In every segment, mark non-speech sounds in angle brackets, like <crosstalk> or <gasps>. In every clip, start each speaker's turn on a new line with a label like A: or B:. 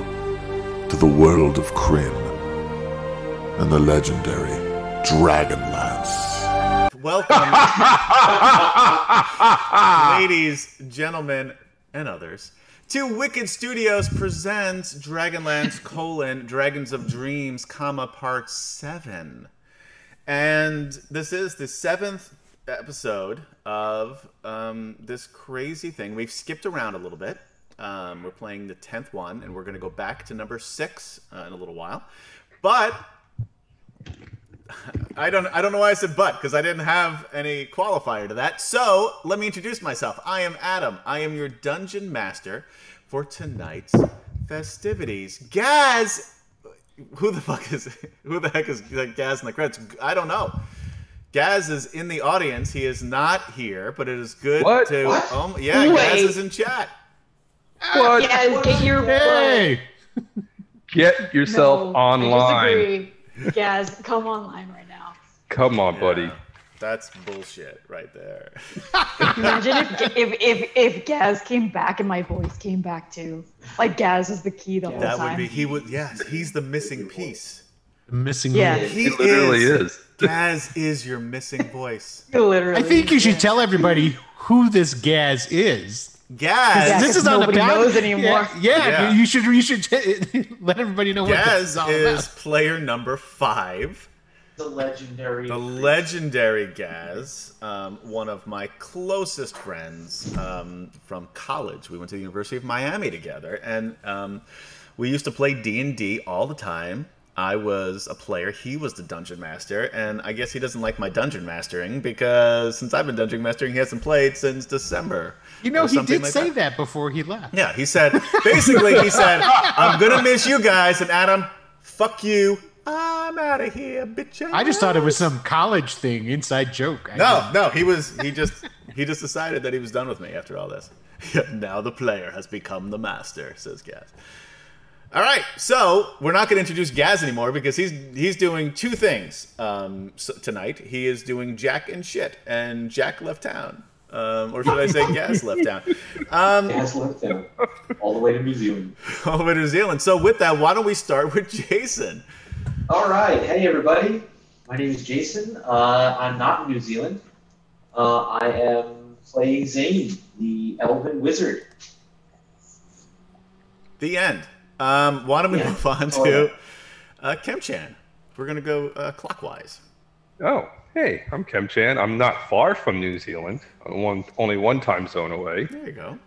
A: Welcome to the world of Kryn and the legendary Dragonlance.
B: Welcome, ladies, gentlemen, and others, to Wicked Studios presents Dragonlance colon Dragons of Dreams, comma part seven, and this is the seventh episode of um, this crazy thing. We've skipped around a little bit. Um, we're playing the tenth one, and we're going to go back to number six uh, in a little while, but I don't I don't know why I said but because I didn't have any qualifier to that. So let me introduce myself. I am Adam. I am your dungeon master for tonight's festivities. Gaz, who the fuck is <laughs> who the heck is Gaz in the credits? I don't know. Gaz is in the audience. He is not here, but it is good
C: What?
B: to.
C: What?
B: Oh, yeah, Gaz
D: Wait.
B: is in chat.
C: What?
D: Yeah, get your
E: Hey!
C: Get yourself
D: No, I
C: online.
D: disagree. Gaz, come online right now.
C: Come on, buddy.
B: Yeah, that's bullshit right there.
D: Imagine if, <laughs> if if if Gaz came back and my voice came back too. Like Gaz is the key the whole
B: That would
D: time.
B: be he would yes. He's the missing piece.
E: The missing
D: Yeah.
E: link.
B: He
C: it literally is.
B: Gaz is your missing voice.
D: Literally.
E: I think you should tell everybody who this Gaz is.
D: Yeah,
B: Gaz.
E: this
D: 'cause
E: is on the
D: nobody
E: back.
D: knows anymore.
E: Yeah, yeah,
B: Yeah.
E: you should you should <laughs> let everybody know what this
B: Gaz
E: is all
B: is
E: about.
B: player number five,
F: the legendary.
B: the legendary Gaz, um, one of my closest friends um, from college. We went to the University of Miami together, and um, we used to play D and D all the time. I was a player; he was the dungeon master, and I guess he doesn't like my dungeon mastering because since I've been dungeon mastering, he hasn't played since December.
E: You know,
B: or
E: he
B: something
E: did
B: like
E: say that. before he left.
B: Yeah, he said basically he said, I'm gonna miss you guys and Adam, fuck you. I'm out of here, bitch.
E: I just thought it was some college thing, inside joke. I
B: No, no, he was he just he just decided that he was done with me after all this. <laughs> now the player has become the master, says Gaz. All right, so we're not going to introduce Gaz anymore because he's he's doing two things um, so tonight. He is doing Jack and shit, and Jack left town, um, or should I say Gaz left town? Um,
F: has left them all the way to New Zealand.
B: all the way to New Zealand. So with that, why don't we start with Jason?
F: All right, hey everybody. My name is Jason. Uh, I'm not in New Zealand. Uh, I am playing Zane, the Elven Wizard.
B: The end. Um, why don't we
F: Yeah.
B: move on
F: Oh, yeah.
B: to uh, Kemchan? We're gonna go uh, clockwise.
C: Oh, hey, I'm Kem Chan. I'm not far from New Zealand. I'm one, only one time zone away
B: There you go.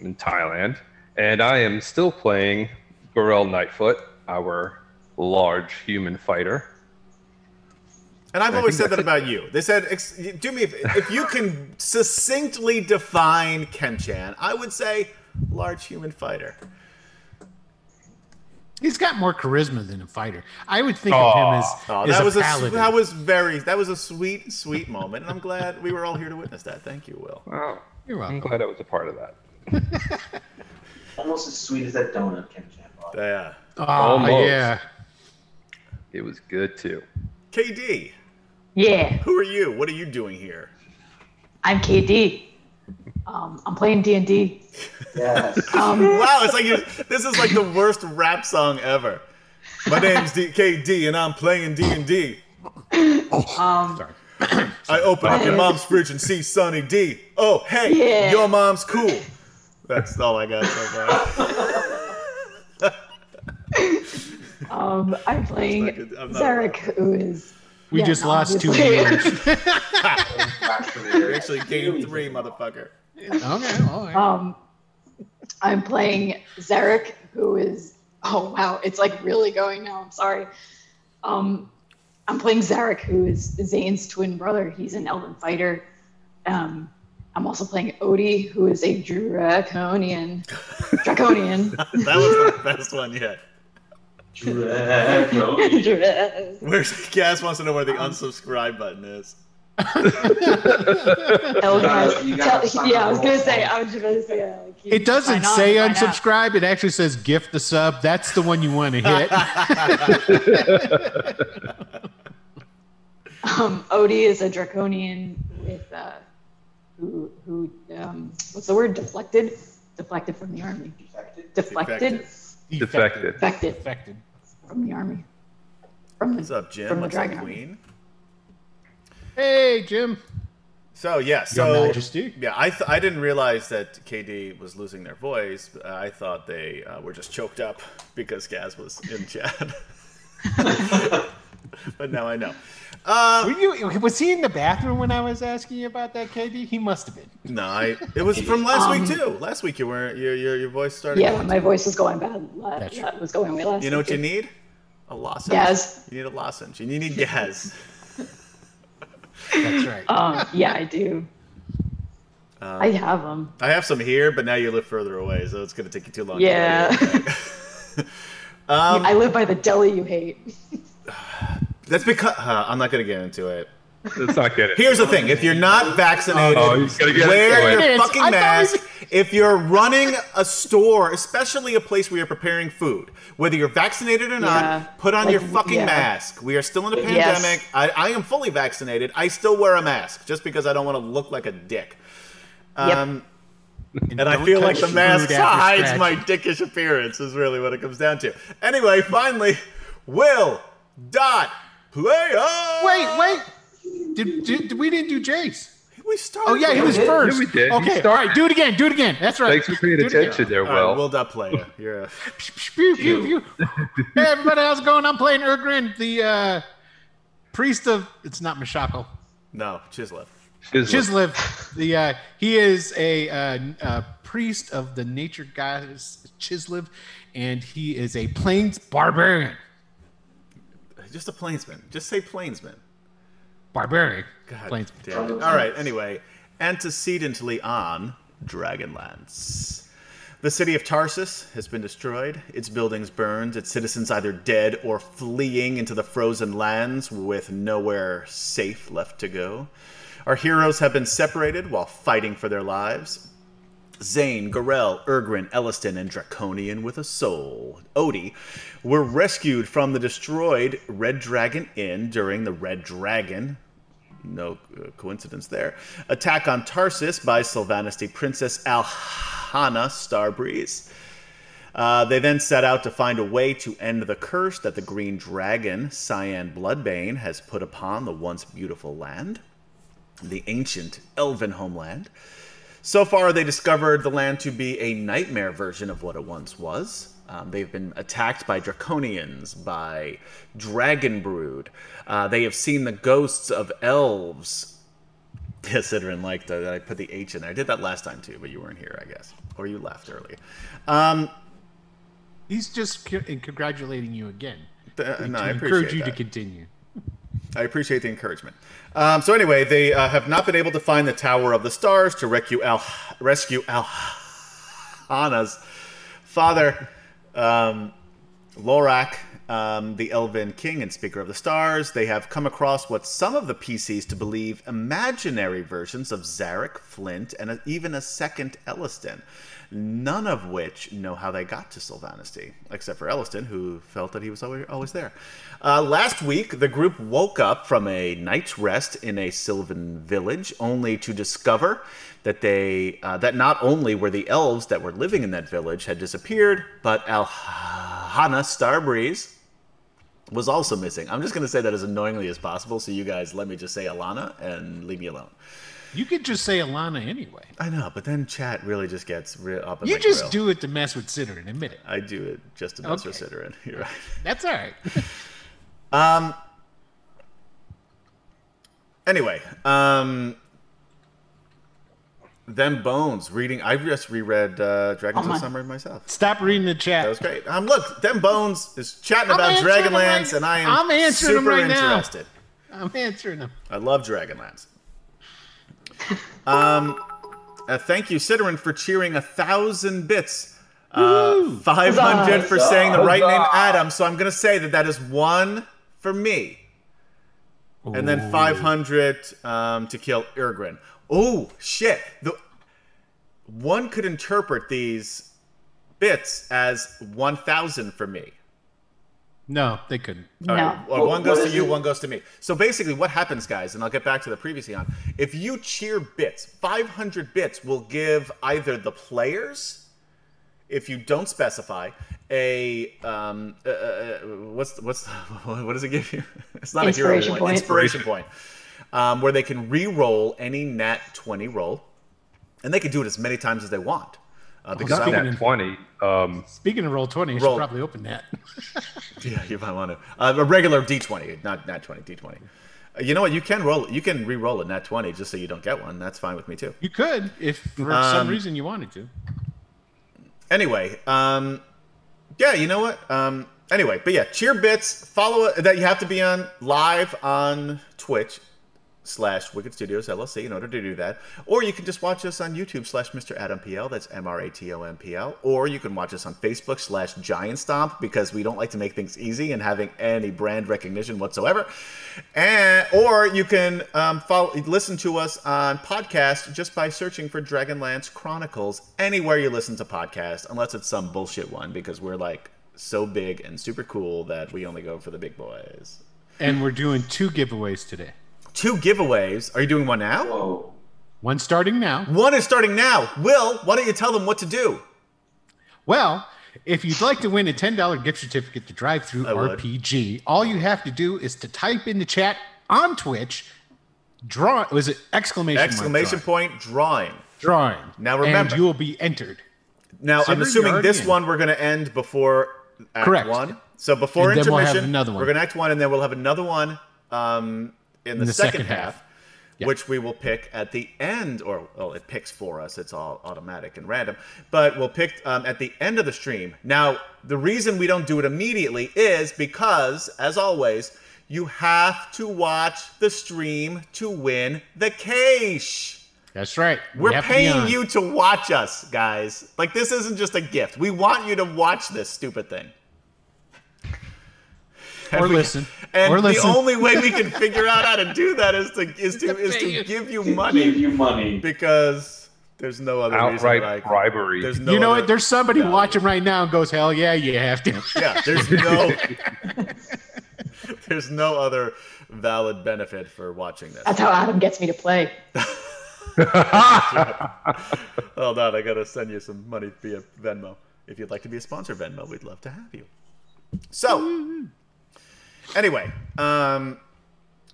C: I'm in Thailand. And I am still playing Gorel Nightfoot, our large human fighter.
B: And I've
C: I
B: always
C: think
B: said that
C: that's
B: about you. They said, ex- "Do me if, if you can succinctly define Kemchan, I would say large human fighter."
E: He's got more charisma than a fighter. I would think
C: Aw.
E: of him as,
B: Oh,
E: as
B: that was
E: a
B: a, s-
E: paladin.
B: that was very that was a sweet sweet moment, and I'm glad we were all here to witness that. Thank you, Will.
C: Wow.
E: You're
C: I'm
E: welcome.
C: glad I was a part of that.
F: Almost as sweet as that donut, Ken Chan. bought.
B: Yeah,
E: Aw,
C: Almost.
E: yeah.
C: It was good too.
B: KD,
D: Yeah,
B: who are you? What are you doing here?
D: I'm KD. Um, I'm playing D and D.
F: Yes.
D: Um,
B: Wow, it's like you, this is like the worst rap song ever. My name's DKD and I'm playing D and D.
D: um,
B: I open up your mom's fridge and see Sonny D. Oh, hey,
D: Yeah.
B: your mom's cool. That's all I got so far.
D: um, I'm playing
B: It's like, I'm not
D: Zarek, who is
E: We
D: Yeah,
E: just
D: no,
E: lost two
D: obviously.
E: viewers.
D: <laughs>
B: We <laughs> actually gained three, motherfucker.
E: <laughs> okay, all right.
D: Um, I'm playing Zarek, who is oh wow, it's like really going now. I'm sorry. Um, I'm playing Zarek, who is Zane's twin brother. He's an Elven fighter. Um, I'm also playing Odie, who is a
E: <laughs>
D: draconian. Draconian.
B: That was the best one yet.
D: <laughs>
F: Draconian.
B: Where's Gas wants to know where the unsubscribe button is.
D: Elven-
F: Uh, you gotta
D: Tell- yeah, I was gonna
F: sign
D: say.
F: off.
D: I was just gonna say. uh, like, you
E: It doesn't
D: sign on,
E: say
D: sign up.
E: unsubscribe. It actually says gift the sub. That's the one you want to hit.
D: Um, Odie is a draconian with uh, who who um, what's the word deflected deflected from the army deflected
B: Defective.
C: <laughs> Defected.
D: Infected
E: Defected.
D: from the army. From
B: What's
D: the,
B: up, Jim?
D: From the
B: What's up,
D: Dragon Army.
B: Queen?
E: Hey, Jim.
B: So yeah,
E: Your
B: so
E: Majesty.
B: yeah, I th- I didn't realize that KD was losing their voice. but I thought they uh, were just choked up because Gaz was in chat. <laughs> but now I know.
E: Were
B: Uh,
E: you, was he in the bathroom when I was asking you about that, KD? He must have been.
B: no, I, it was from last week
D: Um,
B: too. Last week you were your your your voice started.
D: yeah,
B: going.
D: my voice was going bad. La-
E: That's
D: That was going away last
B: You know what
D: week.
B: you need? A lozenge.
D: Gaz.
B: You need a lozenge. and You need
D: <laughs>
B: Gaz.
E: That's right.
B: <laughs>
D: Um, yeah, I do.
B: Um,
D: I have them.
B: I have some here, but now you live further away, so it's going to take you too long. to <laughs>
D: Yeah.
B: get it. um,
D: I live by the deli you hate.
B: that's because uh, I'm not going to get into it.
C: Let's not get it.
B: Here's the thing: if you're not vaccinated,
C: Oh, he's gonna get
B: wear
C: it.
B: your
E: Minutes. I
B: fucking
E: thought he was-
B: mask. If you're running a store, especially a place where you're preparing food, whether you're vaccinated or not,
D: Yeah.
B: put on
D: Like,
B: your fucking
D: yeah.
B: mask. We are still in a pandemic.
D: Yes.
B: I, I am fully vaccinated. I still wear a mask just because I don't want to look like a dick.
D: Yep.
B: Um, and I feel like the mask hides
E: hides
B: my dickish appearance is really what it comes down to. Anyway, finally, Will dot play on.
E: <laughs> Wait, wait. Did, did, we didn't do Jace?
B: we started.
E: Oh yeah, he was
F: Yeah,
E: first.
C: we did. He
E: Okay,
C: started.
E: all right. Do it again. Do it again. That's right.
C: Thanks for paying
E: Do it again.
C: attention there,
B: All right,
C: Will.
B: Will dot playa. You're a,
E: Pew, pew, pew. hey everybody, how's it going? I'm playing Ergrin, the uh, priest of. It's not Mashako.
B: no Chislev.
C: Chisel.
E: Chislev. The uh, he is a uh, n- uh, priest of the nature goddess Chislev, and he is a plains barbarian.
B: Just a plainsman. Just say plainsman.
E: Barbarian.
B: God
E: Plains.
B: damn it. All right. Anyway, antecedently on Dragonlance. The city of Tarsus has been destroyed, its buildings burned, its citizens either dead or fleeing into the frozen lands with nowhere safe left to go. Our heroes have been separated while fighting for their lives. Zane, Garel, Ergrin, Elliston, and Draconian with a soul, Odie, were rescued from the destroyed Red Dragon Inn during the Red Dragon, no uh, coincidence there. Attack on Tarsus by Sylvanas the Princess Alhana Starbreeze. Uh, they then set out to find a way to end the curse that the green dragon, Cyan Bloodbane, has put upon the once beautiful land, the ancient elven homeland. So far, they discovered the land to be a nightmare version of what it once was. Um, they've been attacked by draconians, by dragon brood. Uh, they have seen the ghosts of elves. <laughs> Yes, Idrin liked that I put the H in there. I did that last time too, but you weren't here, I guess, or you left early. Um,
E: He's just c- and congratulating you again.
B: th- no, I appreciate
E: to encourage you
B: that.
E: to continue.
B: I appreciate the encouragement. Um, so anyway, they uh, have not been able to find the Tower of the Stars to rescue Al rescue Alhana's father, um, Lorak, um, the Elven King and Speaker of the Stars. They have come across what some of the PCs to believe imaginary versions of Zarek, Flint, and a, even a second Elliston. None of which know how they got to Sylvanesti, except for Elliston, who felt that he was always, always there. Uh, last week, the group woke up from a night's rest in a Sylvan village, only to discover that they uh, that not only were the elves that were living in that village had disappeared, but Alhana Starbreeze was also missing. I'm just going to say that as annoyingly as possible, so you guys let me just say Alana and leave me alone.
E: You could just say Alana anyway.
B: I know, but then chat really just gets real up. in
E: You
B: my
E: just
B: grill.
E: do it to mess with Sitter and admit it.
B: I do it just to mess
E: Okay.
B: with Citarin. <laughs> You're right.
E: That's all right.
B: Um. Anyway, um. Them bones reading. I just reread uh, Dragons
D: Oh my-
B: of Summer myself.
E: Stop reading the
B: That
E: chat.
B: was great. Um, look, them bones is chatting
E: I'm
B: about
E: answering
B: Dragonlance,
E: 'em right-
B: and I am
E: I'm answering 'em
B: super
E: right now.
B: interested.
E: I'm answering them.
B: I love Dragonlance. Um, uh, thank you, Citarin, for cheering a thousand bits. Uh, 500 for
F: Huzzah.
B: saying the right name
F: Huzzah.
B: Adam. So I'm going to say that that is one for me. And then 500 um, to kill Irgrin. Oh, shit. The, one could interpret these bits as 1,000 for me.
E: No, they couldn't.
B: All
D: no.
B: right, well,
F: What-
B: one goes
F: what
B: to
F: is
B: you,
F: it?
B: one goes to me. So basically, what happens, guys, and I'll get back to the previous on. If you cheer bits, 500 bits will give either the players, if you don't specify, a um uh, uh, uh, what's what's <laughs> what does it give you? <laughs> It's not a hero
D: Inspiration
B: point.
D: point.
B: Inspiration point. Um, where they can re-roll any nat twenty roll, and they can do it as many times as they want. Uh, because
E: that'd
B: I,
E: be
C: Nat 20. Um, <laughs>
E: Speaking of roll twenty, you
B: Roll.
E: should probably open that.
B: yeah, <laughs> you might want to uh, a regular D twenty, not nat twenty, D twenty. Uh, you know what? You can roll. You can re-roll a nat twenty just so you don't get one. That's fine with me too.
E: you could, if for
B: Um,
E: some reason you wanted to.
B: anyway um yeah you know what um anyway but yeah cheer bits follow uh, that you have to be on live on twitch slash wicked studios llc in order to do that or you can just watch us on youtube slash mr adam pl that's m-r-a-t-o-m-p-l or you can watch us on facebook slash giant stomp because we don't like to make things easy and having any brand recognition whatsoever and or you can um, follow listen to us on podcast just by searching for dragonlance chronicles anywhere you listen to podcasts unless it's some bullshit one because we're like so big and super cool that we only go for the big boys
E: And we're doing two giveaways today.
B: two giveaways are you doing one now
F: Whoa.
E: One starting now.
B: One is starting now. Will, why don't you tell them what to do?
E: Well, if you'd like to win a $10 gift certificate to Drive Through
B: I would.
E: RPG, all you have to do is to type in the chat on Twitch, draw, was it exclamation mark
B: Exclamation
E: drawing,
B: point drawing.
E: drawing.
B: Now remember-
E: and you will be entered.
B: Now I'm
E: Severin,
B: assuming
E: you're
B: this
E: already in.
B: one we're going to end before Act
E: Correct.
B: One. So before
E: And then we'll have
B: intermission,
E: another one.
B: are going to Act One, and then we'll have another one um, in, the
E: the
B: second,
E: second
B: half,
E: half. Yeah.
B: which we will pick at the end, or well, it picks for us. It's all automatic and random, but we'll pick um, at the end of the stream. Now the reason we don't do it immediately is because, as always, you have to watch the stream to win the cash.
E: That's right. We
B: We're
E: have to be
B: paying
E: on.
B: you to watch us, guys. Like this isn't just a gift. We want you to watch this stupid thing. And
E: Or
B: we-
E: listen.
B: And
E: Or
B: the
E: listen.
B: only way we
E: <laughs>
B: can figure out how to do that is to is to is to give you
F: Give
B: money
F: you money.
B: because there's no other reason that I
C: outright
B: can-
C: bribery.
B: There's no
E: You know
B: other-
E: what? There's somebody
F: No.
E: watching right now and goes, hell yeah, you have to. <laughs>
B: yeah. There's no <laughs> there's no other valid benefit for watching this.
D: That's how Adam gets me to play.
B: Hold on, I gotta send you some money via Venmo. If you'd like to be a sponsor, Venmo, we'd love to have you. So, anyway, um,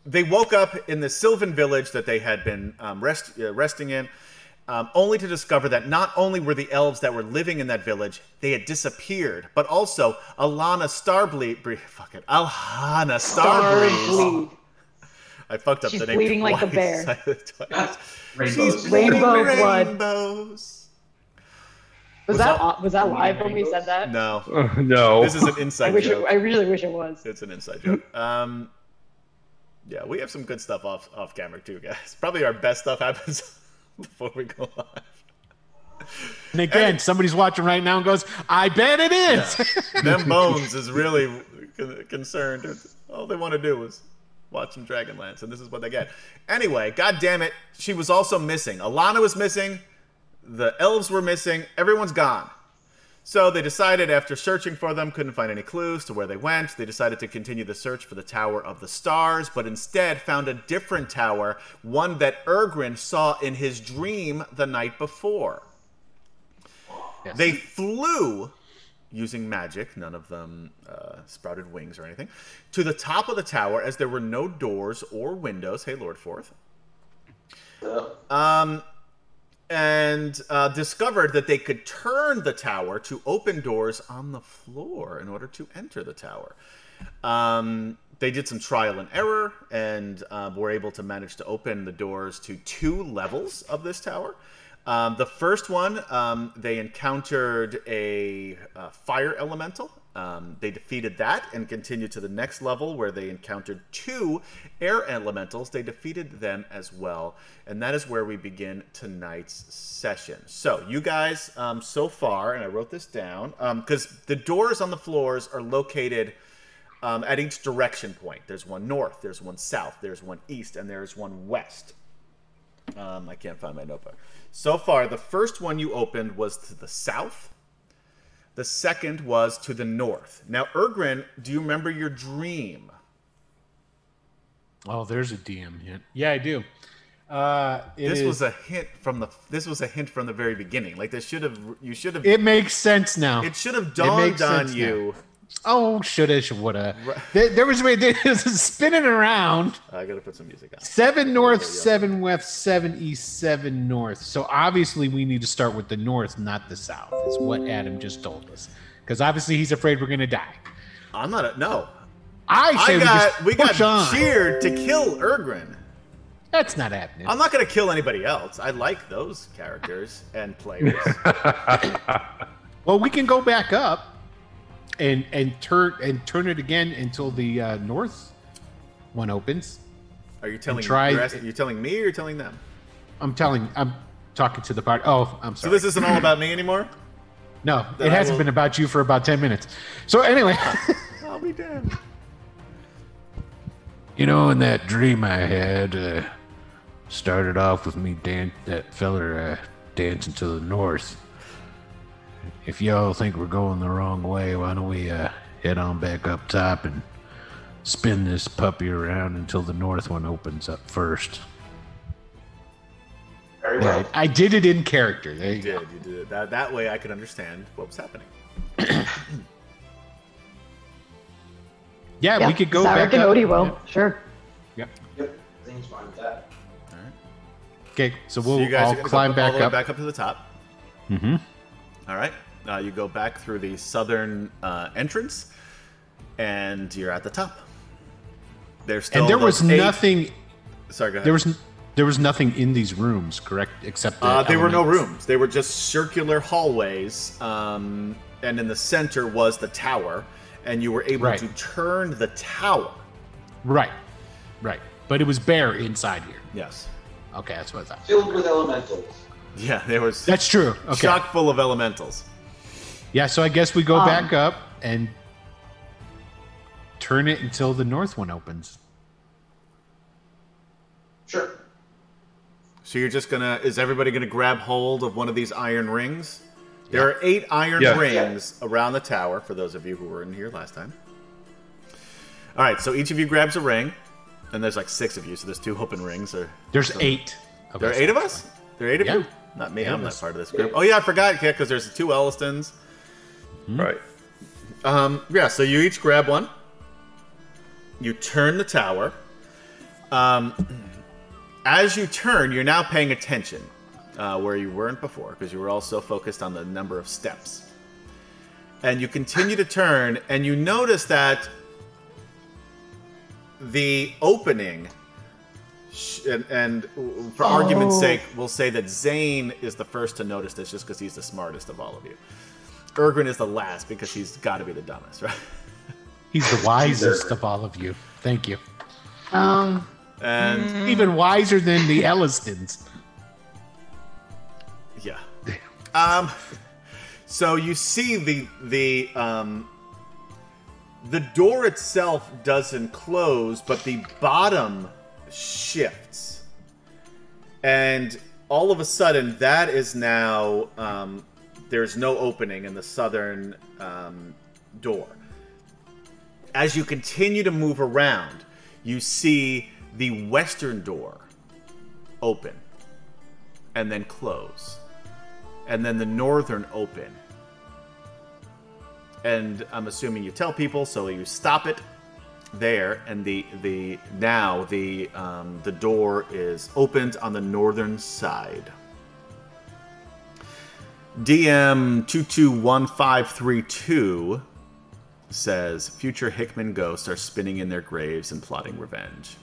B: they woke up in the Sylvan village that they had been um, rest, uh, resting in, um, only to discover that not only were the elves that were living in that village they had disappeared, but also Alana Starbleed. Bre- fuck it, Alana Starbleed.
D: Starbleed.
B: I fucked up
D: She's
B: the name.
D: bleeding like a
B: twice. <laughs> Twice.
F: Rainbows.
B: She's
D: Rainbow
B: bleeding
D: blood.
B: rainbows.
D: Was,
B: Was
D: that
B: that-
D: on- was that live when we said that?
B: No,
C: no.
B: this is an
D: <laughs> I
B: inside
D: wish. It,
B: joke.
D: I really wish it was.
B: It's an inside joke. Um, yeah, we have some good stuff off off camera too, guys. <laughs> Probably our best stuff happens <laughs> before we go live.
E: And again, somebody's watching right now and goes, I bet it is. <laughs>
B: Them bones is really con- concerned. All they want to do is watch some Dragonlance, and this is what they get. Anyway, god damn it, she was also missing. Alana was missing. The elves were missing. Everyone's gone. So they decided, after searching for them, couldn't find any clues to where they went. They decided to continue the search for the Tower of the Stars, but instead found a different tower, one that Ergrin saw in his dream the night before.
E: Yes.
B: They flew using magic, none of them uh, sprouted wings or anything, to the top of the tower as there were no doors or windows. Hey, Lord Forth.
F: Uh,
B: Um, and uh, discovered that they could turn the tower to open doors on the floor in order to enter the tower. Um, they did some trial and error and uh, were able to manage to open the doors to two levels of this tower. Um, the first one, um, they encountered a uh, fire elemental. Um, they defeated that and continued to the next level where they encountered two air elementals. They defeated them as well. And that is where we begin tonight's session. So, you guys, um, so far, and I wrote this down because the doors on the floors are located um, at each direction point. There's one north, there's one south, there's one east, and there's one west. Um, I can't find my notebook. So far, the first one you opened was to the south. The second was to the north. Now, Ergrin, do you remember your dream?
E: Oh, there's a DM hint. Yeah, I do. Uh, it
B: this
E: is-
B: was a hint from the this was a hint from the very beginning. Like this should have you should have
E: it makes sense now.
B: it should have
E: makes
B: dawned
E: sense
B: on
E: now.
B: you.
E: oh, shoulda, shoulda. woulda.
B: Right.
E: There, there was a way. <laughs> There was a spinning around.
B: Uh, I gotta put some music on.
E: Seven north,
B: Yeah.
E: seven west, seven east, seven north. So obviously, we need to start with the north, not the south. Is what Adam just told us. Because obviously, he's afraid we're gonna die.
B: I'm not a no.
E: I say
B: I
E: we
B: got
E: just
B: we got
E: push on.
B: cheered to kill Ergrin.
E: That's not happening.
B: I'm not gonna kill anybody else. I like those
E: <laughs>
B: characters and players.
E: Well, we can go back up and and turn and turn it again until the uh, north one opens.
B: Are you telling
E: tried-
B: you're asking- you're telling me or you're telling them?
E: I'm telling. I'm talking to the party. Oh, I'm
B: So
E: sorry.
B: this isn't all about me
E: <laughs>
B: anymore?
E: no,
B: then
E: it
B: I
E: hasn't
B: will-
E: been about you for about ten minutes. So anyway, <laughs>
B: I'll be damned.
G: You know, in that dream I had, uh, started off with me dan- that feller uh, dancing to the north. If y'all think we're going the wrong way, why don't we uh, head on back up top and spin this puppy around until the north one opens up first?
F: Very well.
E: I did it in character. There you
B: You
E: go.
B: did, you did it. That, that way I could understand what was happening.
E: Yeah, we could go
D: Zarek
E: back
D: and
E: up.
D: Odie will. Sure.
F: Yep. Zane's fine with that.
E: Okay, so
B: So
E: we'll
B: you guys
E: all
B: are gonna
E: climb
B: go all
E: back
B: the way
E: up.
B: back up to the top.
G: Mm-hmm.
B: All right. Uh, you go back through the southern uh, entrance, and you're at the top. There's still
E: And there
B: those
E: was
B: eight-
E: nothing.
B: Sorry, go ahead.
E: There was. n- There was nothing in these rooms, correct? Except the
B: Uh, they were no
E: elements.
B: rooms. They were just circular hallways, um, and in the center was the tower, and you were able
E: Right.
B: to turn the tower.
E: Right, right. But it was bare inside here.
B: Yes. <laughs>
E: Okay, that's what I thought.
F: Filled with elementals.
B: Yeah, there was
E: That's true. Okay.
B: chock full of elementals.
E: Yeah, so I guess we go
D: Um,
E: back up and turn it until the north one opens.
F: Sure.
B: So you're just gonna is everybody gonna grab hold of one of these iron rings? There are eight iron
C: Yeah.
B: rings around the tower for those of you who were in here last time. All right, so each of you grabs a ring, and there's like six of you, so there's two open rings. Or
E: There's eight. Of
B: there are
E: us.
B: eight of us? There are eight of
E: Yeah.
B: you? Not me.
E: Yeah,
B: I'm not
E: there's-
B: part of this group. Oh yeah, I forgot. Yeah, because there's two Ellistons.
C: right.
B: Um, yeah, so you each grab one. You turn the tower. Um, as you turn, you're now paying attention uh, where you weren't before because you were also focused on the number of steps. And you continue to turn, and you notice that the opening, sh- and, and w- for argument's
D: Oh.
B: sake, we'll say that Zane is the first to notice this just because he's the smartest of all of you. Ergrin is the last because he's got to be the dumbest, right?
E: He's the wisest of all of you. Thank you.
D: Um,
B: And
E: Even wiser than the Ellistons.
B: yeah, um, so you see the the um, the door itself doesn't close, but the bottom shifts, and all of a sudden that is now um, there's no opening in the southern um, door. as you continue to move around, you see the western door open and then close, and then the northern open. And I'm assuming you tell people, so you stop it there, and the the now the um, the door is opened on the northern side. DM two two one five three two says future Hickman ghosts are spinning in their graves and plotting revenge.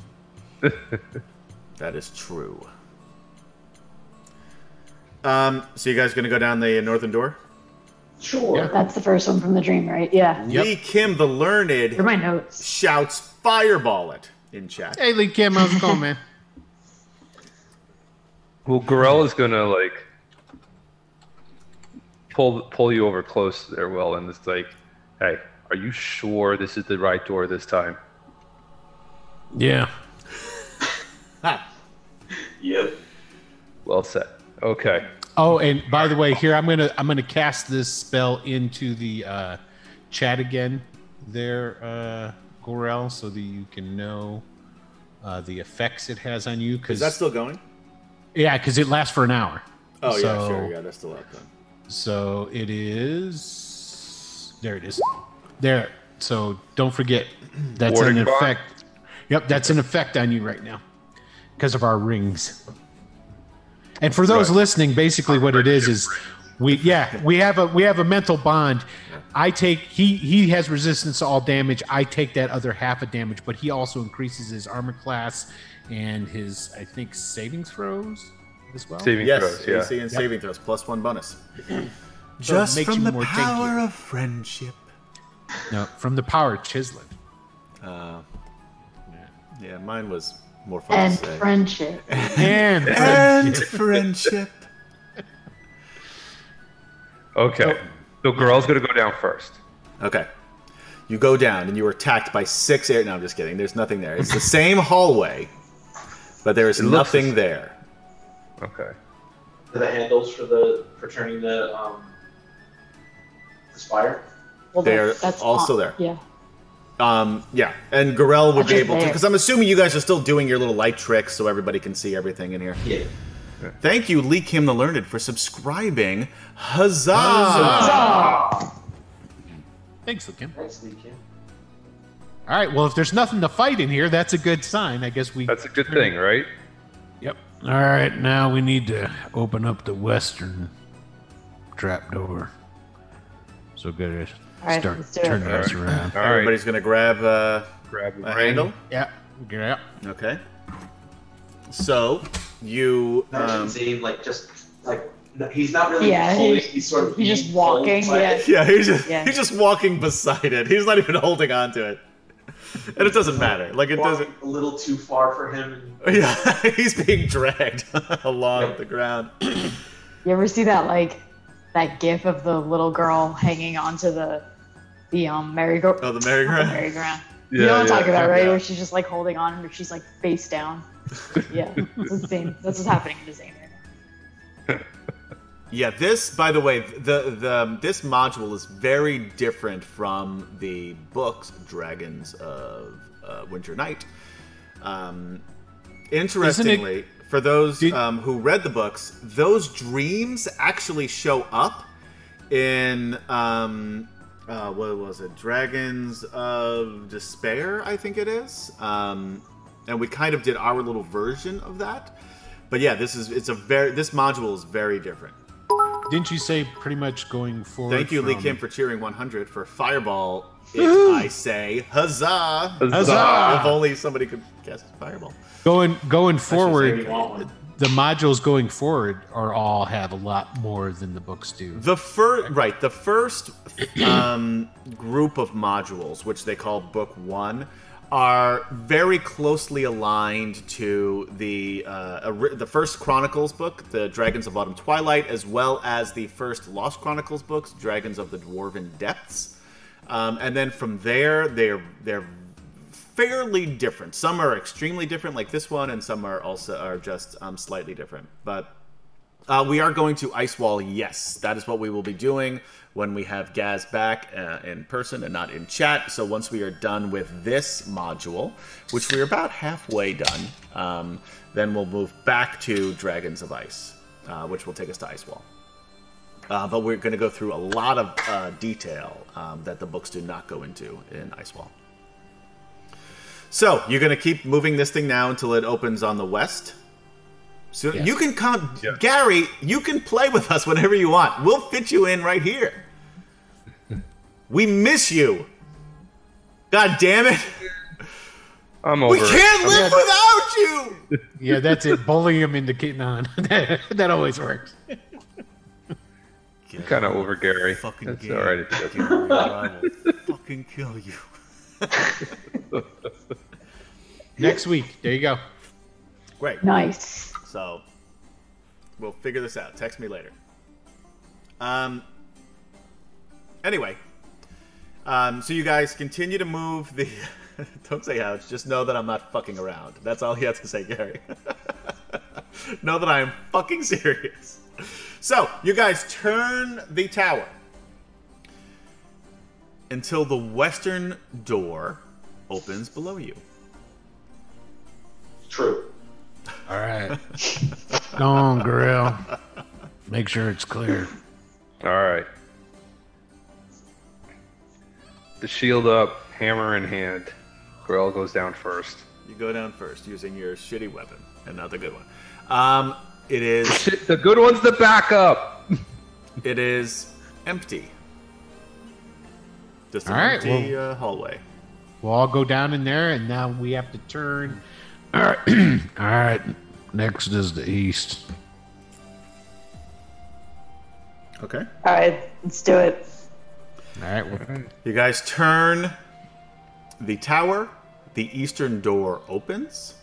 B: that is true. Um, so you guys gonna go down the northern door?
F: Sure.
D: that's the first one from the dream, right? Yeah.
E: Yep.
B: Lee Kim the
D: Here are
B: learned
D: my notes.
B: shouts fireball it in chat.
E: Hey, Lee Kim, how's it going, man?
C: Well, Gorell is gonna like pull pull you over close there, Will, and it's like, hey, are you sure this is the right door this time?
G: Yeah.
B: Ha.
F: Yep.
C: Well said. Okay.
E: Oh, and by the way, here I'm gonna I'm gonna cast this spell into the uh, chat again, there, uh, Gorel, so that you can know uh, the effects it has on you.
B: Is
E: Because
B: that still going?
E: Yeah, because it lasts for an hour.
B: Oh yeah,
E: So-
B: sure. Yeah, that's still up then.
E: So it is. There it is. There. So don't forget. <clears throat> That's
C: Warning
E: an
C: card?
E: effect. Yep, that's an effect on you right now because of our rings. And for those
C: Right.
E: listening, basically what it is is we yeah we have a we have a mental bond. I take he he has resistance to all damage. I take that other half of damage, but he also increases his armor class and his I think savings throws as well.
C: Saving
B: Yes,
C: throws, yeah.
B: AC and saving throws plus one bonus.
E: So
B: Just
E: it makes
B: from
E: you
B: the
E: more
B: power
E: tankier.
B: of friendship.
E: No, from the power chislet.
B: Uh, yeah, mine was more fun
D: and
B: to say. <laughs>
D: friendship.
E: And
B: and <laughs> friendship.
C: Okay. So Gorel's gonna go down first.
B: Okay. You go down and you are attacked by six air. No, I'm just kidding. There's nothing there. It's the same hallway, but there is
C: It looks the
B: nothing there.
C: Okay.
F: For the handles for the for turning the um the spire.
D: Well,
B: They
D: that's-
B: are
D: that's
B: also
D: on-
B: there.
D: Yeah.
B: Um, yeah, and Gorell would be
D: Okay,
B: able to
D: there.
B: because I'm assuming you guys are still doing your little light tricks so everybody can see everything in here.
F: Yeah.
B: Thank you, Lee Kim the Learned, for subscribing. Huzzah!
E: <laughs> thanks, Lucan.
F: Thanks, Lee Kim.
E: All right. Well, if there's nothing to fight in here, that's a good sign. I guess we.
C: That's a good thing, right?
G: Yep. All right, now we need to open up the western trap door. So get us
D: All right,
G: start
D: let's do it.
G: turning us around.
C: All right.
B: Everybody's gonna grab uh,
C: Grab the
B: a
C: ring.
B: handle.
E: yeah. Yeah.
B: Okay. So you
F: Imagine
B: um,
F: Zane, like just like no, he's not really
D: Yeah,
F: pulling.
D: he's-
F: He's, sort of
D: he's just
F: being pulled
D: walking,
F: by
D: yeah.
B: <laughs>
F: it.
B: Yeah, he's just,
D: Yeah.
B: he's just walking beside it. He's not even holding on to it. And it doesn't matter. Like, it doesn't. <laughs>
F: Walking a little too far for him.
B: Yeah, <laughs> he's being dragged <laughs> along the ground.
D: You ever see that like that gif of the little girl hanging onto the the um merry-go-
B: Oh, the
D: not the
B: merry-go-round. <laughs>
D: merry-go-round?
C: Yeah,
D: you know what I'm
C: yeah,
D: talking about,
B: yeah.
D: right? Where she's just like holding on and she's like
B: <laughs>
D: face down. Yeah, that's the same. That's what's happening to Zane. right now.
B: Yeah, this, by the way, the the this module is very different from the books Dragons of uh, Winter Night. Um, interestingly, for those
E: Did-
B: um, who read the books, those dreams actually show up in um, uh, what was it, Dragons of Despair, I think it is. Um, and we kind of did our little version of that. But yeah, this is it's a very this module is very different.
E: Didn't you say pretty much going forward?
B: Thank you, Lee
E: from-
B: Kim, for cheering 100 for Fireball. If I say huzzah,
E: Huzzah!
B: if only somebody could guess Fireball.
E: Going going forward,
F: We want one.
E: the modules going forward are all have a lot more than the books do.
B: The first, right, the first um, group of modules, which they call Book One, are very closely aligned to the uh, ori- the first Chronicles book, the Dragons of Autumn Twilight, as well as the first Lost Chronicles books, Dragons of the Dwarven Depths. Um, and then from there, they're they're fairly different. Some are extremely different, like this one, and some are also are just um, slightly different. But uh, we are going to Ice Wall, yes. That is what we will be doing when we have Gaz back uh, in person and not in chat. So once we are done with this module, which we're about halfway done, um, then we'll move back to Dragons of Ice, uh, which will take us to Ice Wall. Uh, but we're going to go through a lot of uh, detail um, that the books do not go into in Ice Wall. So you're going to keep moving this thing now until it opens on the west. So
E: Yes.
B: you can come,
C: Yeah.
B: Gary. You can play with us whenever you want. We'll fit you in right here. we miss you. God damn it!
C: I'm over.
B: We
C: it.
B: can't
C: I'm-
B: live without you.
E: Yeah, that's it. Bully him into getting on. that, <laughs> that always works.
C: I'm kind of over Gary.
B: Fucking
C: That's
B: Gary.
C: all right. if he doesn't.
B: Gary, I will fucking kill you.
E: Next week. There you go.
B: Great.
D: Nice.
B: So we'll figure this out. Text me later. Um. Anyway, um, so you guys continue to move the. <laughs> Don't say ouch. Just know that I'm not fucking around. That's all you have to say, Gary. <laughs> know that I am fucking serious. So you guys turn the tower until the western door opens below you.
F: True.
G: All right. Go on, Gorell. Make sure it's clear.
C: All right. The shield up, hammer in hand. Grell goes down first.
B: You go down first using your shitty weapon. Another good one. Um, it is.
C: Shit, the good one's the backup.
B: It is empty. Just an
E: All right,
B: empty uh, hallway.
E: We'll all go down in there, and now we have to turn.
G: All right. <clears throat> All right. Next is the east.
B: Okay.
D: All right, let's do it.
E: All right, we'll,
B: You guys turn the tower. The eastern door opens.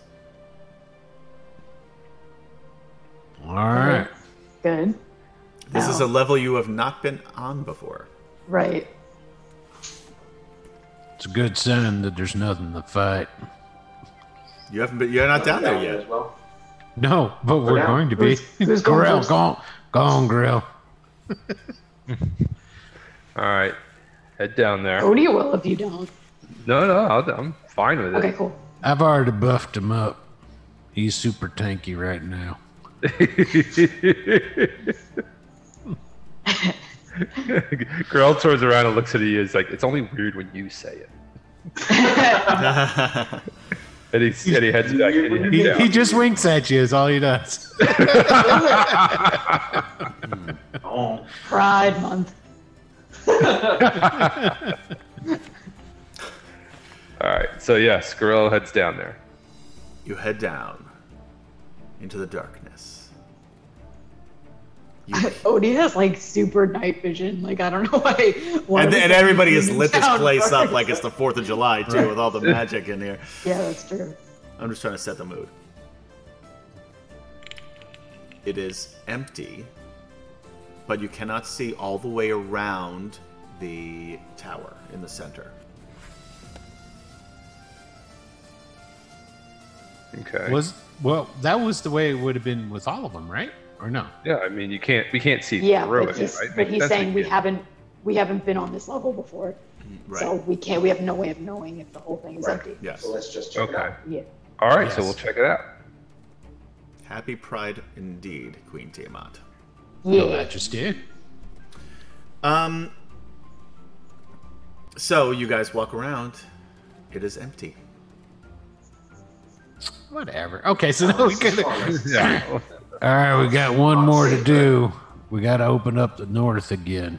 G: All right.
D: Good.
B: This
D: Ow.
B: is a level you have not been on before.
D: Right.
G: It's a good sign that there's nothing to fight.
B: You haven't been. You're not down there
F: one
B: yet.
F: As well.
E: no, but we're
F: down.
E: going to be.
D: Who's-
E: <laughs>
D: who's going
G: Gorell,
D: first?
G: go on. Go on, Gorell.
C: All right. Head down there.
D: Odie will if you don't.
C: No, no, I'll, I'm fine with it.
D: Okay, cool.
G: I've already buffed him up. He's super tanky right now.
C: <laughs> Girl turns around and looks at you. Is like, it's only weird when you say it. And he, and he heads back. And he heads
E: He,
C: down.
E: he just winks at you, is all he does.
B: <laughs>
F: Oh.
D: Pride month.
C: All right. So yes, Gorilla heads down there.
B: You head down into the darkness. You,
D: Odie has like super night vision. Like I don't know why. why
B: and,
D: we
B: and
D: think
B: everybody
D: he's
B: has
D: in
B: lit this
D: town
B: place up
D: first.
B: like it's the 4th of July, too, with all the magic in here.
D: Yeah, that's true.
B: I'm just trying to set the mood. It is empty, but you cannot see all the way around the tower in the center.
C: Okay.
E: Was well, that was the way it would have been with all of them, right? Or no?
C: yeah. I mean, you can't. We can't see
D: Yeah,
C: through
D: but
C: it,
D: he's,
C: right?
D: but
C: Makes
D: he's
C: sense
D: saying we
C: can-
D: haven't we haven't been on this level before,
B: Right.
D: so we can't. We have no way of knowing if the whole thing is
F: Right.
D: empty.
B: yes.
F: So let's just check it
C: Okay.
F: out.
D: Yeah.
C: All right. So
E: Yes.
C: we'll check it out.
B: Happy Pride indeed, Queen Tiamat.
D: Yeah.
E: No, that just did.
B: Um. So you guys walk around. It is empty.
E: Whatever. Okay,
D: Oh,
E: so now we could.
F: <laughs>
C: Yeah.
G: All right, we got one
F: I'll
G: more
F: say
G: to do. We got to open up the north again,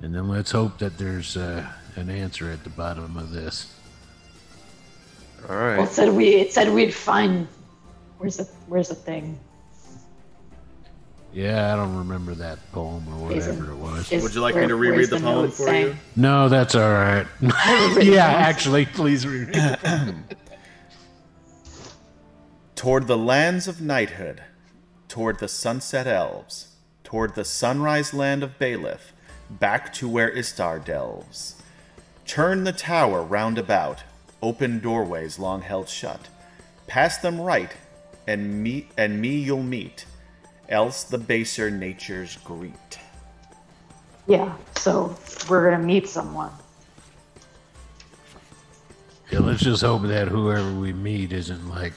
G: and then let's hope that there's uh, an answer at the bottom of this.
C: All
D: Well,
C: right.
D: it said we. It said we'd find. Where's the Where's the thing?
G: Yeah, I don't remember that poem or
D: Jason.
G: whatever it was.
D: Is-
B: Would you like me
D: where-
B: to reread
D: where's
B: the poem
D: note
B: for
D: saying?
B: you?
G: No, that's all right. <laughs>
E: yeah, actually,
D: <laughs>
E: please reread. it.
B: Toward the lands of knighthood, toward the sunset elves, toward the sunrise land of Bailiff, back to where Istar delves. Turn the tower round about, open doorways long held shut. Pass them right, and me and me you'll meet, else the baser natures greet.
D: Yeah. So we're gonna meet someone.
G: Yeah, let's just hope that whoever we meet isn't like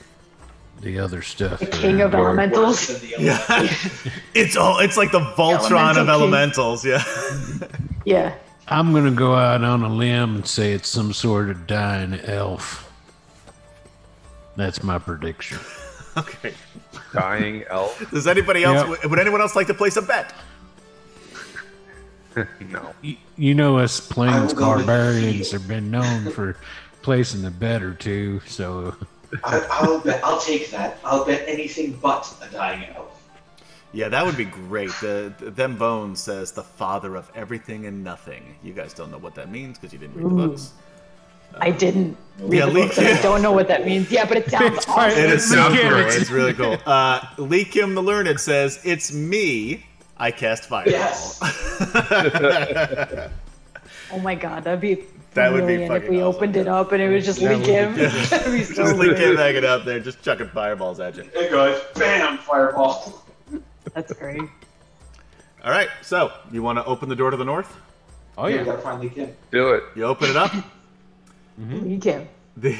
G: the other stuff.
E: Mm-hmm.
D: The king of
G: around where-
F: Worse
D: elementals.
F: than the other.
B: Yeah. <laughs> it's all it's like the Voltron of
D: Elemental
B: elementals, yeah. <laughs>
D: Yeah.
G: I'm gonna go out on a limb and say it's some sort of dying elf. That's my prediction.
B: okay.
C: Dying elf.
B: Does anybody else
G: Yep.
B: would anyone else like to place a bet?
C: No.
G: Y- You know, us plains
F: I will go with
G: barbarians
F: you.
G: have been known for placing a bet or two, so
F: I, I'll bet. I'll take that. I'll bet anything but a dying elf.
B: Yeah, that would be great. The, the- them bones says the father of everything and nothing. You guys don't know what that means because you didn't read the
D: Ooh.
B: books.
D: I didn't. Read
B: Yeah,
D: the
B: Lee-
D: book, so I don't know what that means. Yeah,
B: <laughs>
D: but it sounds
E: It's
D: awesome.
E: fine.
B: It is so cool.
E: Mechanics.
B: It's really cool. Uh, Lee Kim the Learned says, "It's me. I cast fireball."
F: Yes.
D: Oh my god, that'd be
B: That would be
D: brilliant if
B: fucking
D: we
B: awesome.
D: opened it up and it was just Lee Kim. <laughs> That'd be so
B: Just Lee
D: weird.
B: Kim hanging out there, just chucking fireballs at you.
F: There goes. Bam! Fireball.
D: That's great.
B: All right. So you want to open the door to the north?
E: Oh
F: We
E: yeah.
F: gotta find Lee Kim.
C: Do it.
B: You open it up. Hmm?
D: Lee Kim.
B: the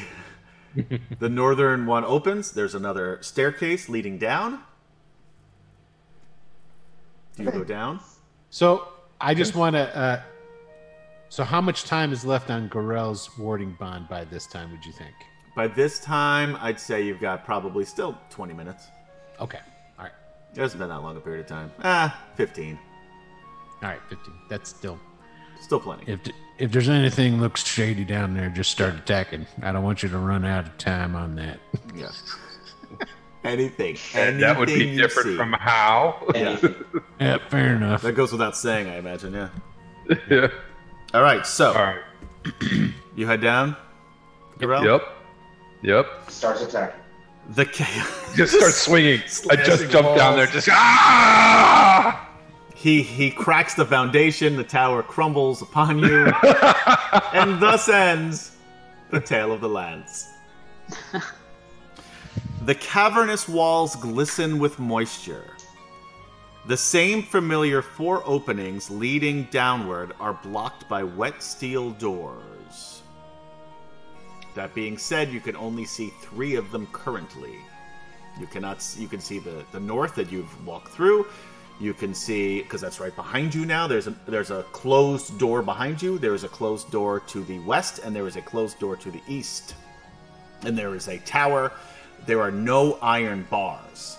B: the northern one opens. There's another staircase leading down. Do you go down?
E: So I just want to. Uh, so how much time is left on Gorel's warding bond by this time? Would you think?
B: By this time, I'd say you've got probably still 20 minutes.
E: Okay. All right.
B: It hasn't been that long a period of time. Ah, 15.
E: All right. Fifteen. That's still.
B: Still plenty.
G: If if there's anything looks shady down there, just start attacking. I don't want you to run out of time on that. <laughs>
B: Yeah. <laughs> anything,
C: And that would
B: anything
C: be
B: you
C: different
B: see.
C: from how.
F: Anything.
G: yeah, fair enough.
B: That goes without saying, I imagine. Yeah.
C: <laughs> yeah.
B: All right. So
C: All right.
B: <clears throat> you head down. Garel?
C: Yep. Yep.
F: Starts attacking.
B: The chaos. <laughs>
C: Just start swinging. I
B: Slashing
C: just jumped down there.
B: walls.
C: Just ah!
B: He he cracks the foundation. The tower crumbles upon you, and thus ends the tale of the lands. the cavernous walls glisten with moisture. The same familiar four openings leading downward are blocked by wet steel doors. That being said, you can only see three of them currently. You cannot. s- You can see the the north that you've walked through. You can see because that's right behind you now. There's a there's a closed door behind you. There is a closed door to the west, and there is a closed door to the east. And there is a tower. There are no iron bars,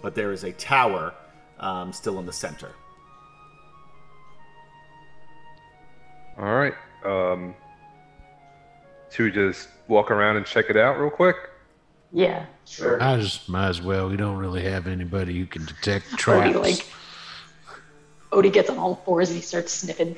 B: but there is a tower um, still in the center.
C: All right. Um, should we just walk around and check it out real quick?
D: Yeah.
E: Uh,
F: Sure.
G: I just might as well. We don't really have anybody who can
D: <laughs>
G: detect
D: Odie
G: traps.
D: like Odie gets on all fours and he starts sniffing.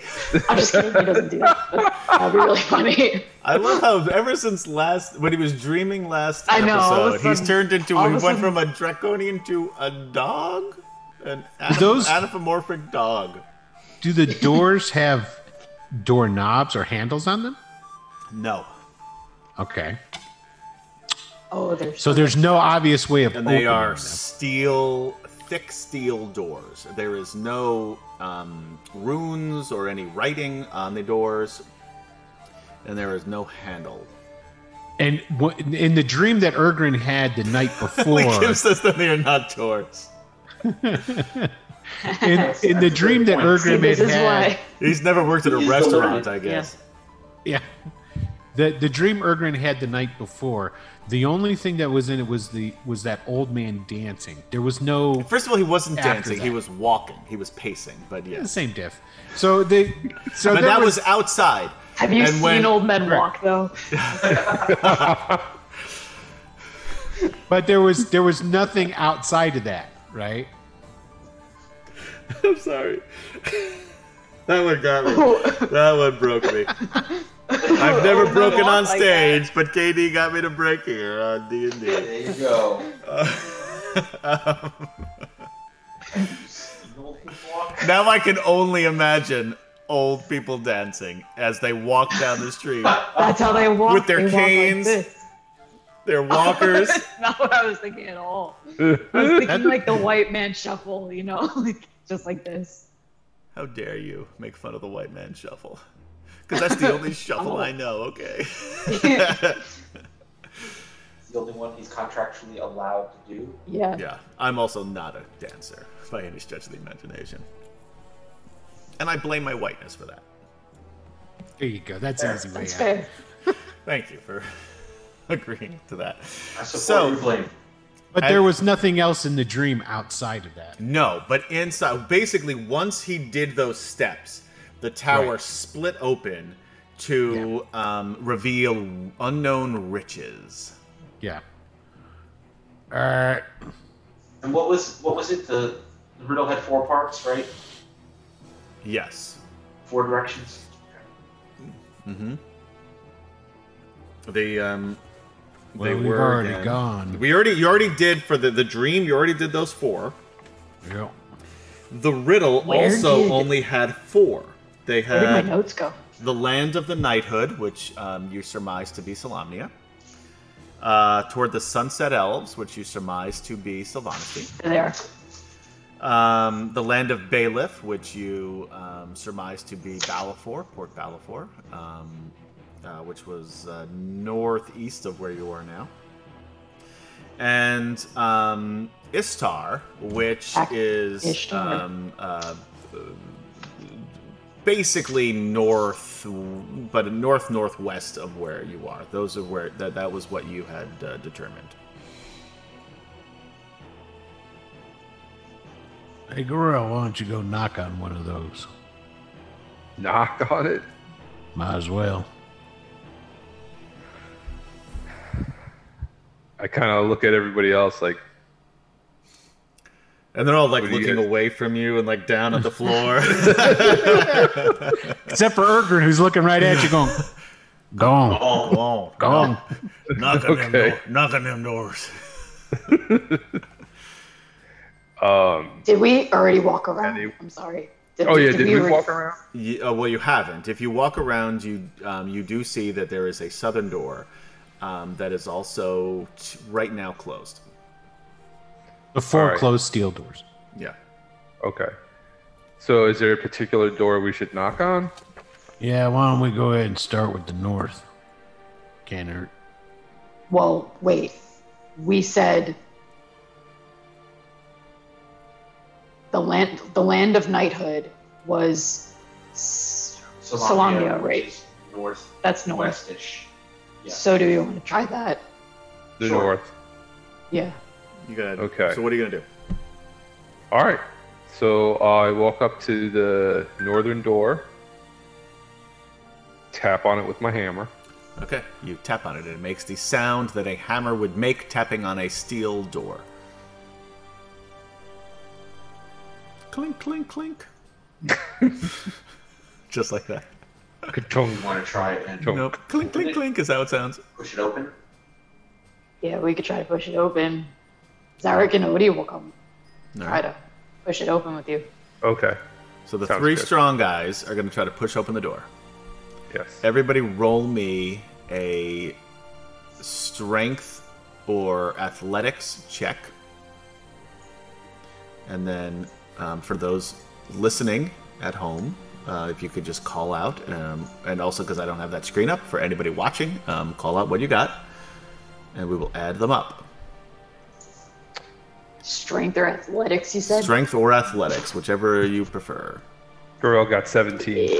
D: I'm just kidding, he doesn't do that. but That'd be really funny. <laughs>
B: I love how ever since last when he was dreaming last
D: I know, all of a
B: episode, he's
D: sudden-
B: turned into
D: all
B: he
D: of a
B: went
D: sudden-
B: from a draconian to a dog, an anap-
E: Those-
B: anthropomorphic dog.
E: Do the doors have door knobs or handles on them?
B: No,
E: Okay.
D: Oh, there's
E: So there's no obvious way of.
B: and they
E: opening
B: are
E: them.
B: steel, thick steel doors. There is no um, runes or any writing on the doors, and there is no handle.
E: And wh- in the dream that Ergrin had
B: <laughs>
E: the night before,
B: Like Kim says that they are not doors. <laughs>
E: in, in the dream that
D: See,
E: Ergrin
D: this
E: had,
D: is why.
B: He's never worked at a
F: He's the
B: restaurant,
F: learned,
B: I guess.
E: <laughs> Yeah. The the dream Ergrin had the night before, the only thing that was in it was the was that old man dancing. There was
B: <laughs>
E: no
B: First of all, he wasn't
E: After
B: dancing;
E: that.
B: he was walking. He was pacing. But yes.
E: the same diff. So they so
B: but
E: there
B: that was, outside.
D: Have you
B: And
D: seen
B: when-
D: old men walk though?
E: but there was there was nothing outside of that, right?
B: <laughs> I'm sorry. that one got me. That one broke me. I've never broken on
D: like
B: stage, but KD got me to break here on D and D. <laughs> Um,
F: There you go.
B: Now I can only imagine old people dancing as they walk down the street.
D: That's how they walk.
B: With their
D: They walk like
B: canes.
D: this.
B: They're walkers.
D: <laughs> That's not what I was thinking
C: <laughs>
D: at all. I was thinking like the white man shuffle, you know, <laughs> like just
B: <laughs>
D: like this.
B: How dare you make fun of the white man shuffle? Because that's the only shuffle
D: Oh.
B: I know. Okay.
F: It's the only one he's contractually allowed to do.
D: <laughs> Yeah.
B: Yeah, I'm also not a dancer by any stretch of the imagination. And I blame my whiteness for that.
E: There you go. That's an easy way
D: That's
E: out.
D: fair.
B: Thank you for <laughs> agreeing to that.
F: I support
B: So-
F: your blame.
E: But
B: I-
E: there was nothing else in the dream outside of that.
B: No, but inside, basically, once he did those steps, the tower
E: Right.
B: split open to um, reveal unknown riches.
E: Yeah. All right.
F: And what was what was it? The, the riddle had four parts, right?
B: Yes.
F: Four directions.
B: Mm-hmm. They um,
G: Well,
B: they
G: we've
B: were
G: already
B: again-
G: gone.
B: We already you already did for the the dream. You already did those four.
G: yeah.
B: The riddle
D: Where
B: also
D: did-
B: only had four. They
D: Where did my
B: had
D: notes go?
B: the land of the knighthood, which um, you surmise to be Salamnia, uh, toward the sunset elves, which you surmise to be Sylvanesti,
D: They're there.
B: um, the land of bailiff, which you um, surmise to be Balafor, Port Balafor, um, uh, which was uh, northeast of where you are now, and um, Istar, which
D: Ak-
B: is
D: Ishtar.
B: Um, uh, basically north, but north northwest of where you are. Those are where that that was what you had uh, determined.
G: Hey, Gorell, why don't you go knock on one of those?
C: Knock <laughs> on it.
G: Might as well.
C: I kind of look at everybody else like,
B: And they're all like
C: What do you
B: looking
C: guys-
B: away from you and like down at the floor.
E: Except for Ergrin, who's looking
G: <laughs>
E: right at you going,
G: Go on.
B: oh, oh,
G: Go on.
B: knock on them,
C: Okay.
B: door- knock on them doors.
C: um,
D: Did we already walk around?
C: Any-
D: I'm sorry.
C: oh yeah, did we
D: re-
C: walk around?
B: Ye- uh, well, you haven't. If you walk around, you um, you do see that there is a southern door um, that is also t- right now closed.
E: the four
C: right.
E: closed steel doors.
B: Yeah.
C: Okay. So is there a particular door we should knock on?
G: Yeah, why don't we go ahead and start with the north? Can't hurt.
D: Well, wait. We said the land the land of knighthood was s- Solania,
F: which
D: right.
F: is North
D: that's north.
F: westish. Yeah.
D: So do we want to try that?
C: The
F: Sure.
C: north.
D: Yeah.
B: You got
C: Okay.
B: So what are you gonna do?
C: All right. So I walk up to the northern door, tap on it with my hammer.
B: Okay. You tap on it, and it makes the sound that a hammer would make tapping on a steel door. Clink, clink, clink. Just like that.
F: You want to try it and
C: Sure.
B: Nope. Clink, clink, clink is how it sounds.
F: push it open?
D: Yeah, we could try to push it open. Zarek and Odie will come
B: All
D: try
B: right.
D: to push it open with you.
C: Okay.
B: So the
C: Sounds
B: three
C: good.
B: strong guys are gonna try to push open the door.
C: Yes.
B: Everybody roll me a strength or athletics check. And then um, for those listening at home, uh, if you could just call out, um, and also because I don't have that screen up, for anybody watching, um, call out what you got, and we will add them up.
D: Strength or athletics, you said?
B: Strength or athletics, whichever you prefer.
C: Girl got 17.
D: Eh,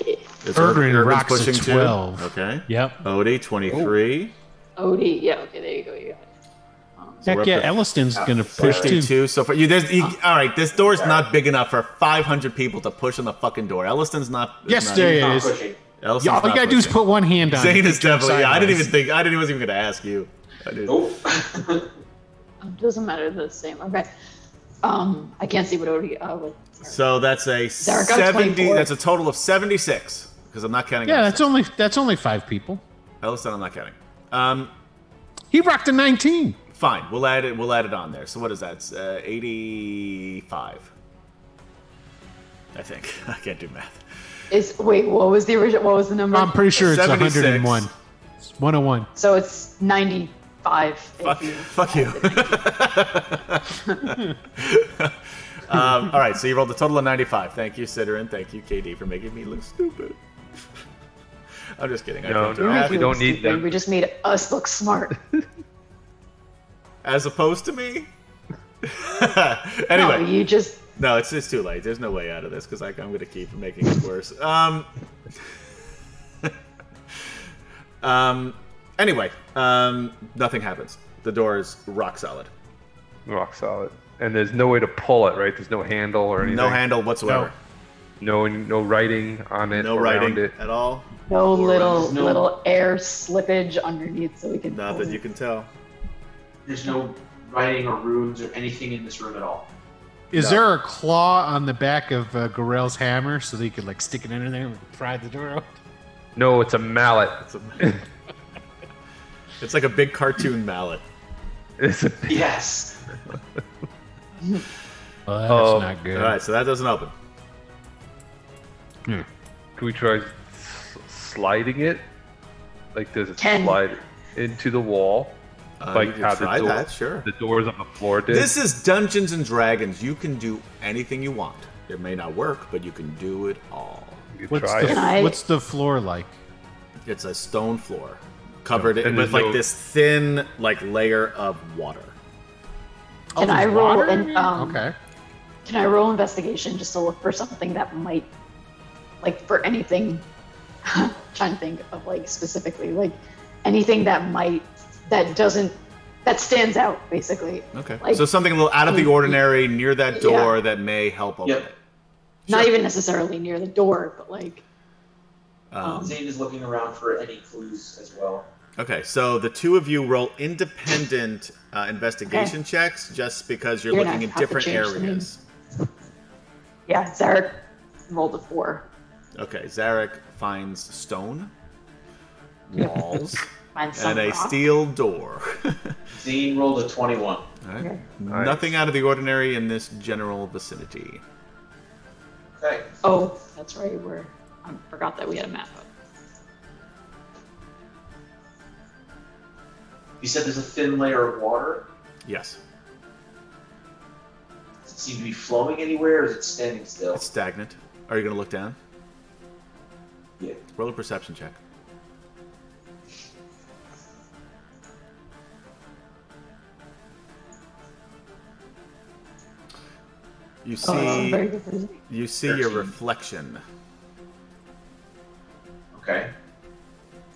B: Is
E: Ergrin
B: Urban's
E: rocks a
B: too?
E: 12.
B: Okay.
E: Yep.
B: Odie, 23.
D: Odie, yeah, okay, there you go. You got it.
B: we're up
E: Heck yeah,
B: to-
E: Elliston's gonna push too.
B: 52 so far. You, there's, you, all right, this door's not big enough for 500 people to push on the fucking door. Elliston's not. is
E: Yes,
B: not,
E: there
F: Not
E: is.
F: pushing.
B: Elliston's
E: Yeah, all you
B: not
E: gotta do is
B: pushing.
E: put one hand on.
B: Zane
E: it. <laughs>
B: is definitely. Yeah, I didn't even
E: Sideways.
B: think. I didn't wasn't even gonna ask you. I did.
F: Nope. <laughs>
D: It Um, doesn't matter. They're the same. Okay. Um, I can't see what Odie. Uh, what,
B: So that's a
D: Zarek got
B: 70.
D: 24.
B: That's a total of 76 because I'm not counting.
E: Yeah, that's
B: Elliston.
E: only that's only five people.
B: Elliston. I'm not counting. Um,
E: He rocked a 19.
B: fine. We'll add it. We'll add it on there. So what is that? It's, uh, 85. I think <laughs> I can't do math.
D: is wait? What was the original? What was the number?
E: I'm pretty sure it's
B: 76.
E: 101. It's 101.
D: so it's ninety-five. if
B: Fuck,
D: you-
B: fuck you. um, all right, so you rolled a total of 95. Thank you, Sitter, and thank you, KD, for making me look stupid. I'm just kidding. I
C: No,
B: can't do
D: You
C: no.
D: make
B: math.
C: we
D: me
C: don't
D: look
C: need
D: stupid.
C: them.
D: We just made us look smart.
B: As opposed to me?
D: No,
B: <laughs> anyway,
D: you just
B: no, it's, it's too late. There's no way out of this because I'm going to keep making it worse. Um, <laughs> um, anyway, um, nothing happens. The door is rock solid.
C: Rock solid. And there's no way to pull it, right? There's no handle or anything.
B: No handle whatsoever.
C: No, no writing on it.
B: No
C: around
B: writing
C: It.
B: at all.
D: no little
F: No.
D: little air slippage underneath, so we can.
B: Not
D: pull
B: that you
D: it.
B: can tell.
F: There's no writing or runes or anything in this room at all.
E: Is
B: No.
E: there a claw on the back of uh, Gorell's hammer so that he could like stick it in there and pry the door open?
C: No, it's a mallet. <laughs>
B: It's, a, <laughs> it's like a big cartoon mallet.
C: It's a,
F: Yes.
G: Well, that's
C: Oh,
G: not good.
B: All right, so that doesn't open.
C: can we try s- sliding it? Like, does it
D: Can-
C: slide into the wall?
B: Uh,
C: Like
B: you
C: how
B: can
C: the
B: try
C: door-
B: that, sure.
C: The doors on the floor did.
B: This is Dungeons and Dragons. You can do anything you want. It may not work, but you can do it all.
C: You could
E: What's
C: try
E: the,
C: it.
D: Can I-
E: what's the floor like?
B: It's a stone floor covered
C: And
B: with
C: there's
B: like
C: no-
B: this thin like layer of water.
D: Can I
E: there's
D: roll
E: Oh, water in
D: an,
E: it?
D: um,
E: okay.
D: Can I roll investigation just to look for something that might, like, for anything? <laughs> trying to think of like specifically, like anything that might that doesn't that stands out basically.
B: Okay.
D: Like-
B: so something a little out of the ordinary near that door that may help open
F: Yep.
B: it.
D: Not even necessarily near the door, but like
B: Um,
F: Zane is looking around for any clues as well.
B: okay, so the two of you roll independent uh, investigation checks just because you're,
D: You're
B: looking
D: not
B: in
D: gonna have to
B: different
D: change the name.
B: areas.
D: yeah, Zarek rolled a four.
B: Okay, Zarek finds stone,
D: <laughs>
B: walls,
D: Mine's some
B: and a
D: rock.
B: steel door. <laughs> All
F: Zane rolled a 21.
B: right.
D: Okay.
C: Nice.
B: Nothing out of the ordinary in this general vicinity.
F: Okay.
D: Oh, that's right. We're I forgot that we had a map up.
F: You said there's a thin layer of water.
B: Yes,
F: Does it seem to be flowing anywhere, or is it standing still?
B: it's stagnant. Are you going to look down?
F: Yeah.
B: Roll a perception check. You
D: Oh, that's a
B: see,
D: very good reason.
B: you see your
F: 13.
B: reflection.
F: Okay.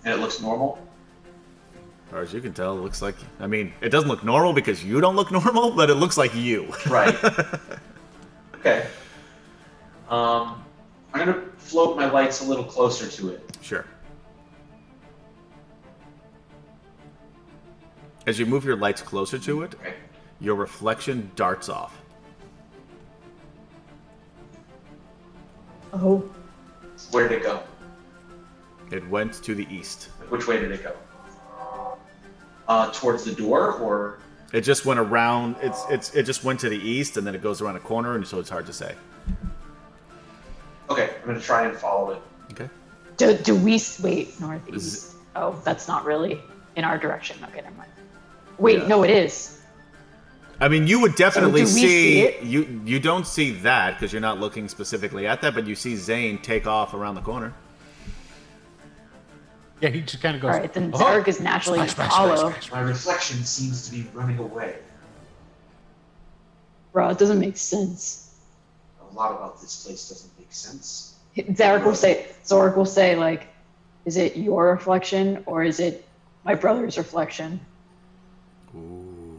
F: And it looks normal.
B: Or as you can tell, it looks like. I mean, it doesn't look normal because you don't look <laughs> normal, but it looks like you. <laughs>
F: Right. okay. Um, I'm gonna float my lights a little closer to it.
B: Sure. As you move your lights closer to it,
F: Okay.
B: your reflection darts off.
D: Oh,
F: Where did it go?
B: It went to the east.
F: Like, which way did it go? Uh, towards the door, or
B: It just went around. It's it's it just went to the east, and then it goes around a corner, and so it's hard to say.
F: okay, I'm gonna try and follow it.
B: Okay.
D: do, do we s- wait northeast?
B: Z-
D: Oh, that's not really in our direction. Okay, never mind. Wait,
B: Yeah.
D: no, it is.
B: I mean, you would definitely
D: do
B: see,
D: we see it?
B: you. You don't see that because you're not looking specifically at that, but you see Zane take off around the corner.
E: Yeah, he just kind of
D: All
E: goes.
D: right, then
B: Uh-huh.
E: "Oh,
D: Zarek is naturally
E: splash, splash,
D: hollow.
E: splash, splash."
F: My reflection seems to be running away.
D: Bro, it doesn't make sense.
F: A lot about this place doesn't make sense.
D: Zarek will say, Zorik will say, like, is it your reflection or is it my brother's reflection?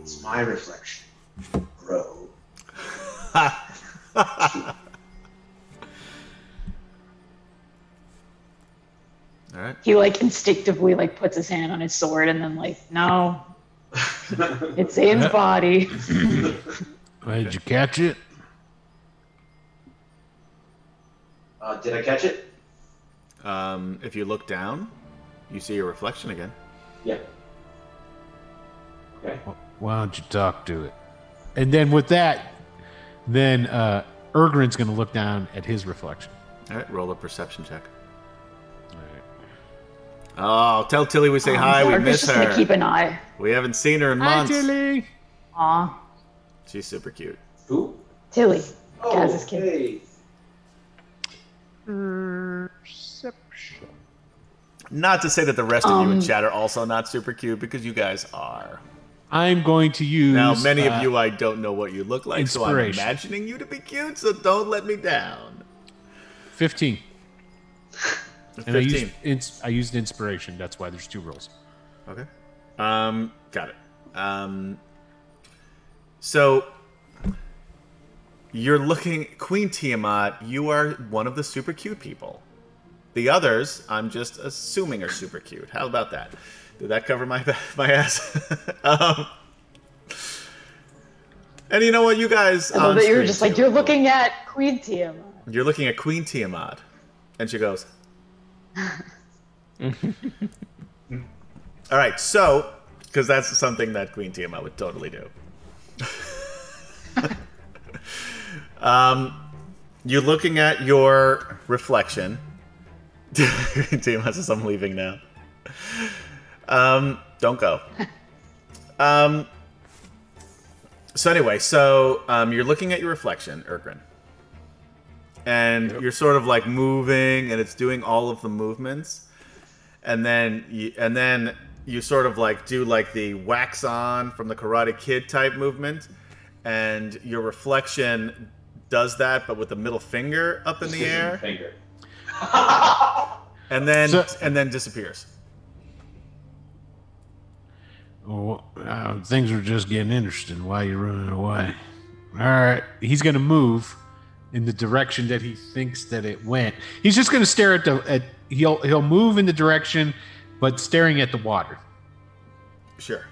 F: It's my reflection, bro.
B: All right.
D: He like instinctively like puts his hand on his sword and then like,
F: <laughs>
D: no, it's Zane's
B: <laughs>
D: body.
G: Did you catch it?
F: Uh, did I catch it?
B: Um, if you look down, you see your reflection again.
F: Yeah. Okay.
G: Why don't you talk to it?
E: And then with that, then uh, Ergrin's going to look down at his reflection.
B: All right. Roll a perception check.
G: All right.
B: Oh, tell Tilly we say
D: Um,
B: hi. We
D: Zarek is
B: miss
D: just
B: her.
D: gonna keep an eye.
B: We haven't seen her in months.
E: Tilly.
D: Aw,
B: She's super cute.
F: Who?
D: Tilly.
F: Oh,
D: Gaz's kid.
F: hey.
B: Not to say that the rest of you in
D: Um,
B: chat are also not super cute, because you guys are.
E: I'm going to use.
B: Now, many
E: uh,
B: of you, I don't know what you look like, so I'm
E: inspiration.
B: imagining you to be cute, so don't let me down.
E: 15. And I used,
B: 15.
E: ins- I used inspiration. That's why there's two rolls.
B: Okay. Um, got it. Um, so you're looking, Queen Tiamat. You are one of the super cute people. The others, I'm just assuming, are super cute. How about that? Did that cover my <laughs> my ass? um, and you know what, you guys.
D: I love
B: on
D: that you were
B: screen
D: just like,
B: too.
D: you're looking at Queen Tiamat.
B: You're looking at Queen Tiamat, and she goes. All right, so because that's something that Queen Tiamat would totally do. <laughs> um, you're looking at your reflection. <laughs> Queen Tiamat says, "I'm leaving now." Um, don't go. Um. So anyway, so um, you're looking at your reflection, Ergrin and you're sort of like moving and it's doing all of the movements and then you, and then you sort of like do like the wax on from the karate kid type movement and your reflection does that, but with the middle finger up
F: <laughs>
B: in the air,
F: Finger.
B: and then
E: So-
B: and then disappears.
E: Oh,
G: Well, uh, things are just getting interesting. Why you running away?
E: All right, he's going to move in the direction that he thinks that it went. He's just going to stare at the at he'll he'll move in the direction, but staring at the water.
B: Sure.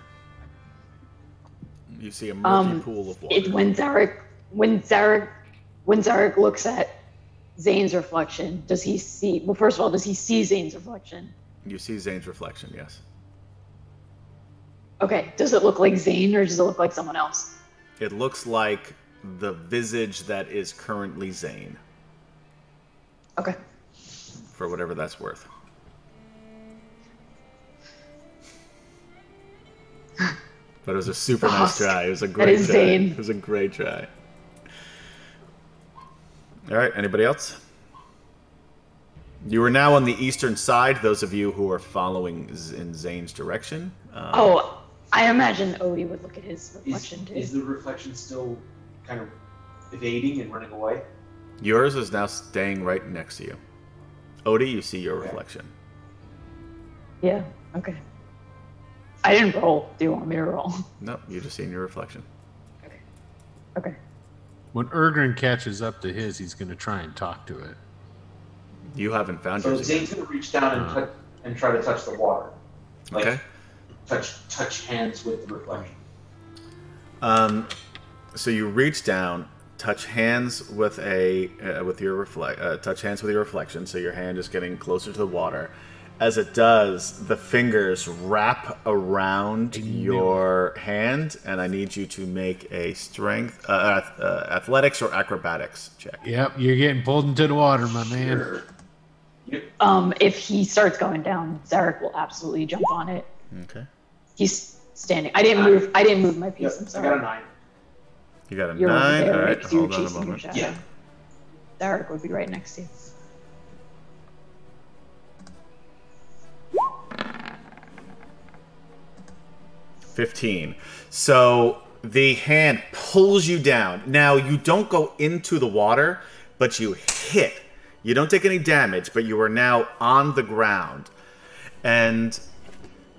B: You see a murky
D: Um,
B: pool of water.
D: It, when Zarek, when Zarek, when Zarek looks at Zane's reflection, does he see? Well, first of all, does he see Zane's reflection?
B: you see Zane's reflection. Yes,
D: Okay, does it look like Zane or does it look like someone else?
B: it looks like the visage that is currently Zane,
D: Okay.
B: for whatever that's worth. But it was a
D: <laughs>
B: super nice
D: Fast.
B: try. It was a great
D: is
B: try.
D: Zane.
B: It was a great try. All right. Anybody else? You are now on the eastern side. Those of you who are following Z- in Zane's direction. Um,
D: Oh, I imagine Odie would look at his
F: Is,
D: reflection
F: is
D: too.
F: the reflection still kind of evading and running away?
B: Yours is now staying right next to you. Odie, you see your
F: Okay.
B: reflection.
D: Yeah. Okay. I didn't roll. Do you want me to roll? <laughs>
B: No, you just seen your reflection.
D: Okay.
E: When Ergrin catches up to his, he's going to try and talk to it.
B: You haven't found
F: So
B: yours. Yet.
F: Zane's gonna reach down and touch, and try to touch the water. Like
B: Uh. Okay.
F: touch touch hands with the reflection.
B: Um, so you reach down, touch hands with a uh, with your reflect, uh, touch hands with your reflection. So your hand is getting closer to the water. As it does, the fingers wrap around your hand, and I need you to make a strength, uh, ath- uh, athletics or acrobatics check.
E: Yep, you're getting pulled into the water, my man.
F: Sure. Yep.
D: Um, if he starts going down, Zarek will absolutely jump on it.
B: Okay.
D: He's standing. I didn't move. I didn't move my
F: Yep,
D: piece. I'm
F: I got
D: sorry.
F: a nine.
B: You got a
D: You're over
B: nine.
D: there,
B: All
D: right?
B: right.
D: 'Cause you were
B: Hold on a
D: chasing your
B: moment.
D: shadow.
F: Yeah.
D: Zarek would be right next to you.
B: Fifteen. So the hand pulls you down. Now you don't go into the water, but you hit. You don't take any damage, but you are now on the ground, and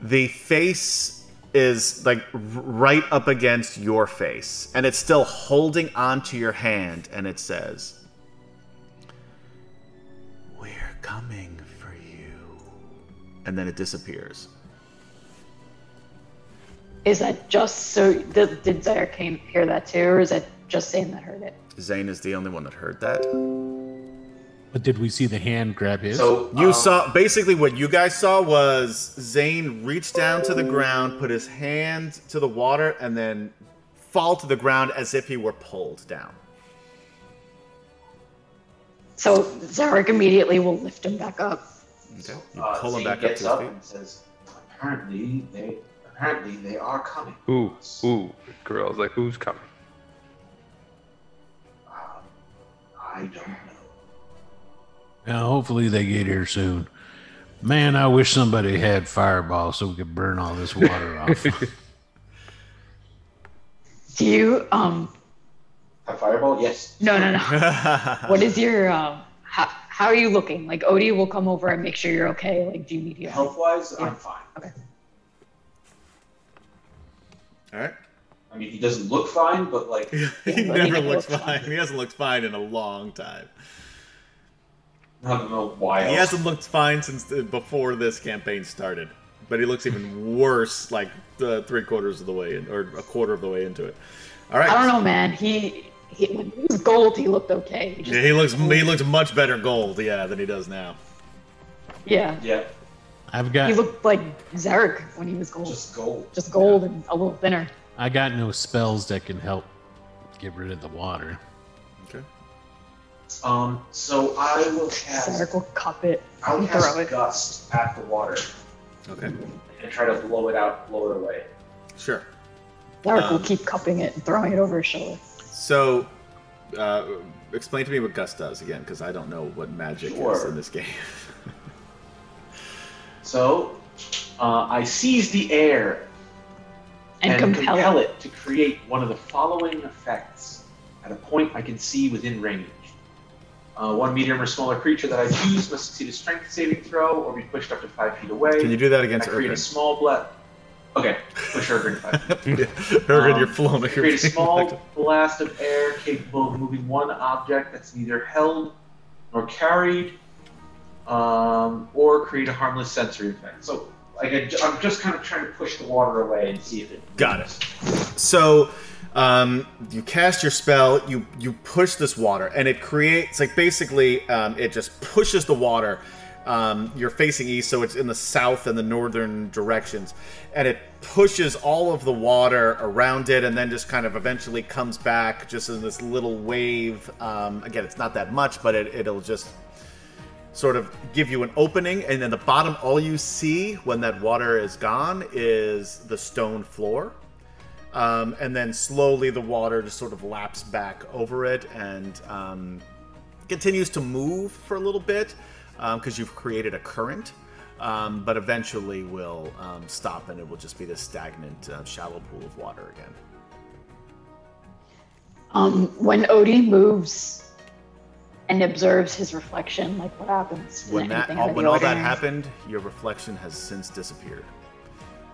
B: the face is like r- right up against your face, and it's still holding onto your hand, and it says, "We're coming for you," and then it disappears.
D: Is that just so? Did, did Zarek came hear that too, or is that just Zane that heard it?
B: Zane is the only one that heard that.
E: But did we see the hand grab his?
F: So
B: You
F: um,
B: saw basically what you guys saw was Zane reach down to the ground, put his hand to the water, and then fall to the ground as if he were pulled down.
D: So Zarek immediately will lift him back up.
B: Okay. You
F: uh,
B: pull him
F: Zane
B: back up
F: gets
B: to his feet.
F: and says, "Apparently they, apparently they are coming."
C: Ooh, ooh. Gorill's like, who's coming?
F: Um, I don't know.
G: Now, hopefully they get here soon. Man, I wish somebody had fireball so we could burn all this
F: <laughs>
G: water off.
D: Do you? Um.
F: A fireball? Yes.
D: No,
B: <laughs>
D: no, no. What is your? Um. How, how are you looking? Like Odie will come over and make sure you're okay. Like, do you need help?
F: Health wise,
D: Yeah.
F: I'm fine.
B: All right.
F: I mean, he doesn't look fine, but like,
B: he
D: Yeah,
B: never
D: he
B: looks
D: looks
B: fine.
D: fine.
B: He hasn't looked fine in a long time.
F: I don't know why.
B: He
F: else.
B: hasn't looked fine since the, before this campaign started, but he looks even worse like the three quarters of the way in, or a quarter of the way into it. All right.
D: I don't know, man. He he when he was gold, he looked okay.
B: Yeah,
D: He just,
B: he looks he looks much better gold, yeah, than he does now.
D: yeah.
F: Yeah,
E: I've
D: He
E: got
D: looked like Zarek when he was gold. Just,
F: just gold.
D: gold and a little thinner.
E: I got no spells that can help get rid of the water.
B: Okay.
F: Um, so I will
D: Zarek
F: cast.
D: will cup it.
F: I'll
D: and
F: cast
D: throw it.
F: gust at the water
B: Okay.
F: and try to blow it out, blow it away.
B: Sure.
D: Zarek will
B: Um,
D: keep cupping it and throwing it over his shoulder.
B: So, uh, explain to me what Gus does again, because I don't know what magic is
F: Sure.
B: in this game.
F: So uh, I seize the air
D: and, compel it.
F: it to create one of the following effects at a point I can see within range. Uh, one medium or smaller creature that I choose must succeed a strength saving throw or be pushed up to five feet away.
B: Can you do that
F: I
B: against
F: create a
B: <laughs> Ergrin?
F: small blast. Okay, push Ergrin five feet.
B: Ergrin, <laughs>
F: Um,
B: you're flown.
F: I create a small blast of air capable of moving one object that's neither held nor carried, um, or create a harmless sensory effect. So, like, I, am just kind of trying to push the water away and see if it.
B: Got it. So um, you cast your spell, you you push this water, and it creates like basically um, it just pushes the water. Um, you're facing east, so it's in the south and the northern directions, and it pushes all of the water around it, and then just kind of eventually comes back just in this little wave. Um, again, it's not that much, but it, it'll just sort of give you an opening, and then the bottom, all you see when that water is gone is the stone floor. Um, and then slowly the water just sort of laps back over it and um, continues to move for a little bit because you've created a current, um, but eventually will um, stop and it will just be this stagnant, uh, shallow pool of water again.
D: Um, when Odie moves and observes his reflection, like what happens? Did
B: When that,
D: anything
B: all,
D: out of
B: when
D: the
B: all that
D: ordinary?
B: happened, your reflection has since disappeared,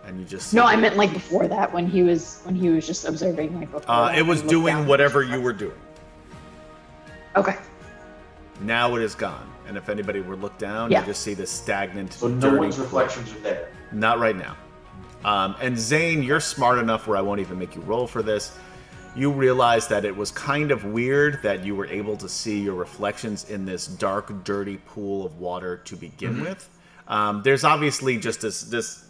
B: and you just
D: No, I meant like before that when he was when he was just observing like before.
B: uh,
D: that,
B: it
D: he
B: was
D: looked
B: doing
D: down.
B: whatever you were doing.
D: Okay.
B: Now it is gone, and if anybody were looked down,
D: Yeah.
B: you just see this stagnant,
F: So no
B: dirty
F: one's
B: pool.
F: reflections are there.
B: Not right now. Um, and Zane, you're smart enough where I won't even make you roll for this. You realize that it was kind of weird that you were able to see your reflections in this dark, dirty pool of water to begin with. Um, there's obviously just this this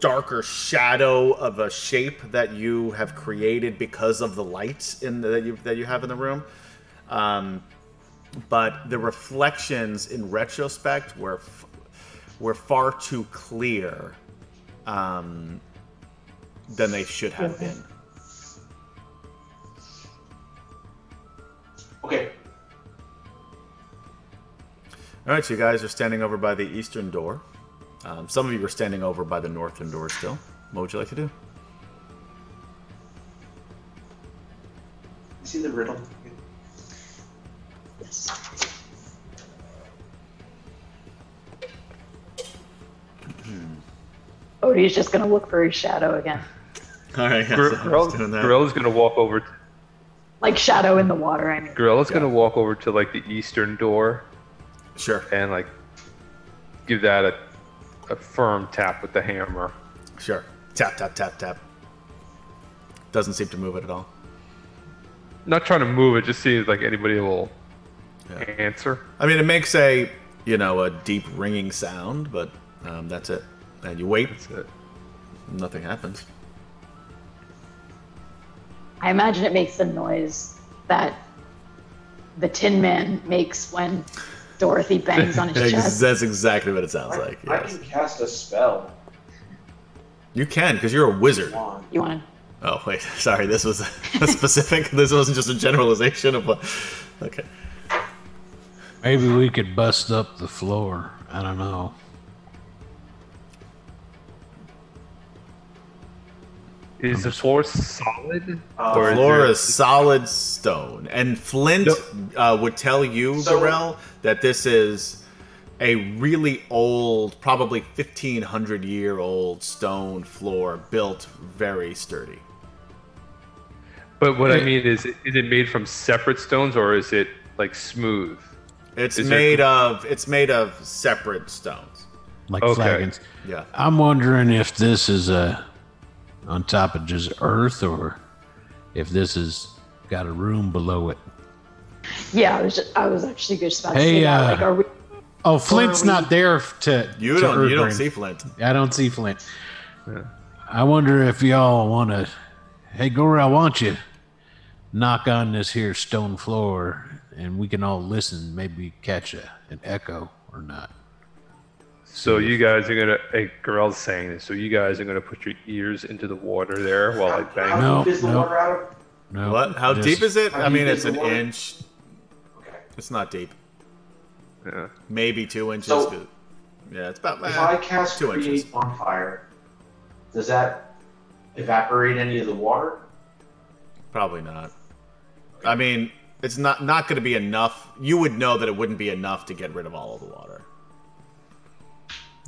B: darker shadow of a shape that you have created because of the lights in the, that you that you have in the room. Um, but the reflections in retrospect were f- were far too clear um, than they should have been.
F: Okay,
B: All right, so you guys are standing over by the eastern door. Um, some of you are standing over by the northern door still. What would you like to do?
F: you see the riddle.
D: Yes. Odie's just gonna look for his shadow again,
B: All right,
C: Gor- Gorell- Gorella's gonna walk over.
D: like shadow in the water. I mean,
C: Gorella's gonna walk over to like the eastern door
B: Sure,
C: and like give that a, a firm tap with the hammer.
B: sure. Tap, tap, tap, tap. Doesn't seem to move it at all.
C: Not trying to move it, just see if like anybody will
B: Yeah.
C: answer.
B: I mean, it makes a you know a deep ringing sound, but um, that's it. And you wait,
C: That's it.
B: nothing happens.
D: I imagine it makes the noise that the Tin Man makes when Dorothy bangs
B: <laughs>
D: on his
B: Ex-
D: chest.
B: That's exactly what it sounds
F: I,
B: like.
F: I
B: Yes.
F: can cast a spell.
B: You can, because you're a wizard.
F: Wand.
D: You want
B: Oh wait, <laughs> sorry. This was a <laughs> specific. this wasn't just a generalization of what. Okay.
G: Maybe we could bust up the floor. I don't know.
C: Is the floor solid?
F: Uh,
C: Or is
B: Floor
C: there-
B: is solid stone, and Flint uh, would tell you,
F: So-
B: Gorell, that this is a really old, probably 1500 year old stone floor built very sturdy.
C: But what I mean is, is it made from separate stones or is it like smooth?
B: It's
C: Is there-
B: made of it's made of separate stones.
G: Like
C: Okay.
G: flagons.
B: Yeah.
G: I'm wondering if this is uh on top of just earth or if this has got a room below it.
D: to? Yeah, I was. Just, I was actually just about to
G: Hey,
D: say that.
G: uh,
D: Like, are we?
E: Oh, Flint's
D: we-
E: not there to.
B: You
E: to
B: don't you don't
E: Ergrin.
B: see Flint.
E: I don't see Flint.
G: I wonder if y'all want to. Hey, Gorilla, why don't you knock on this here stone floor and we can all listen, maybe catch a, an echo or not.
C: So you guys are gonna. Hey, Gorell's saying this. So you guys are gonna put your ears into the water there while I
F: How
C: bang.
G: No,
F: deep is the
G: no.
F: water out of?
G: No,
B: What? How
G: just-
B: deep is it?
F: How
B: I mean,
F: deep
B: it's
F: is
B: an
F: the water?
B: inch.
F: Okay.
B: It's not deep.
C: Yeah.
B: Maybe two inches.
F: So-
B: but- yeah, it's about.
F: If
B: eh.
F: I cast
B: two
F: create
B: inches.
F: bonfire, does that evaporate any of the water?
B: Probably not. I mean, it's not not going to be enough. You would know that it wouldn't be enough to get rid of all of the water.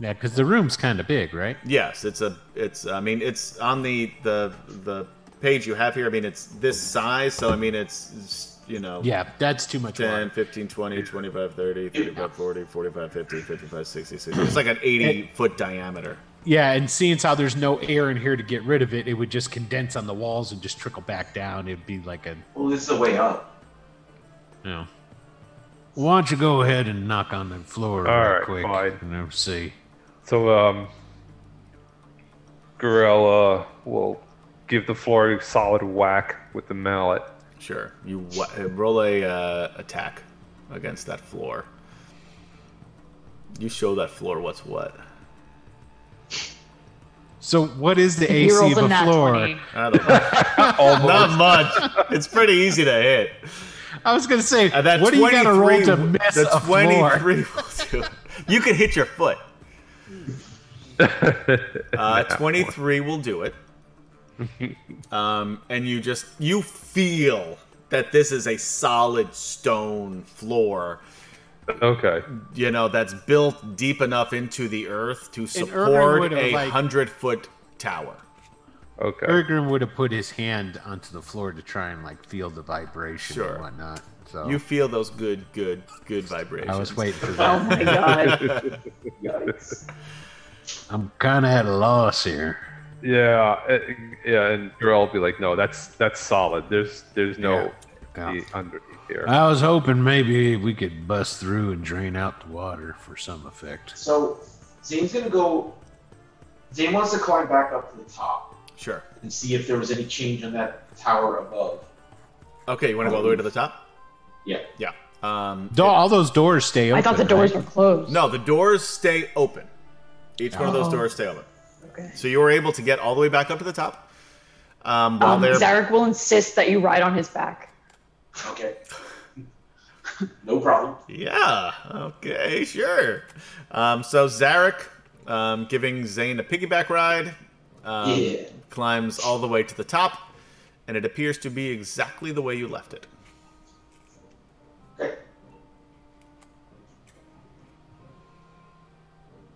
E: Yeah, because the room's kind of big, right?
B: Yes, it's a it's. I mean, it's on the the the page you have here. I mean, it's this size, so I mean, it's, it's you know.
E: Yeah, that's too much.
B: 10,
E: water.
B: 15, 20, 25, 30, 35, 40, 45, 50, 55, 60, 60. It's like an 80 foot diameter.
E: Yeah, and seeing as how there's no air in here to get rid of it, it would just condense on the walls and just trickle back down. It'd be like a
F: Well, this is a way up.
E: you know.
G: Why don't you go ahead and knock on the floor
C: All
G: real
C: right,
G: quick
C: fine.
G: and then see?
C: So, um, Gorilla will give the floor a solid whack with the mallet.
B: Sure. You wa- roll a uh, attack against that floor. You show that floor what's what.
E: So what is the
D: He
E: AC
D: rolls
E: of a
D: a nat
E: floor?
D: 20.
B: I don't know. Not much. It's pretty easy to hit.
E: I was gonna say,
B: Uh, that
E: what do you gotta roll to
B: 23
E: miss
B: the
E: a floor?
B: 23 will do it. You can hit your foot. Uh, 23 will do it. Um, and you just you feel that this is a solid stone floor,
C: Okay.
B: you know, that's built deep enough into the earth to
E: Irvin
B: support
E: would've,
B: a
E: like-
B: hundred foot tower.
C: Okay.
E: Ergrim would have put his hand onto the floor to try and like feel the vibration
B: Sure.
E: and whatnot. So
B: You feel those good, good, good vibrations.
E: Oh. I was waiting for
D: Oh
E: that. <laughs>
D: my god.
F: Yikes.
G: I'm kind of at a loss here.
C: Yeah. uh, yeah. And Gorilla will be like, no, that's that's solid. There's there's no
G: Yeah.
C: the underneath here.
G: I was hoping maybe we could bust through and drain out the water for some effect.
F: So Zane's gonna go. Zane wants to climb back up to the top
B: Sure.
F: and see if there was any change in that tower above.
B: Okay, you want to go all the way to the top?
F: Yeah.
B: Yeah. Um,
E: Do- all those doors stay open.
D: I thought the doors
E: right?
D: were closed.
B: No, the doors stay open. Each one of those
D: Oh.
B: doors stay open.
D: Okay.
B: So you were able to get all the way back up to the top. Um, while
D: Um,
B: they're
D: Zarek will insist that you ride on his back.
F: Okay. no problem.
B: yeah, okay, sure. Um, so Zarek, um, giving Zane a piggyback ride, um,
F: Yeah.
B: climbs all the way to the top, and it appears to be exactly the way you left it.
F: Okay.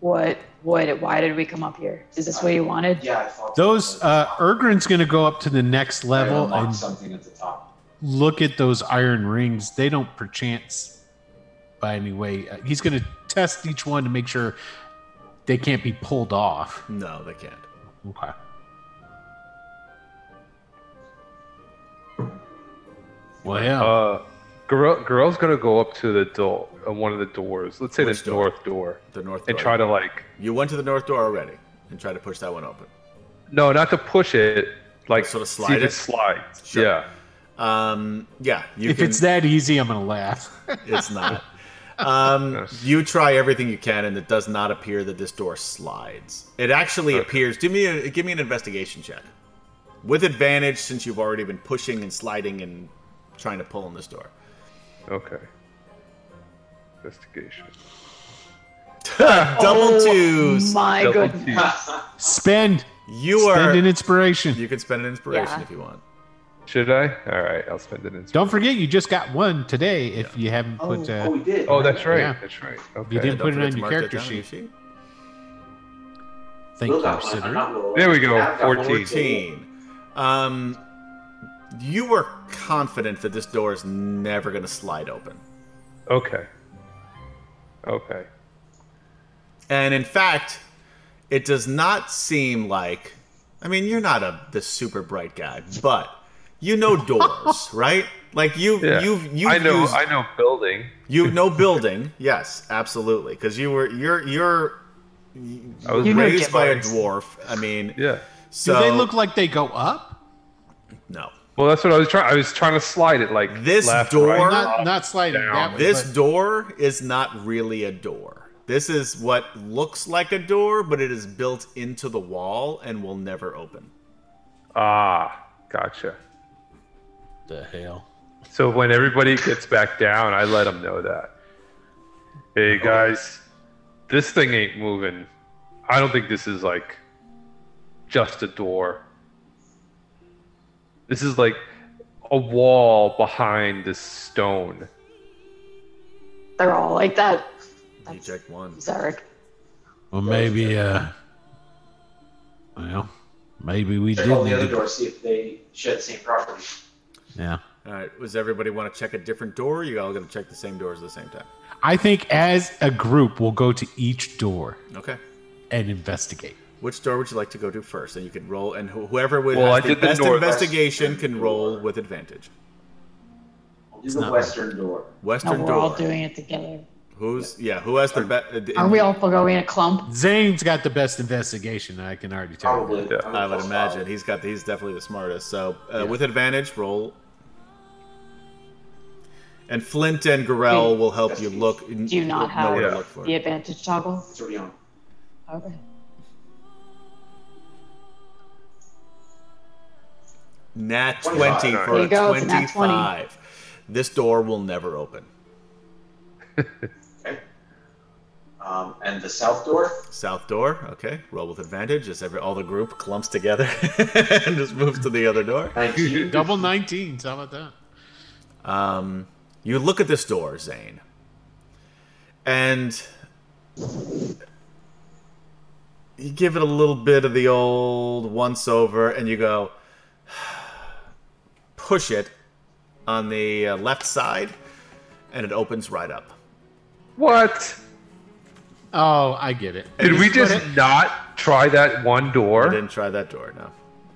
D: What? What? Why did we come up here? Is this what you wanted?
F: Yeah, I thought
E: Those uh, Ergrim's gonna go up to the next
F: I
E: level
F: unlocked
E: and
F: something at
E: <laughs>
F: the top.
E: look at those iron rings. They don't perchance by any way. Uh, he's going to test each one to make sure they can't be pulled off.
B: No, they can't.
E: Okay.
G: Well, yeah.
C: Uh, Gorilla, Gorilla's gonna go up to the door, uh, one of the doors. Let's say
B: Which
C: the
B: door?
C: north door,
B: The north door.
C: and try to like,
B: You went to the north door already and tried to push that one open.
C: no, not to push it, like
B: Sort of
C: see
B: slide
C: if
B: it?
C: slides.
B: Sure.
C: Yeah.
B: Um, yeah, you
E: if
B: can,
E: it's that easy, I'm going to laugh. <laughs>
B: It's not. Um,
C: Yes.
B: you try everything you can, and it does not appear that this door slides. It actually
C: Okay.
B: appears. Do me a, give me an investigation check with advantage, since you've already been pushing and sliding and trying to pull on this door.
C: Okay. Investigation.
E: Oh
B: Double twos.
D: My
C: Double
D: goodness.
C: T.
E: uh, Spend.
B: You are.
E: Spend an inspiration.
B: you can spend an inspiration
D: Yeah.
B: if you want.
C: Should I? All right, I'll spend it in.
E: Don't forget, you just got one today if you haven't
F: oh,
E: put.
F: oh,
E: Uh,
F: we did.
C: Oh, that's right.
E: Yeah.
C: That's right.
E: You
C: Okay.
B: Don't
E: didn't put it
B: forget
E: on
B: to
E: your
B: mark that
E: character
B: down on your
E: sheet.
B: sheet.
E: Thank
F: Will
E: you,
F: got one. I'm
E: Sidor.
F: not Will.
C: There we go,
F: I've got
C: 14.
B: 14. Um, you were confident that this door is never going to slide open.
C: Okay. Okay.
B: And in fact, it does not seem like I mean, you're not a the super bright guy, but you know doors, right? Like you
C: Yeah.
B: you've you've
C: I know.
B: used,
C: I know building.
B: <laughs> you know building. Yes, absolutely. Cuz you were you're you're
C: I was
D: You know
B: raised by a
D: doors.
B: dwarf. I mean,
C: Yeah.
E: Do
B: so
E: they look like they go up?
B: no.
C: Well, that's what I was trying. I was trying to slide it like
B: This
C: left,
B: door-
C: right,
E: Not
C: up.
E: not sliding
C: down.
E: that way.
B: This
E: but-
B: door is not really a door. This is what looks like a door, but it is built into the wall and will never open.
C: Ah, gotcha.
G: the hell?
C: So when everybody gets back down, I let them know that. Hey guys, this thing ain't moving. I don't think this is like just a door. This is like a wall behind this stone.
D: They're all like that.
B: You
D: That's
B: check one.
D: Zarek.
G: Well, maybe, uh, well, maybe we
F: Check
G: did
F: all the
G: need
F: other
G: to.
F: doors, see if they shed same property.
G: Yeah.
B: All right. Does everybody want to check a different door? Or you all going to check the same doors at the same time?
E: I think as a group, we'll go to each door
B: Okay.
E: and investigate.
B: Which door would you like to go to first? And you can roll, and wh- whoever would
C: Well,
B: has
C: I
B: the
C: did the
B: best
C: north-
B: investigation can roll with advantage.
F: We'll do the western door.
D: No,
B: Western
D: we're
B: door.
D: all doing it together.
B: Who's yeah? Who has the best?
D: Are we all going in a clump?
E: Zane's got the best investigation. I can already tell. you.
F: Probably.
C: Yeah.
F: I'm
B: I would
F: plus
B: imagine
F: five.
B: he's got. He's definitely the smartest. So uh, with advantage, roll. And Flint and Gorell will help you look.
D: Do you not
B: know
D: have
B: where to
C: Yeah.
B: look for?
D: the advantage toggle?
F: It's already on.
D: Okay.
B: Nat
F: 25.
B: twenty
C: There
B: for
D: you
B: a
D: go, it's a nat 20.
B: twenty-five. This door will never open.
F: Okay. Um, and the south door.
B: South door. Okay, roll with advantage as every all the group clumps together <laughs> and just moves to the other door.
F: 19.
E: Double 19s. How about that?
B: Um, you look at this door, Zane, and you give it a little bit of the old once over, and you go <sighs> push it on the uh, left side, and it opens right up.
C: What?
E: Oh, I get it.
C: Did we just not try that one
B: I
C: door?
B: didn't try that door, no.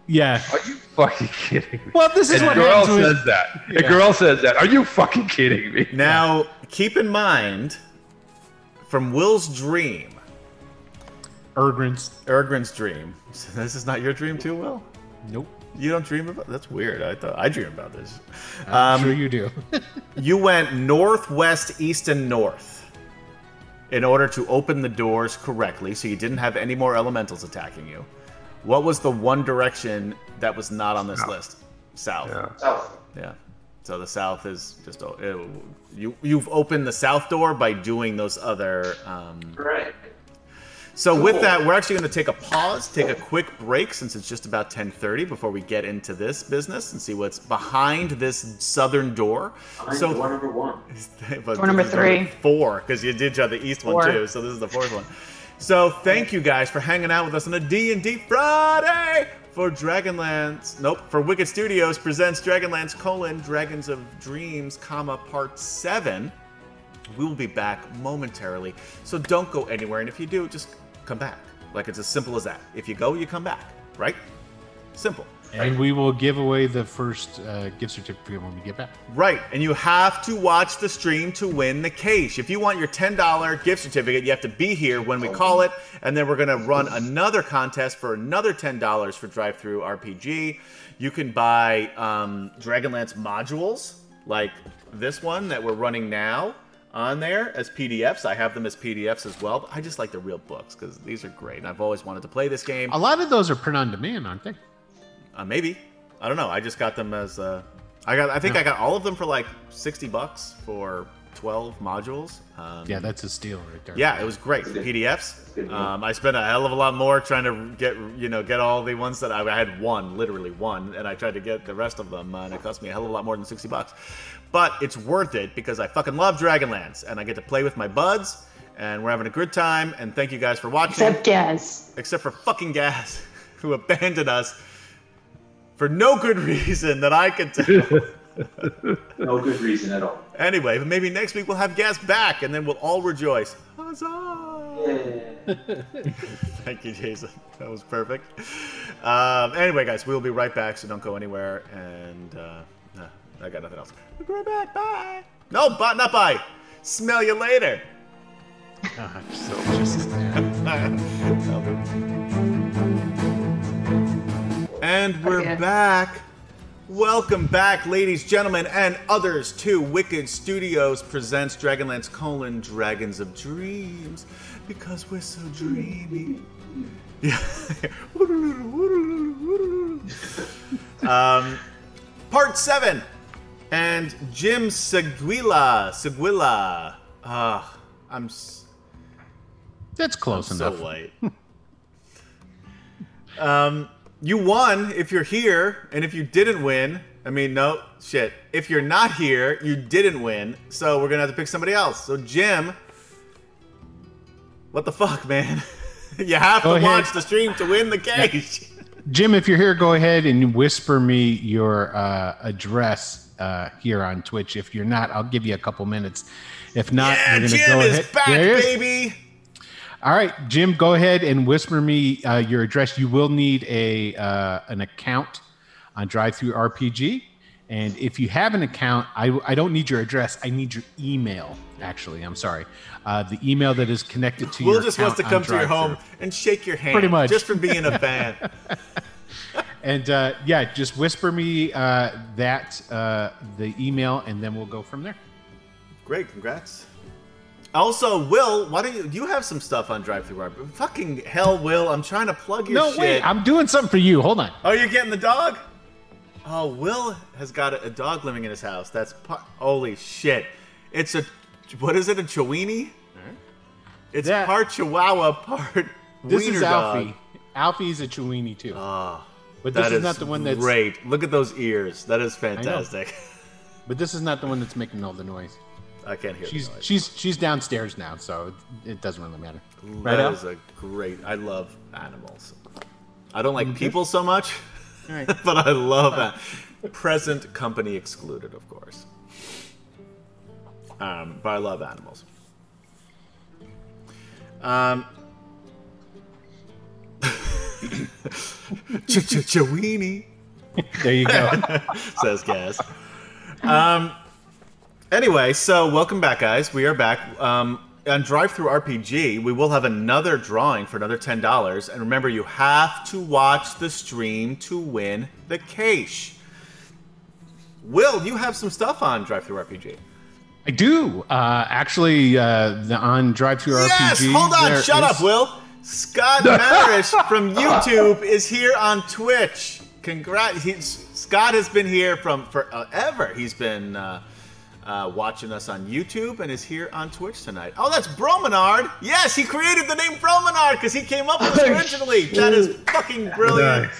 E: Yeah.
C: Are you fucking kidding me?
E: Well, this is
C: And
E: what
C: girl
E: happens.
C: says
E: With,
C: that. A girl says that. Are you fucking kidding me?
B: Now, keep in mind from Will's dream,
E: Ergrin's.
B: Ergrin's dream. <laughs> So this is not your dream too, Will?
E: Nope.
B: You don't dream about that's weird. I thought I dream about this. Um,
E: I'm sure you do.
B: You went northwest, east, and north in order to open the doors correctly, so you didn't have any more elementals attacking you. What was the one direction that was not on this list? South. Yeah.
F: South.
B: So the south is just o- it, you. You've opened the south door by doing those other. Um,
F: Right.
B: so with
F: Cool.
B: that, we're actually going to take a pause, take a quick break since it's just about 10:30 before we get into this business and see what's behind this southern door.
F: I'm
B: So
F: door number one.
B: <laughs> but
D: Door number
B: this is already
D: three.
B: Four, because you did try the east one
D: Four.
B: too, so this is the fourth one. So thank you guys for hanging out with us on a D&D Friday for Dragonlance. Nope, for Wicked Studios presents Dragonlance colon Dragons of Dreams, comma, part seven. We will be back momentarily, so don't go anywhere. And if you do, just come back. Like it's as simple as that. If you go, you come back, right? Simple.
E: and we will give away the first uh, gift certificate when we get back.
B: Right, and you have to watch the stream to win the cash. If you want your $10 gift certificate, you have to be here when we call it, and then we're going to run another contest for another $10 for Drive Through RPG. You can buy um, Dragonlance modules like this one that we're running now on there as PDFs. I have them as PDFs as well, but I just like the real books because these are great, and I've always wanted to play this game.
E: A lot of those are print on demand, aren't they?
B: Uh, maybe. I don't know. I just got them as uh, I got. I think I got all of them for like sixty bucks for twelve modules. Um,
E: Yeah, that's a steal right there.
B: yeah, it was great. The PDFs. Um, I spent a hell of a lot more trying to get you know get all the ones that I, I had one, literally one, and I tried to get the rest of them, uh, and it cost me a hell of a lot more than sixty bucks. But it's worth it because I fucking love Dragonlance, and I get to play with my buds, and we're having a good time. And thank you guys for watching
D: Except Gaz.
B: except for fucking Gaz, <laughs> who abandoned us for no good reason that I can tell.
F: No good reason at all.
B: anyway, but maybe next week we'll have Gaz back, and then we'll all rejoice. Huzzah!
F: <laughs> Yeah.
B: <laughs> Thank you, Jason. That was perfect. Um, anyway, guys, we'll be right back, so don't go anywhere. And uh, nah, I got nothing else. We'll be right back. Bye. No, bye, not bye. Smell you later.
E: Ah,
B: <laughs>
E: so- Jesus, man.
B: And we're
D: Okay.
B: back. Welcome back, ladies, gentlemen, and others to Wicked Studios presents Dragonlance colon Dragons of Dreams because we're so dreamy. Yeah. <laughs> um, part seven, and Jim Seguila. Seguila. Ah, I'm. s-
E: That's close
B: so
E: enough.
B: white. um, you won if you're here, and if you didn't win, I mean, no, shit. If you're not here, you didn't win, so we're gonna have to pick somebody else. So, Jim, what the fuck, man? <laughs> you have
E: Go
B: to
E: ahead.
B: watch the stream to win the case.
E: Jim, if you're here, go ahead and whisper me your uh, address uh, here on Twitch. If you're not, I'll give you a couple minutes. If not,
B: yeah,
E: we're gonna
B: Jim
E: go
B: is
E: ahead.
B: back,
E: There he is.
B: baby.
E: All right, Jim, go ahead and whisper me uh, your address. You will need a uh, an account on Drive Through RPG, and if you have an account, I, I don't need your address. I need your email. Actually, I'm sorry, uh, the email that is connected to
B: Will
E: your
B: just
E: account
B: wants to
E: on
B: come to your
E: Drive-Thru.
B: home and shake your hand,
E: Pretty much.
B: just for being a
E: <laughs>
B: fan.
E: And uh, yeah, just whisper me uh, that uh, the email, and then we'll go from there.
B: Great, congrats. Also, Will, why don't you you have some stuff on Drive Through Robert? Fucking hell, Will! I'm trying to plug your
E: no,
B: shit.
E: wait, I'm doing something for you. Hold on.
B: Oh, you're getting the dog? Oh, Will has got a, a dog living in his house. That's po- holy shit. It's a what is it? A Chiweenie? It's
E: That-
B: part Chihuahua, part
E: This
B: wiener
E: is Alfie.
B: dog.
E: Alfie's a Chiweenie too,
B: Ah,
E: but
B: that
E: this is not the one that's.
B: great. Look at those ears. That is fantastic. <laughs>
E: But this is not the one that's making all the noise.
B: I, can't hear.
E: She's
B: the noise.
E: she's she's downstairs now, so it, it doesn't really matter.
B: That
E: Al?
B: is a great. I love animals. I don't
E: Mm,
B: like people so much, <laughs> but I love that. Present company excluded, of course. Um, but I love animals.
E: <laughs>
B: Um. Ch ch Chiweenie
E: <laughs> There you go.
B: <laughs> says Gaz. Um, anyway, so welcome back, guys. We are back. Um, on Drive Through RPG, we will have another drawing for another ten dollars. And remember, you have to watch the stream to win the cash. Will, you have some stuff on Drive Through RPG.
E: <laughs> I do uh, actually uh, the on Drive Through
B: Yes,
E: RPG.
B: hold on,
E: there
B: shut
E: is-
B: up, Will. Scott Marish from YouTube is here on Twitch. Congrats, he's, Scott has been here from forever. He's been uh, uh, watching us on YouTube and is here on Twitch tonight. Oh, that's Bromanard. Yes, he created the name Bromanard because he came up with it originally. That is fucking brilliant.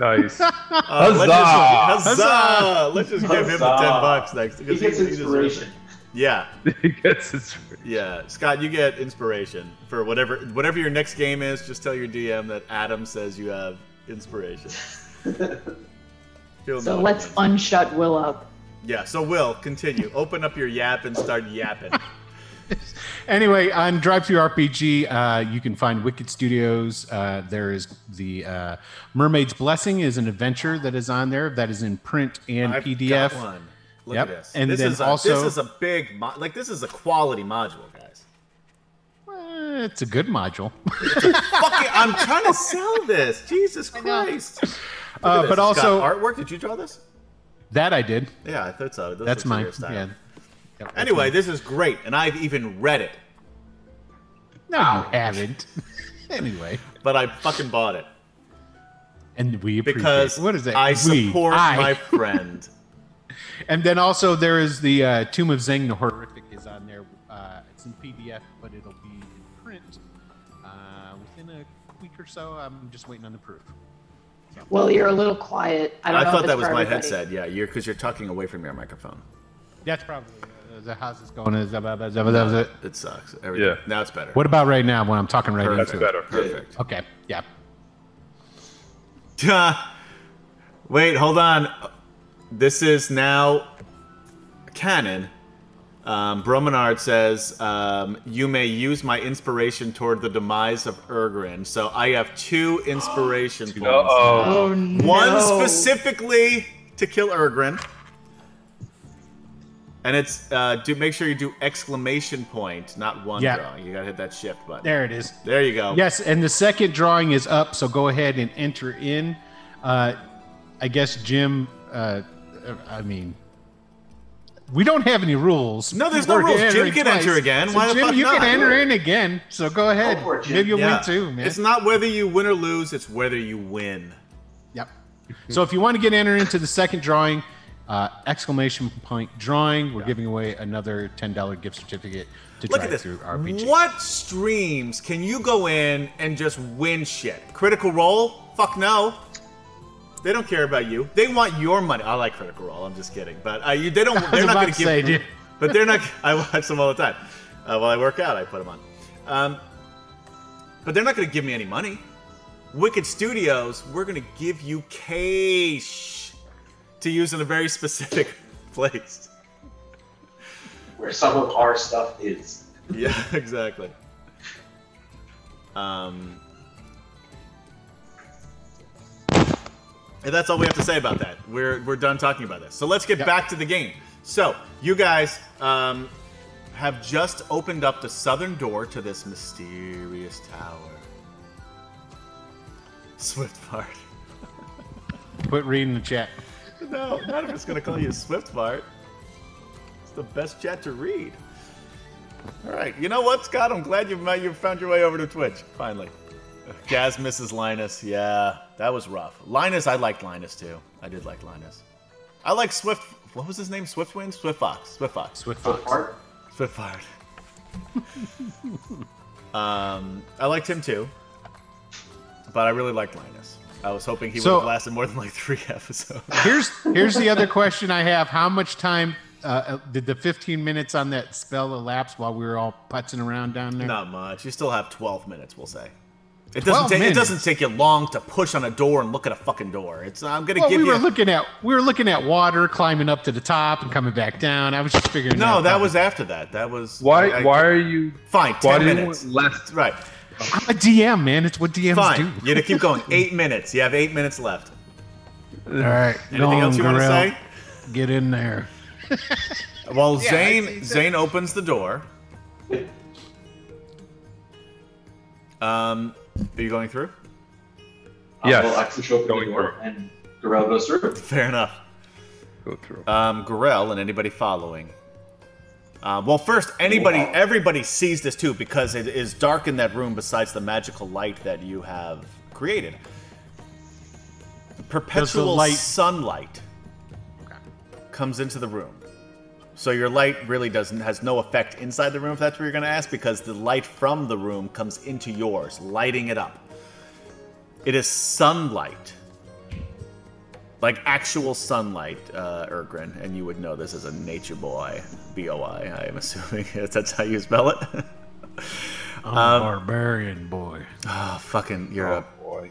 C: Nice. Nice. <laughs>
B: Uh, let's
C: Huzzah.
B: just- huzzah! Let's just give him the ten
F: Huzzah.
B: bucks next.
F: He gets
B: deserves it.
F: inspiration.
B: Yeah.
C: he gets his.
B: Yeah, Scott, you get inspiration for whatever whatever your next game is. Just tell your DM that Adam says you have inspiration. He'll
D: So
B: know.
D: let's unshut Will up.
B: Yeah. So Will, continue. Open up your yap and start yapping.
E: Anyway, on Drive Through RPG, uh, you can find Wicked Studios. Uh, there is the uh, Mermaid's Blessing is an adventure that is on there that is in print and
B: I've
E: PDF.
B: Got one. Look
E: Yep,
B: at this.
E: and
B: this
E: then
B: is a, this
E: also-
B: is a big mo- like this is a quality module,
E: <laughs>
B: guys.
E: Eh, it's a good module. <laughs>
B: Fucking, I'm trying to sell this. Jesus Christ. Look at
E: <laughs> Uh,
B: this.
E: but
B: It's got
E: also-
B: artwork. Did you draw this?
E: that I did.
B: Yeah, I thought so. This looks
E: That's
B: like
E: mine.
B: your style.
E: Yeah. Yep, that's
B: Anyway,
E: mine.
B: this is great, and I've even read it.
E: no, you haven't. <laughs> anyway,
B: but I fucking bought it
E: and we appreciate
B: because
E: what is that?
B: I
E: We,
B: support
E: I. <laughs>
B: my friend.
E: And then also there is the uh, Tomb of Zeng the Horrific is on there. Uh, it's in PDF, but it'll be in print uh, within a week or so. I'm just waiting on the proof.
D: Will, you're a little quiet. I don't
B: I
D: know if
B: thought
D: it's
B: that was
D: for
B: my
D: everybody.
B: headset. Yeah, you're because you're talking away from your microphone.
E: That's probably uh, the how's this going? Is that- that- that- that- that- that-
B: It sucks. Everything.
C: Yeah.
B: Now it's better.
E: What about right now when I'm talking right
C: That's
E: into it?
C: better.
B: Perfect. <laughs>
E: Okay, yeah.
B: Wait, hold on. This is now canon. Um, Bromanard says, um, You may use my inspiration toward the demise of Ergrin. So I have two
C: <gasps>
B: inspiration points.
C: Uh-oh.
D: Oh no.
B: One specifically to kill Ergrin. And it's uh, do make sure you do exclamation point, not one
E: Yeah.
B: drawing. You gotta hit that shift button. There,
E: There it is.
B: you
F: Oh.
B: go.
E: Yes, and the second drawing is up, so go ahead and enter in. Uh, I guess Jim. Uh, I mean, we don't have any rules.
B: No, there's no
E: We're
B: rules. Jim
E: entering
B: can enter again.
E: So
B: Why the
E: Jim,
B: fuck
E: you
B: not?
E: can enter in again. So go ahead.
F: for it, Jim.
E: Maybe you'll
B: Yeah.
E: win too, man.
B: It's not whether you win or lose, it's whether you win.
E: Yep. So if you want to get entered into the second drawing, uh, exclamation point drawing, we're giving away another ten dollar gift certificate to
B: Look
E: drive
B: at this.
E: through RPG.
B: What streams can you go in and just win shit? Critical role? Fuck no. They don't care about you. They want your money. I like Critical Role. I'm just kidding, but uh, you, they don't.
E: <laughs> I was
B: They're not
E: about
B: going
E: to
B: give.
E: say,
B: you-
E: dude.
B: <laughs> but they're not. I watch them all the time. Uh, while I work out, I put them on. Um, but they're not going to give me any money. Wicked Studios, we're going to give you cash to use in a very specific <laughs> place.
F: where some of our stuff is.
B: <laughs> Yeah, exactly. Um, and that's all we have to say about that. We're we're done talking about this. So let's get back to the game. So you guys um, have just opened up the southern door to this mysterious tower. <laughs> Swift Bart.
E: Quit reading the chat.
B: No, not if it's gonna call you Swift Bart. It's the best chat to read. All right, you know what, Scott? I'm glad you uh, you found your way over to Twitch finally. Jazz misses Linus. Yeah, that was rough. Linus, I liked Linus too. I did like Linus. I like Swift. What was his name? Swiftwind? Swift Fox. Swift Fox.
E: Swift
F: So
E: Fox.
F: far,
B: Swift Bart. <laughs> um, I liked him too, but I really liked Linus. I was hoping he
E: So-
B: would have lasted more than like three <laughs> episodes.
E: Here's here's the other question I have. How much time uh, did the 15 minutes on that spell elapse while we were all putzing around down
B: <laughs>
E: there?
B: Not much. You still have 12 minutes, we'll say. It
E: 12
B: doesn't take it
E: minutes?
B: doesn't take you long to push on a door and look at a fucking door. It's uh, I'm going to
E: Well,
B: give
E: we were
B: you
E: looking at we were looking at water climbing up to the top and coming back down. I was just figuring.
B: No,
E: out
B: that
E: how-
B: was after that. That was
C: Why?
B: I-
C: why are you?
B: Fine,
C: Why
B: 10
C: do you
B: minutes.
C: want left?
B: Right.
E: I'm a DM, man. It's what DMs do.
B: Fine. You to keep going. 8 minutes. You have 8 minutes left.
G: All right,
B: Anything else you want to say?
G: Get in there.
B: Well,
E: Yeah, it's-
B: Zane
E: it's-
B: Zane opens the
C: <laughs>
B: door. Um are you going through?
F: uh,
C: Yes.
F: we'll actually show up the
C: Going
F: door,
C: through.
F: and Garel goes through.
B: Fair enough.
C: Go through.
B: um, Gorell and anybody following. Uh, well, first, anybody,
F: Wow.
B: everybody sees this too because it is dark in that room. Besides the magical light that you have created, perpetual
E: light-
B: sunlight comes into the room. So your light really doesn't has no effect inside the room. If that's what you're going to ask, because the light from the room comes into yours, lighting it up. It is sunlight like actual sunlight, uh, Ergrin, and you would know this as a nature boy, B O I. I am assuming <laughs> that's how you spell it. <laughs>
G: I'm
B: Uh,
G: a barbarian boy.
B: oh, fucking, you're
C: Oh
B: a
C: boy.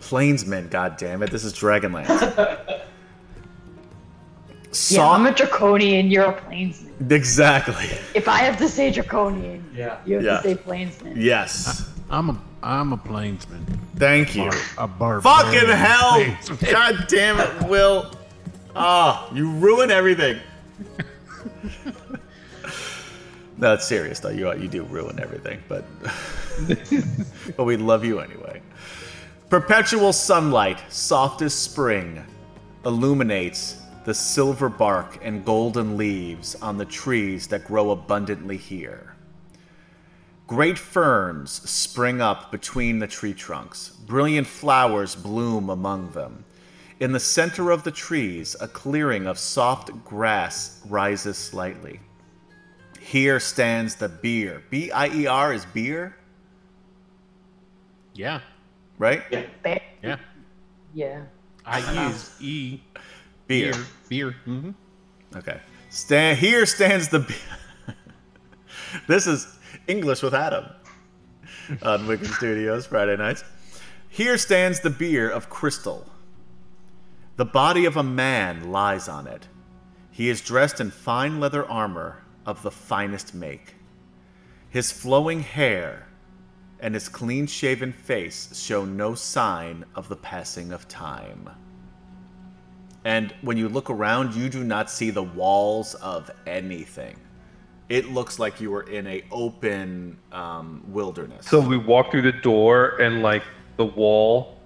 B: plainsman, goddammit. This is Dragonlance.
C: <laughs>
D: Yeah,
B: Saw-
D: I'm a draconian. You're a
B: <laughs>
D: planesman.
B: exactly.
D: If I have to say draconian,
F: Yeah.
D: you have
B: Yeah.
D: to say planesman.
B: Yes.
G: I'm a I'm a plainsman.
B: Thank you.
G: A barbarian.
B: Fucking hell!
G: plainsman.
B: God damn it, Will. Ah, you ruin everything. no, it's serious though. You you do ruin everything, but <laughs> but we love you anyway. Perpetual sunlight, soft as spring, illuminates the silver bark and golden leaves on the trees that grow abundantly here. Great ferns spring up between the tree trunks. Brilliant flowers bloom among them. In the center of the trees, a clearing of soft grass rises slightly. Here stands the beer. B I E R is beer,
E: Yeah,
B: right?
F: Yeah.
D: Ba-
E: yeah.
D: yeah.
E: I use E
B: Beer.
E: beer beer. hmm
B: Okay. Stand here stands the. Be- <laughs> this is English with Adam <laughs> on Wicked Studios Friday nights. Here stands the beer of crystal. The body of a man lies on it. He is dressed in fine leather armor of the finest make. His flowing hair and his clean shaven face show no sign of the passing of time. And when you look around, you do not see the walls of anything. It looks like you were in a open um, wilderness.
C: So we walk through the door, and like the wall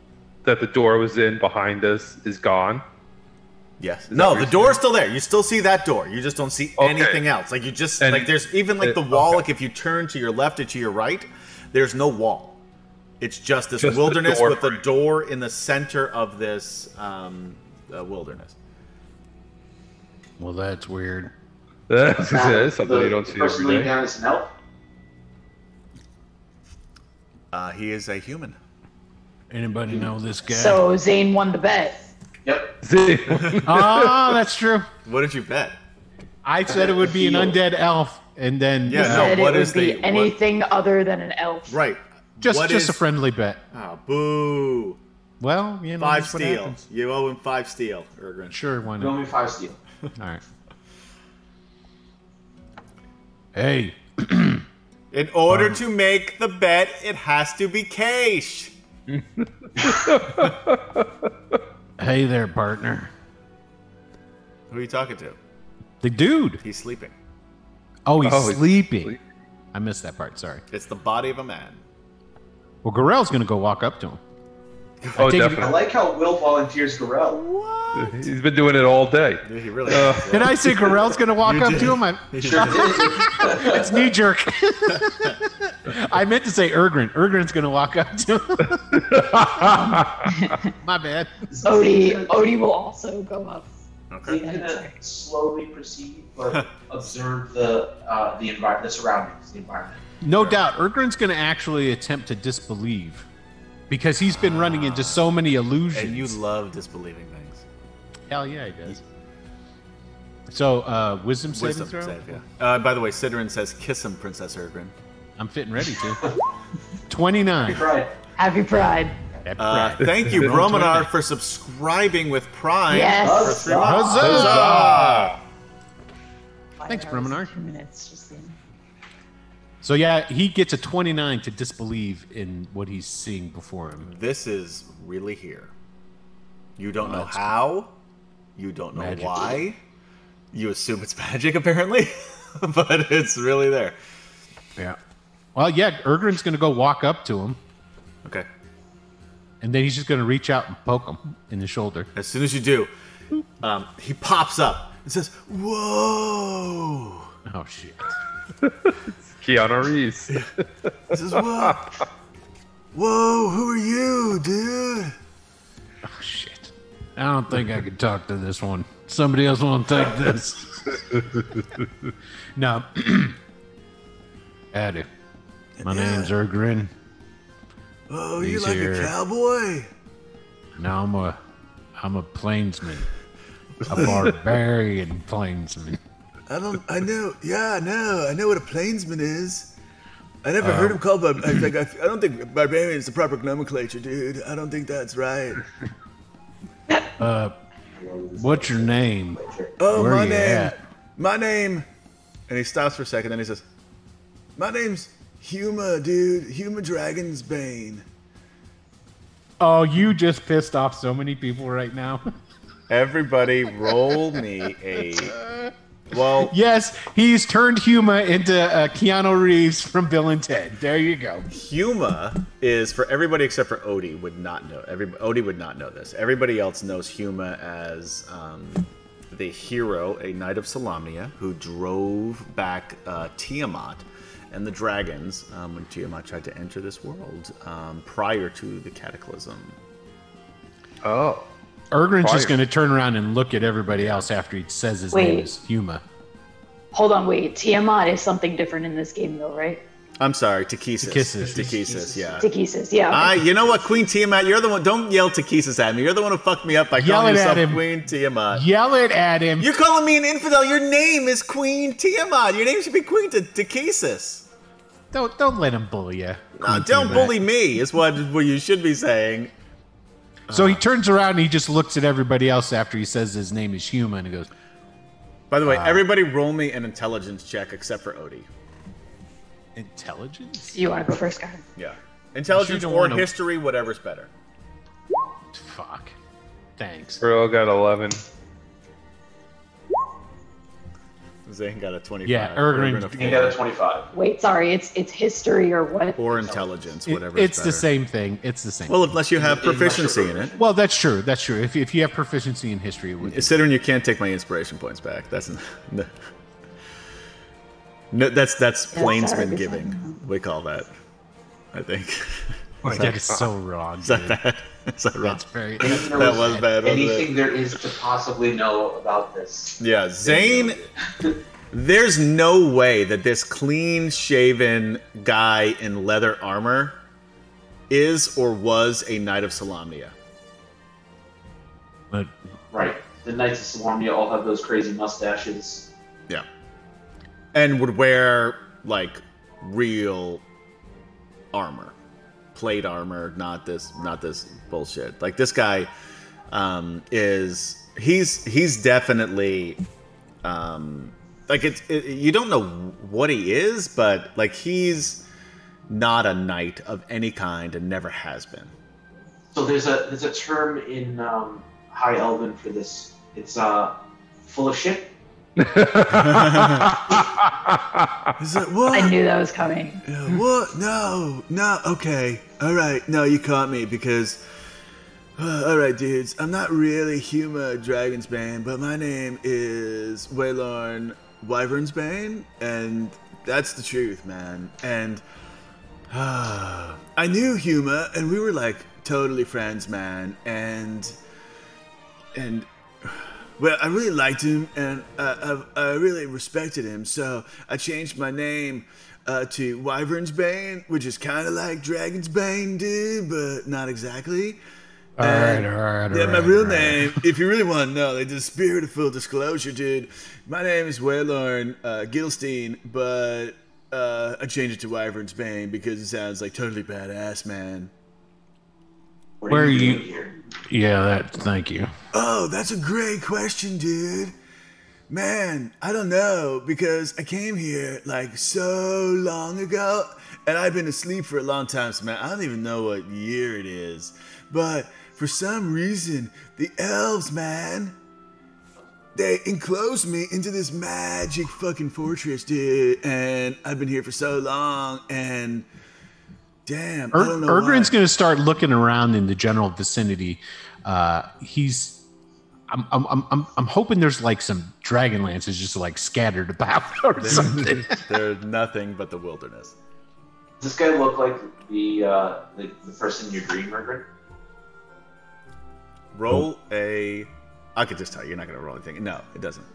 C: that the door was in behind us is gone. <laughs>
B: yes.
C: that what
B: No, the
C: you're
B: door's still there. You still see that door. You just don't see
C: Okay.
B: anything else. Like you just
C: And-
B: like there's even like
C: it-
B: the wall.
C: okay.
B: Like if you turn to your left and to your right, there's no wall. It's just this
C: Just the
B: wilderness
C: door
B: with the
C: frame.
B: door in the center of this um, uh, wilderness.
G: Well, that's weird.
C: That's
F: Now,
C: it, something
F: the,
C: you don't
F: the
C: see
F: person laying
C: every day.
F: down is an elf.
B: Uh, he is a human.
G: Anybody know this guy?
D: So Zane won the bet.
F: Yep.
C: <laughs>
E: Ah, that's true.
B: What did you bet?
E: I said it would be an undead elf, and then uh,
B: Yeah, no,
D: Said
B: what
D: it would
B: is
D: be
B: the- what-
D: anything other than an elf.
B: Right.
E: just
B: What
E: just
B: is-
E: a friendly bet.
B: Oh, boo.
E: Well, you know,
B: Five
E: that's what
B: steel.
E: happens.
B: You owe him five steel, Ergrin.
E: Sure, why
F: You owe
E: not?
F: me five steel.
E: All right.
G: hey,
B: In order to make the bet, it has to be cash.
G: hey there, partner.
B: Who are you talking to?
E: The dude.
B: He's sleeping.
E: Oh, he's
C: Oh, he's
E: sleeping.
C: sleep-
E: I missed that part. Sorry.
B: It's the body of a man.
E: Well, Gorell's gonna go walk up to him.
C: Oh,
E: take it-
F: I
C: definitely.
F: like how Will volunteers Gorell. <laughs>
B: What?
C: He's been doing it all day.
B: He really
C: Uh,
B: is.
E: Did
B: <laughs>
E: I say Gorell's gonna walk
B: You
E: up
B: did.
E: to
B: <laughs>
E: him? I,
F: Sure did.
E: it's knee jerk. <laughs> I meant to say Ergrin. Ergrin's gonna walk up to him. <laughs> My bad.
D: Odie, Odie will also go up.
B: Okay.
F: He's gonna slowly proceed,
B: <laughs>
F: but observe the uh, the environment, the surroundings, the environment.
E: No doubt, Ergrin's gonna actually attempt to disbelieve because he's been running into so many illusions.
B: And you love disbelieving things.
E: Hell yeah, he does. So, uh, wisdom saving
B: Wisdom
E: throw.
B: save, yeah. Uh, by the way, Sidrin says, "Kiss him, Princess Ergrin."
E: I'm fitting ready to. <laughs> Twenty-nine.
F: Right.
D: Happy Pride.
E: That
B: Uh,
E: pride.
B: thank you,
E: Roll
B: Romanar,
E: 20.
B: for subscribing with Prime.
D: Yes.
B: For three months.
E: Huzzah!
B: Huzzah!
E: Thanks,
D: Five hours,
E: Brahminar.
D: Two minutes. Just in.
E: So yeah, he gets a 29 to disbelieve in what he's seeing before him.
B: This is really here. You don't know how. You don't know
E: Magic.
B: why. You assume it's <laughs> magic, apparently, but it's really there.
E: Yeah. Well, yeah, Ergrin's gonna go walk up to him,
B: Okay.
E: and then he's just gonna reach out and poke him in the shoulder.
B: As soon as you do, um, he pops up and says, "Whoa!"
E: Oh shit.
C: Keanu Reeves.
B: He says, "Whoa, whoa! Who are you, dude?"
E: Oh shit.
G: I don't think I could talk to this one. Somebody else want to take this?
E: <laughs> No.
G: <clears throat> Howdy. My name's Ergrin.
B: Oh,
G: He's here.
B: cowboy.
G: Now I'm a, I'm a plainsman, a barbarian <laughs> plainsman.
B: I'm a, I know. Yeah, I know. I know what a plainsman is. I never heard him called by. I, like, I, I don't think barbarian is the proper nomenclature, dude. I don't think that's right.
G: What's your name?
B: Oh,
G: Where
B: my
G: you
B: name.
G: at?
B: My name. And he stops for a second. Then he says, "My name's Huma, dude. Huma Dragon's Bane."
E: Oh, you just pissed off so many people right now. <laughs>
B: Everybody, roll me a. Well,
E: yes, he's turned Huma into uh, Keanu Reeves from Bill and Ted. There you go.
B: Huma is for everybody except for Odie would not know. Every Odie would not know this. Everybody else knows Huma as um, the hero, a knight of Salamnia, who drove back uh, Tiamat and the dragons um, when Tiamat tried to enter this world um, prior to the cataclysm.
C: Oh.
E: Ergrin's just
C: Fire.
E: gonna turn around and look at everybody else after he says his name
D: Wait.
E: is Huma.
D: Hold on, wait. Tiamat is something different in this game, though, right?
B: I'm sorry, Takesis.
E: Takesis.
B: Takesis. Yeah.
D: Takesis, yeah.
B: Ah, you know what, Queen Tiamat? You're the one. Don't yell Takesis at me. You're the one who fucked me up by
E: Yell
B: calling
E: it at
B: yourself
E: him.
B: Queen Tiamat.
E: Yell it at him.
B: You're calling me an infidel. Your name is Queen Tiamat. Your name should be Queen Ta- Takesis.
E: Don't don't let him bully you.
B: No, don't bully me. Is what what you should be saying.
E: So he turns around and he just looks at everybody else after he says his name is Huma and he goes,
B: By the way, everybody roll me an intelligence check except for Odie.
E: "Intelligence?
D: you want to go first, Karen?
B: Yeah, intelligence
E: don't
B: or
E: wanna-
B: history, whatever's better.
E: Fuck. Thanks."
C: Bro got 11.
B: Zane got a twenty-five.
E: Yeah,
B: Erwin
E: Erwin-
B: a
F: You
B: four.
F: got a twenty-five.
D: Wait, sorry. It's it's history or what?
B: or intelligence,
E: It-
B: whatever.
E: it's
B: is
E: the
B: better.
E: same thing. It's the same. Well,
B: Well, unless you have proficiency in it.
E: that's true. That's true. If, if you have proficiency in history, it would. be.
B: Considering you can't take my inspiration points back, that's n- <laughs> no, no that's that's
D: Yeah, sorry,
B: plainsman
D: because I
B: giving.
D: don't
B: We call that. I think.
E: That is so
B: <laughs>
E: wrong.
B: Is that
E: dude.
B: bad? Is that wrong?
E: That's very.
F: Anything
B: That was bad. wasn't it?
F: Anything there is to possibly know about this.
B: Yeah, Zane. There's no way that this clean shaven guy in leather armor is or was a knight of Salamnia.
G: But
F: Right. The Knights of Salamnia all have those crazy mustaches.
B: Yeah. And would wear like real armor. Plate armor, not this not this bullshit. Like this guy um is he's he's definitely um like it's it, you don't know what he is, but like he's not a knight of any kind and never has been.
F: So there's a there's a term in um, High Elven for this. It's uh, full of shit.
B: He's like, what?
D: I knew that was coming.
B: Yeah, what? No, no. Okay, all right. No, you caught me because. uh, all right, dudes. I'm not really Huma Dragonsbane, but my name is Waylorn Wyvernsbane, and that's the truth, man. And uh, <sighs> I knew Huma, and we were like totally friends, man. And and <sighs> well, I really liked him, and uh, I, I really respected him. So I changed my name uh, to Wyvern's Bane, which is kind of like Dragon's Bane, dude, but not exactly.
G: all right,
B: And-
G: all right, all
B: yeah, my
G: right,
B: real
G: all right.
B: name, if you really want to know, like the spirit of full disclosure, dude. My name is Waylorn uh, Gilstein, but uh, I changed it to Wyvern's Bane because it sounds like totally badass, man.
F: What
G: Where are you-
F: doing here?
G: Yeah, that. Thank you.
B: Oh, that's a great question, dude. Man, I don't know because I came here like so long ago and I've been asleep for a long time, so man, I don't even know what year it is. But for some reason, the elves, man, they enclosed me into this magic fucking fortress, dude. And I've been here for so long and damn, I
E: Ur-
B: don't know.
E: Erdrin's
B: why.
E: going to start looking around in the general vicinity. Uh, he's, I'm, I'm, I'm, I'm, I'm hoping there's like some dragon lances just like scattered about <laughs> or
B: <laughs>
E: something.
B: There's nothing but the wilderness.
F: Does this guy look like the uh, the, the person in your dream, Margaret?
B: Roll a. I could just tell you, you're not going to roll anything. No, it doesn't.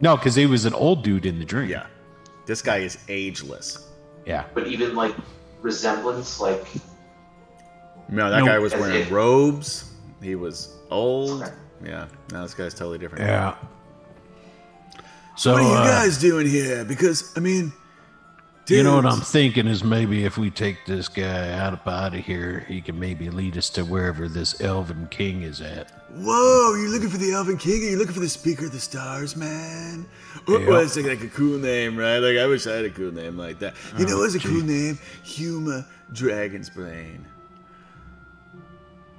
E: no, because he was an old dude in the dream.
B: Yeah. This guy is ageless.
E: yeah.
F: But even like resemblance, like
B: No, that
E: No.
B: guy was wearing robes. He was old.
F: Okay.
B: Yeah. No, this guy's totally different.
G: Yeah. So
B: What are you
G: uh,
B: guys doing here? Because, I mean.
G: You know what I'm
B: dudes,
G: thinking is maybe if we take this guy out of out of here, he can maybe lead us to wherever this elven king is at.
B: Whoa, are you looking for the Elven King? Are you looking for the Speaker of the Stars, man? Or,
G: Yeah.
B: well, it's like, like a cool name, right? Like, I wish I had a cool name like that. You
G: Oh,
B: know what's a cool name? Huma Dragon's Brain.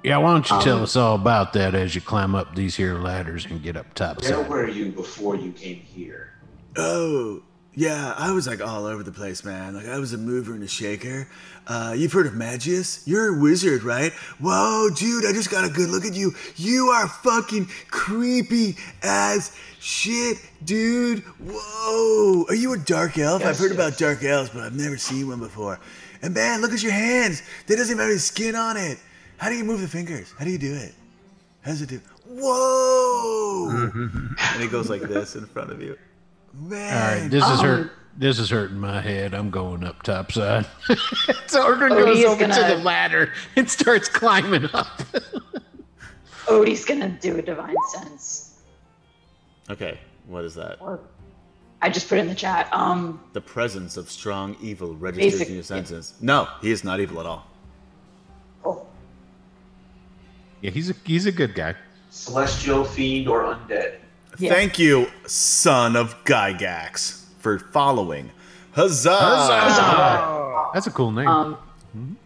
G: Yeah, why don't you
B: Um,
G: tell us all about that as you climb up these here ladders and get up top
F: where
G: side?
F: were you before you came here?
B: Oh, yeah, I was like all over the place, man. Like I was a mover and a shaker. Uh, you've heard of Magius? You're a wizard, right? Whoa, dude, I just got a good look at you. You are fucking creepy as shit, dude. Whoa. Are you a dark elf? I've
F: Yes,
B: heard about
F: yes.
B: dark elves, but I've never seen one before. And man, look at your hands. They doesn't even have any skin on it. How do you move the fingers? How do you do it? How does it do? Whoa! and he goes like this in front of you.
G: All
B: Man,
G: right, this is
D: Um,
G: hurt. This is hurting my head. I'm going up top
E: <laughs>
G: side.
E: So Erdrin
D: Odie
E: goes
D: is
E: Oh, over to
D: gonna-
E: the ladder and starts climbing up.
D: Odie's gonna do a divine sense.
B: Okay, what is that?
D: Or I just put it in the chat. Um,
B: The presence of strong evil registers
D: Basic-
B: in your senses. No, he is not evil at all.
D: oh,
E: <laughs> Yeah, he's a he's a good guy.
F: Celestial, fiend, or undead?
D: Yeah.
B: Thank you, son of Gygax, for following. Huzzah!
E: Oh, That's a cool name.
D: um,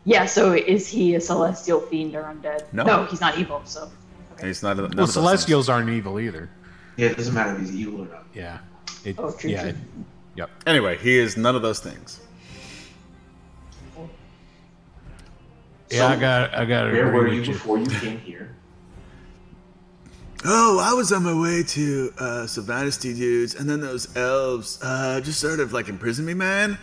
D: yeah. So is he a celestial fiend or undead?
B: No.
D: he's not evil. So
B: He's not. none of
E: well,
B: those things.
E: Celestials aren't evil either.
F: Yeah, it doesn't matter if he's evil or not.
E: Yeah. It,
D: Oh, true,
E: yeah.
D: true.
E: it- Yep.
B: Anyway, he is none of those things.
G: Yeah, I
F: So,
G: got. I got to
F: Where were
G: agree
F: you
G: with you.
F: before you came here?
B: Oh, I was on my way to uh, Sylvanesti dudes, and then those elves uh, just sort of like imprisoned me, man.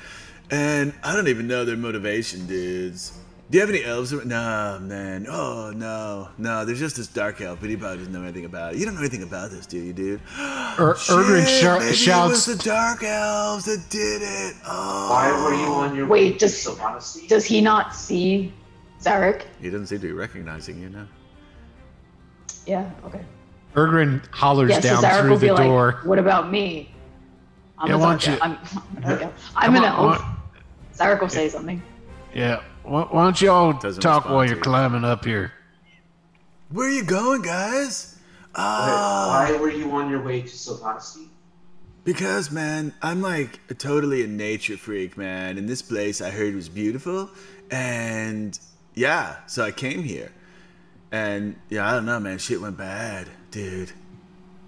B: And I don't even know their motivation, dudes. Do you have any elves? ar- Nah, man. Oh, no. No, there's just this dark elf, but he probably doesn't know anything about it. You don't know anything about this, do you, dude?
E: Er- Ergrin
B: Shit,
E: shou-
B: maybe it was
E: shouts,
B: the dark elves that did it. Oh.
F: Why were you on your
D: Wait,
F: way to
D: does-
F: Sylvanasi?
D: Does he not see Zarek?
B: He doesn't seem to be recognizing you now.
D: Yeah, okay.
E: Ergrin hollers
D: Yeah, so
E: down
D: Zarek
E: through
D: will
E: the
D: be
E: door.
D: like, what about me? I'm
G: Yeah,
D: a
G: why
D: dark
G: don't
D: elf.
G: you-
D: I'm, I'm, <laughs> an elf. I'm an
G: on,
D: elf. Zarek will say something.
G: Yeah. Why, why don't y'all
B: Doesn't
G: talk
B: respond
G: while
B: to
G: you're
B: you.
G: climbing up here?
B: Where are you going, guys?
F: Why-
B: Oh.
F: Why were you on your way to Sylvanasi?
B: Because, man, I'm like a totally a nature freak, man. And this place I heard was beautiful. And yeah, so I came here. And yeah, I don't know, man. Shit went bad, dude.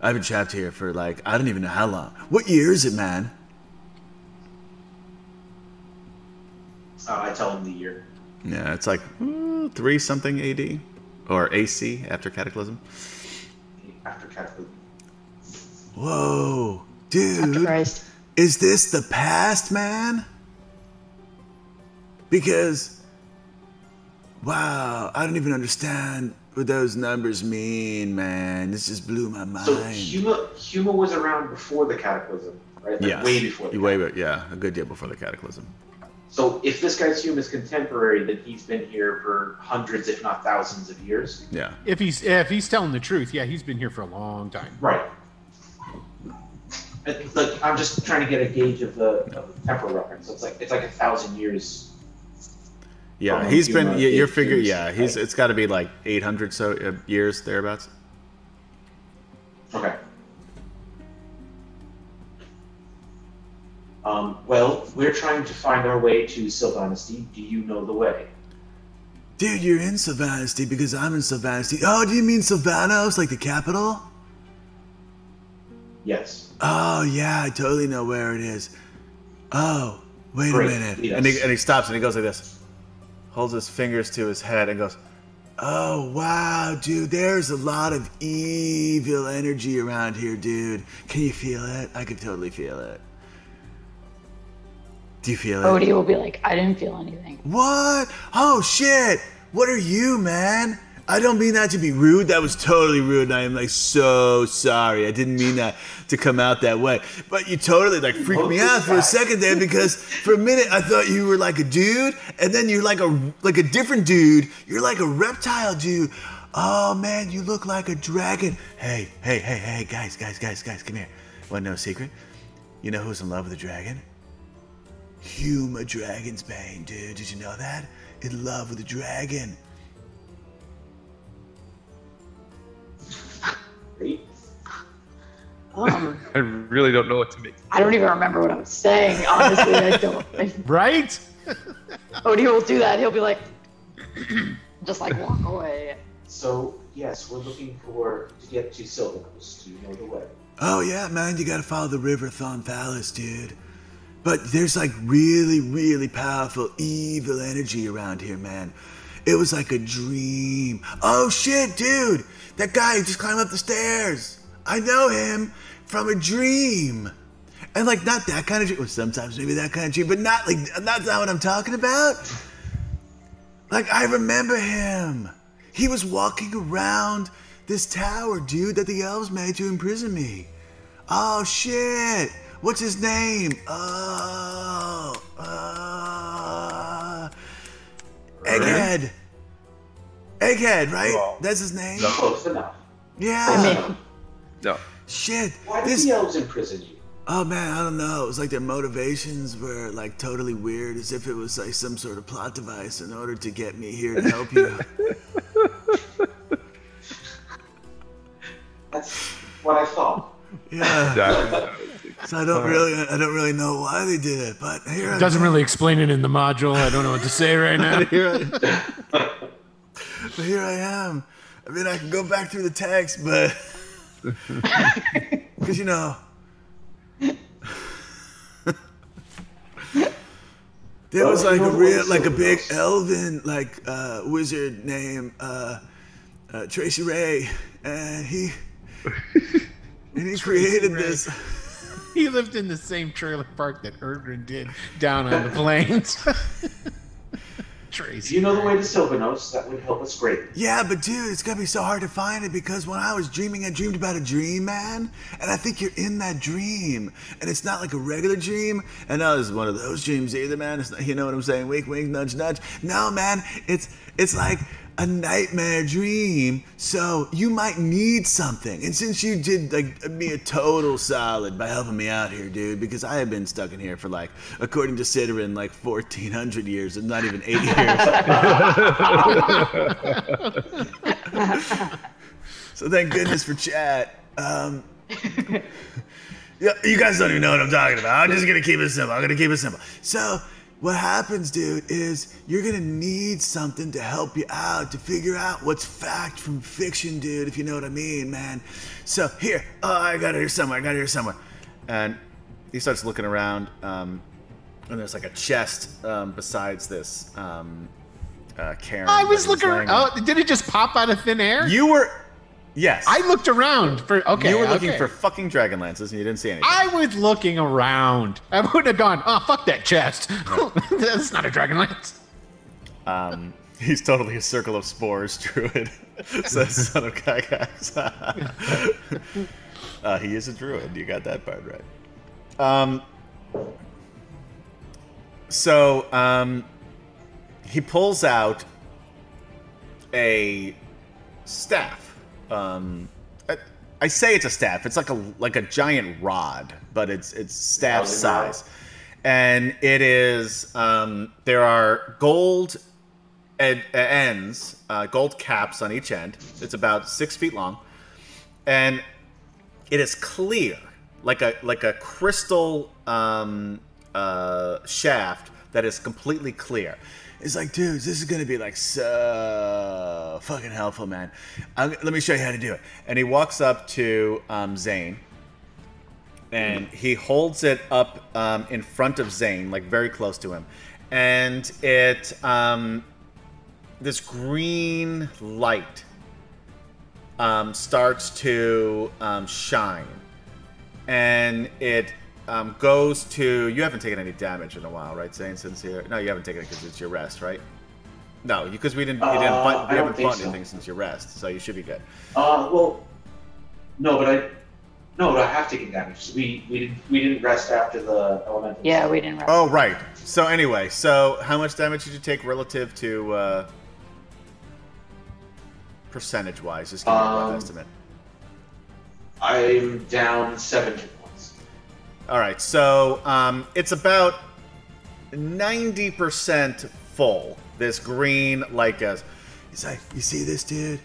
B: I've been trapped here for like, I don't even know how long. What year is it, man?
F: Uh, I tell him the year.
B: Yeah, it's like mm, three something AD or AC after Cataclysm.
F: After Cataclysm.
B: Whoa,
D: After
B: dude.
D: Christ.
B: Is this the past, man? Because, wow, I don't even understand what those numbers mean, man. This just blew my mind.
F: So Huma, Huma was around before the Cataclysm, right? Like
B: Yes.
F: way before the
B: Way, be- yeah, a good deal before the cataclysm.
F: So if this guy's Huma's contemporary, then he's been here for hundreds, if not thousands of years.
B: Yeah.
E: If he's if he's telling the truth, yeah, he's been here for a long time.
F: Right. It- Like I'm just trying to get a gauge of the, of the temporal reference. It's like it's like a thousand years.
B: Yeah,
F: From
B: he's
F: human
B: been. y- Your
F: to
B: figure,
F: human,
B: yeah, he's.
F: right?
B: It's got to be uh, like 800 so uh, years thereabouts.
F: Okay. Um, well, we're trying to find our way to Sylvanesti. Do you know the way?
B: Dude, you're in Savanasty because I'm in Savanasty. Oh, do you mean Savanos, like the capital?
F: Yes.
B: Oh yeah, I totally know where it is. Oh, wait
F: Great,
B: a minute.
F: lead
B: And he
F: us.
B: and he stops and he goes like this. Holds his fingers to his head and goes, "Oh wow, dude, there's a lot of evil energy around here, dude. Can you feel it? I could totally feel it. Do you feel it?
D: Odie will be like, I didn't feel anything.
B: What? Oh shit! What are you, man? I don't mean that to be rude. That was totally rude, and I am like so sorry. I didn't mean that to come out that way. But you totally like freaked me out for a second there because for a minute I thought you were like a dude, and then you're like a like a different dude. You're like a reptile dude. Oh man, you look like a dragon. Hey, hey, hey, hey, guys, guys, guys, guys, come here. Want to know a secret? You know who's in love with a dragon? Huma Dragon's Bane, dude. Did you know that? In love with a dragon.
F: Great.
D: Um,
C: I really don't know what to make.
D: I don't even remember what I was saying. Honestly, I don't. <laughs>
E: Right?
D: Odie will do that. He'll be <clears throat> like, just like walk away.
F: So yes, we're looking for to get to Sylvanos. Do you know the way?
B: Oh yeah, man, you gotta follow the river Thon Palace, dude. But there's like really, really powerful evil energy around here, man. It was like a dream. Oh shit, dude! That guy who just climbed up the stairs. I know him from a dream. And like not that kind of dream. Well, sometimes maybe that kind of dream, but not like that's not what I'm talking about. Like I remember him. He was walking around this tower, dude, that the elves made to imprison me. Oh shit! What's his name? Oh, uh, Egghead. Egghead, right?
C: Wow.
B: That's his name.
F: Close enough.
B: Yeah.
D: I mean,
C: No.
B: shit.
F: Why did
B: This.
F: the elves imprison you?
B: Oh man, I don't know. It was like their motivations were like totally weird, as if it was like some sort of plot device in order to get me here to help you.
F: That's what I thought.
B: yeah.
C: That,
B: So I don't really, I don't really know why they did it, but here I
G: Doesn't really explain it in the module. I don't know what to say right now.
B: here I, <laughs> but here I am. I mean, I can go back through the text, but <laughs> because you know, <laughs> there was like a real, like a big elven like uh, wizard named uh, uh, Tracy Ray, and he and he created this.
E: <laughs> He lived in the same trailer park that Ergrin did down on the plains. <laughs> Tracy.
F: Do you know the way to Sylvanos? That would help us greatly.
B: Yeah, but dude, it's gonna be so hard to find it because when I was dreaming, I dreamed about a dream, man. And I think you're in that dream, and it's not like a regular dream. And now this is one of those dreams either, man. It's not, you know what I'm saying? Wink, wink, nudge, nudge. No, man, it's it's like a nightmare dream. So you might need something. And since you did like me a total solid by helping me out here, dude, because I have been stuck in here for like, according to Sidorin, like 1,400 years, and not even 80 <laughs> years. So thank goodness for chat. Um, yeah, you guys don't even know what I'm talking about. I'm just gonna keep it simple. I'm gonna keep it simple. So what happens, dude, is you're gonna need something to help you out to figure out what's fact from fiction, dude. If you know what I mean, man. So here, oh, I got it here somewhere. I got it here somewhere.
H: and he starts looking around um, and there's like a chest um, besides this um, uh, Karen.
E: I
H: that
E: was
H: he
E: looking.
H: laying in.
E: Oh, did it just pop out of thin air?
H: You were, yes.
E: I looked around for. Okay,
H: you were looking
E: okay.
H: for fucking dragon lances and you didn't see anything.
E: I was looking around. I would have gone. Oh, fuck that chest. <laughs> That's not a dragon lance. Ah!
H: Um, he's totally a circle of spores <laughs> druid. Says son of Gygax. <laughs> uh, he is a druid. You got that part right. Um, so um, he pulls out a staff. Um, I, I say it's a staff. It's like a like a giant rod, but it's it's staff
F: Probably not.
H: size, and it is um, there are gold ed- ends, uh, gold caps on each end. It's about six feet long, and it is clear, like a like a crystal um, uh, shaft that is completely clear.
B: It's like, dudes, this is gonna be like so fucking helpful, man. I'm, let me show you how to do it.
H: and he walks up to um, Zane, and he holds it up um, in front of Zane, like very close to him, and it um, this green light um, starts to um, shine, and it um, goes to you haven't taken any damage in a while, right, Zane? Since here, no, you haven't taken it because it's your rest, right? No, because we didn't, we didn't
F: Uh,
H: butt,
F: I
H: we
F: don't
H: haven't
F: think
H: fought
F: so.
H: anything since your rest, so you should be good.
F: Uh, well, no, but I, no, but I have taken damage. We we didn't we didn't rest after the elemental.
D: Yeah, we didn't.
H: Oh right. So anyway, so how much damage did you take relative to uh, percentage wise? Just give me a rough
F: Um,
H: estimate.
F: I'm down seven hit points.
H: All right. So um, it's about ninety percent full. This green like a
B: It's like, you see this, dude?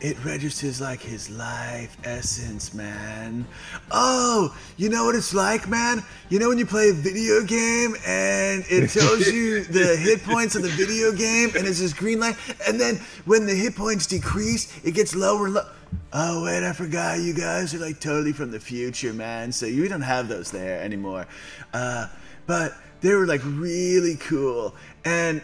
B: It registers like his life essence, man. Oh, you know what it's like, man? You know when you play a video game and it tells you the hit points of the video game and it's this green light, and then when the hit points decrease, it gets lower and lower. Oh, wait, I forgot. You guys are like totally from the future, man. So you don't have those there anymore. Uh, but they were like really cool. And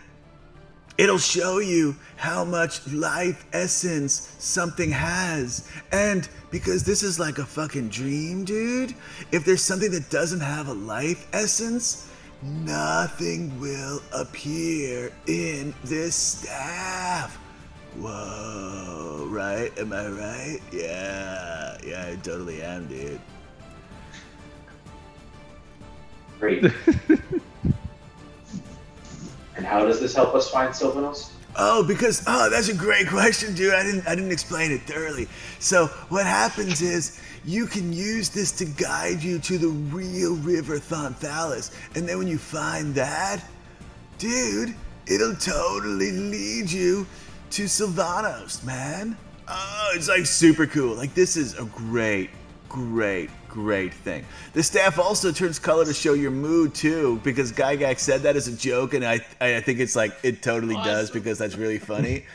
B: It'll show you how much life essence something has. And because this is like a fucking dream, dude, if there's something that doesn't have a life essence, nothing will appear in this staff. Whoa, right? Am I right? Yeah, yeah, I totally am, dude.
H: <laughs>
F: Great. and how does this help us find Sylvanos?
B: Oh, because oh, that's a great question, dude. I didn't I didn't explain it thoroughly. So what happens is you can use this to guide you to the real river Thonthalis, and then when you find that, dude, it'll totally lead you to Sylvanos, man. Oh, it's like super cool. Like this is a great, great, great thing. The staff also turns color to show your mood too, because Gygax said that as a joke, and I, I think it's like it totally does because that's really
E: <laughs>
B: funny.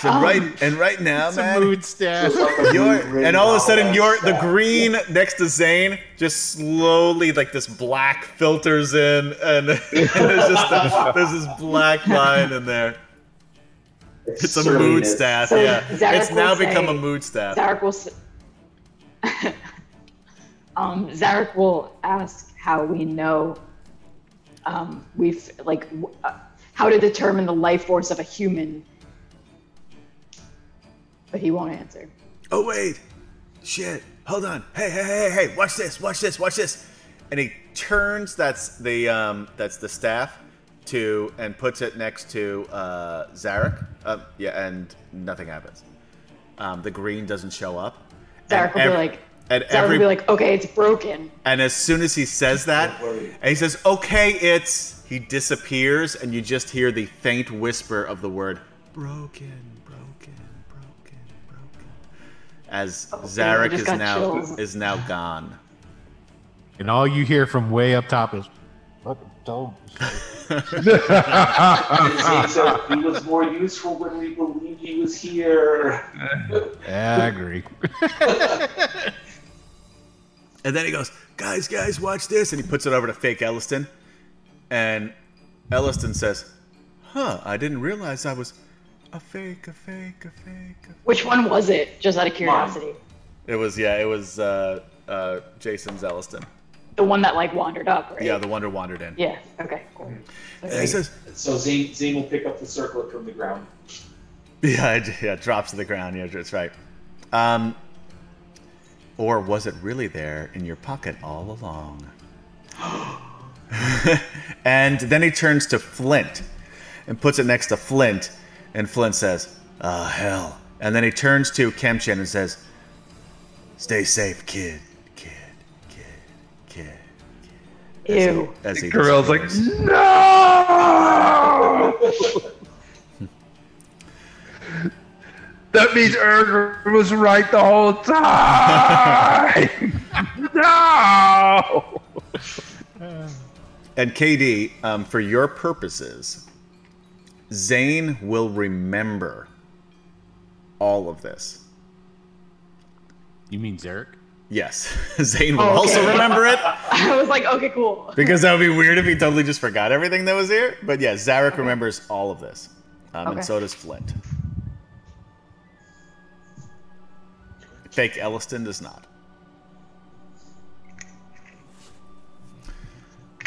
B: So right and right now,
E: Oh. It's a
B: man,
E: mood staff.
H: you're,
B: <laughs>
H: and all of a sudden you're the green next to Zane just slowly like this black filters in and, <laughs> and there's just a, there's this black line in there. It's a mood staff,
D: So
H: yeah.
D: Zarek
H: It's now
D: will say-
H: become a mood staff.
D: Zarek will. S- <laughs> um, Zarek will ask how we know. Um, we've like w- uh, how to determine the life force of a human. But he won't answer.
I: Oh wait, shit. Hold on. Hey, hey, hey, hey! Watch this! Watch this! Watch this!
B: and he turns that's the um, that's the staff to and puts it next to uh, Zarek. Uh, yeah, and nothing happens. Um, the green doesn't show up. And
D: Zarek will be
B: ev-
D: like-
B: and
D: Zarek
B: every
D: will be like, okay, it's broken.
B: and as soon as he says that, and he says, "Okay, it's," he disappears, and you just hear the faint whisper of the word "broken, broken, broken, broken," as
D: Oh, I
B: Zarek
D: just
B: is
D: got
B: now
D: chills.
B: is now gone.
E: And all you hear from way up top is,
F: And
H: Ah.
F: Zane says, he was more useful when we believed he was here.
E: yeah, I agree.
B: And then he goes, Guys, guys, watch this. And he puts it over to fake Elliston. And Elliston says, Huh, I didn't realize I was a fake, a fake, a fake. A...
D: Which one was it? Just out of curiosity.
B: It was, yeah, it was uh, uh, Jason's Elliston.
D: The one that like wandered up, right?
B: Yeah, the Wonder wandered in.
D: Yeah. Okay. Cool.
I: And he says,
F: So Zane, Zane will pick up the circlet from the ground.
B: Yeah, it- yeah, it drops to the ground. Yeah, that's right. Um, or was it really there in your pocket all along? <gasps> and then he turns to Flint and puts it next to Flint, and Flint says, "Ah, hell." And then he turns to Kemchen and says, "Stay safe, kid, kid, kid, kid."
D: Ew.
B: As he
C: Gorill's like,
B: disappears.
C: no! that means Erger was right the whole time! <laughs> no!
B: And KD, um, for your purposes, Zane will remember all of this.
E: You mean Zarek?
B: Yes, <laughs> Zane will
D: Okay.
B: also remember it
D: <laughs> I was like, okay, cool.
B: because that would be weird if he totally just forgot everything that was here. But yeah, Zarek remembers all of this, um,
D: Okay.
B: and so does Flint. Fake Elliston does not.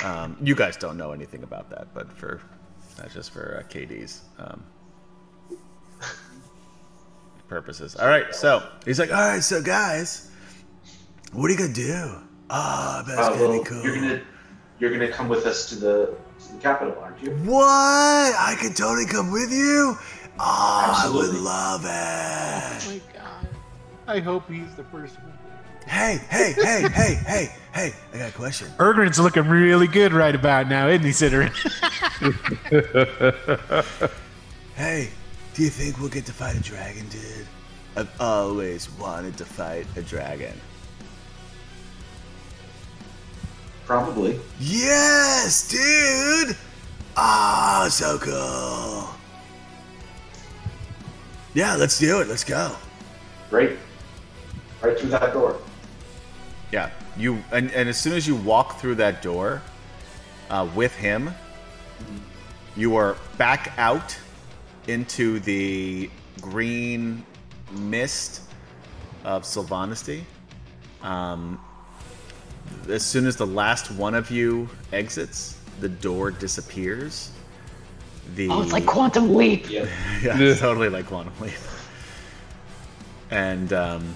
B: Um, you guys don't know anything about that, but for that's just for uh, KD's um, <laughs> purposes. All right, so he's like,
I: "All right, so guys, what are you gonna do? Ah, that's
F: Uh,
I: gonna
F: well,
I: be cool.
F: you're gonna you're gonna come with us to the to the capital, aren't you?
I: What? I could totally come with you. Ah, I would
F: Absolutely.
I: love it.
E: Oh my god. I hope he's the first one.
I: Hey, hey, hey, hey, hey, hey! I got a question.
E: Ergrin's looking really good right about now, isn't he, Sitter?
I: Hey, do you think we'll get to fight a dragon, dude?
B: I've always wanted to fight a dragon.
F: Probably.
I: Yes, dude. Ah, so cool. Yeah, let's do it. Let's go.
F: Right. Right through that door.
B: Yeah, you and, and as soon as you walk through that door uh, with him, you are back out into the green mist of Sylvanesty. Um, as soon as the last one of you exits, the door disappears. The
D: Oh, it's like quantum leap.
F: Yeah.
B: <laughs> yeah,
C: Yeah.
B: it's totally like quantum leap. And um,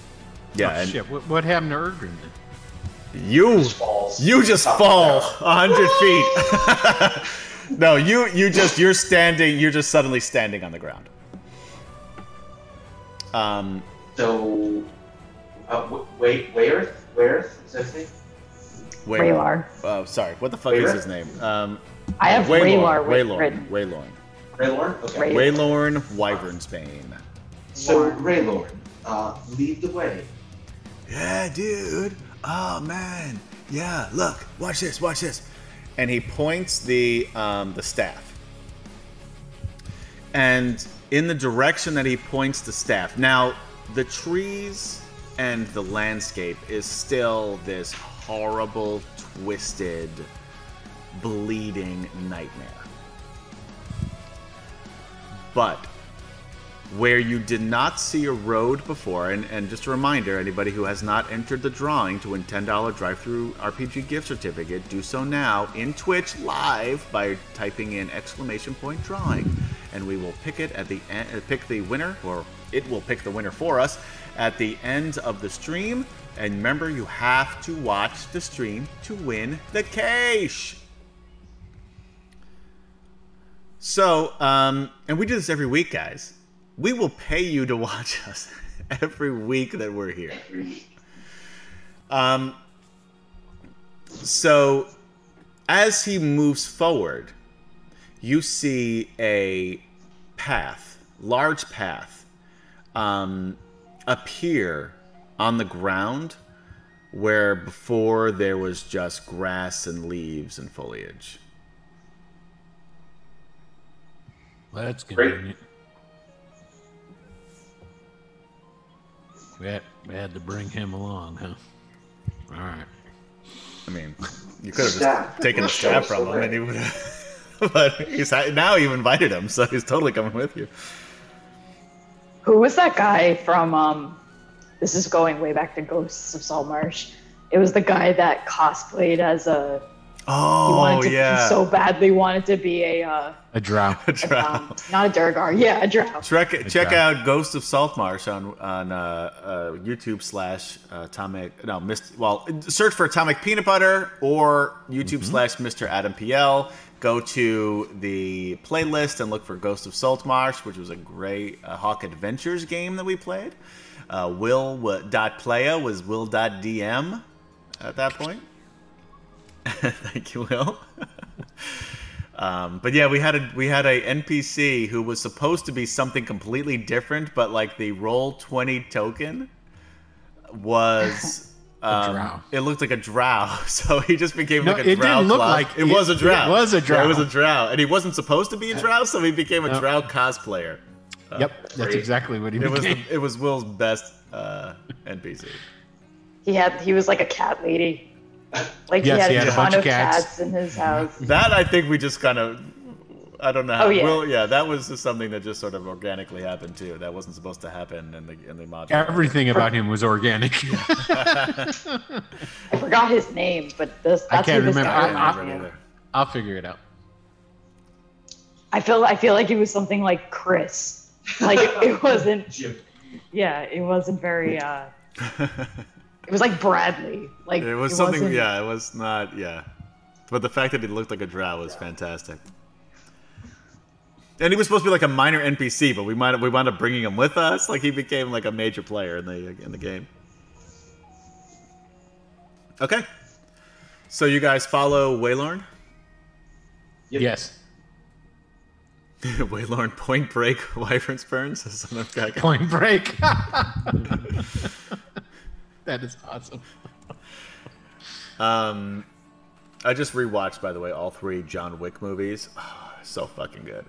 B: yeah, and
E: Oh, Shit, what, what happened to Ergrin?
B: you
F: Falls.
B: You just
F: Top of
B: fall a
F: the barrel.
B: hundred feet. no, you you just you're standing. You're just suddenly standing on the ground. Um,
F: So, uh, w- wait, Wayrith? Wayrith? Is that his name?
B: wait.
D: Raylar.
B: Oh, sorry. What the fuck is
F: Waylor?
B: his name? Um,
D: I have Raylar writ-
B: Waylorn.
D: written.
B: Waylorn.
F: Raylorn? Okay.
D: Ray-
B: Waylorn Wyvernsbane.
F: So, Raylorn, uh, lead the way.
I: Yeah, dude. Oh man. Yeah. Look. Watch this. Watch this.
B: and he points the um, the staff. And in the direction that he points the staff, now the trees and the landscape is still this horrible, twisted, bleeding nightmare. But where you did not see a road before. And, and just a reminder anybody who has not entered the drawing to win $10 drive through RPG gift certificate, do so now in Twitch live by typing in exclamation point drawing. And we will pick it at the end, uh, pick the winner, or it will pick the winner for us at the end of the stream. And remember, you have to watch the stream to win the cash. So, um, and we do this every week, guys. We will pay you to <laughs> watch us every week that we're here. Um, so, as he moves forward, you see a path, large path, um, appear on the ground where before there was just grass and leaves and foliage.
G: Well, that's
F: Great.
G: convenient. We had, we had to bring him along, huh? All right.
B: I mean, you could have
F: Staff.
B: just taken a stab from him, and he would have. <laughs> But he's now you've invited him, so he's totally coming with you.
D: Who was that guy from? Um, this is going way back to Ghosts of Saltmarsh. It was the guy that cosplayed as a. He
B: Oh
D: wanted to, he so badly wanted to be a. Uh,
E: A
F: <laughs>
E: drow.
D: um, not a Durgar. Yeah, a drow.
B: Check, check out Ghost of Saltmarsh on on uh, uh, YouTube slash uh, Atomic. No, mist, well, search for Atomic Peanut Butter or YouTube slash Mr. Adam PL. Go to the playlist and look for Ghost of Saltmarsh, which was a great uh, Hawk Adventures game that we played. Uh, Will wa- dot playa was Will dot DM at that point. <laughs> Thank you, Will. Um, but yeah, we had a we had a NPC who was supposed to be something completely different, but like the roll twenty token
E: <laughs>
B: was um,
E: drow.
B: It looked like a drow, <laughs> so he just became
E: No,
B: like a
E: it
B: drow.
E: didn't look
B: clone.
E: like-
B: it, was a
E: it-
B: drow.
E: it was a
B: Yeah, it
E: drow. Uh,
B: was a drow, and he wasn't supposed to be a drow, so he became a drow cosplayer.
E: yep, that's exactly what he
B: It was
E: became. <laughs>
B: the, it was Will's best uh, NPC.
D: He had. He was like a cat lady. Like
E: Yes,
D: he
E: he
D: had,
E: had a
D: a
E: bunch
D: ton
E: of
D: of
E: cats.
D: cats. in his house.
B: That I think we just kind of. I don't know. How,
D: Oh, yeah.
B: Will, yeah, that was just something that just sort of organically happened too. That wasn't supposed to happen in the in the module.
E: <laughs> Everything about him was organic.
D: I forgot his name, but this. That's
E: can't
D: who this
E: remember.
D: guy
E: I-
B: I
D: reminds
B: don't
D: me of.
B: remember either.
E: <laughs> I'll figure it out.
D: I feel I feel like it was something like Chris. Like it wasn't
F: Jim.
D: yeah, it wasn't very uh it was like Bradley. Like
B: It was something,
D: wasn't-
B: yeah, it was not, yeah. But the fact that it looked like a drow was fantastic. And he was supposed to be like a minor NPC, but we might we wound up bringing him with us. Like he became like a major player in the in the game. Okay, so you guys follow Waylorn. <laughs>
F: Yep.
E: Yes.
B: Waylorn Point Break <laughs> Wyvern's Burns. Son of a-
E: Point break. <laughs> that is awesome.
B: Um, I just rewatched, by the way, all three John Wick movies. <sighs> Oh, so fucking good.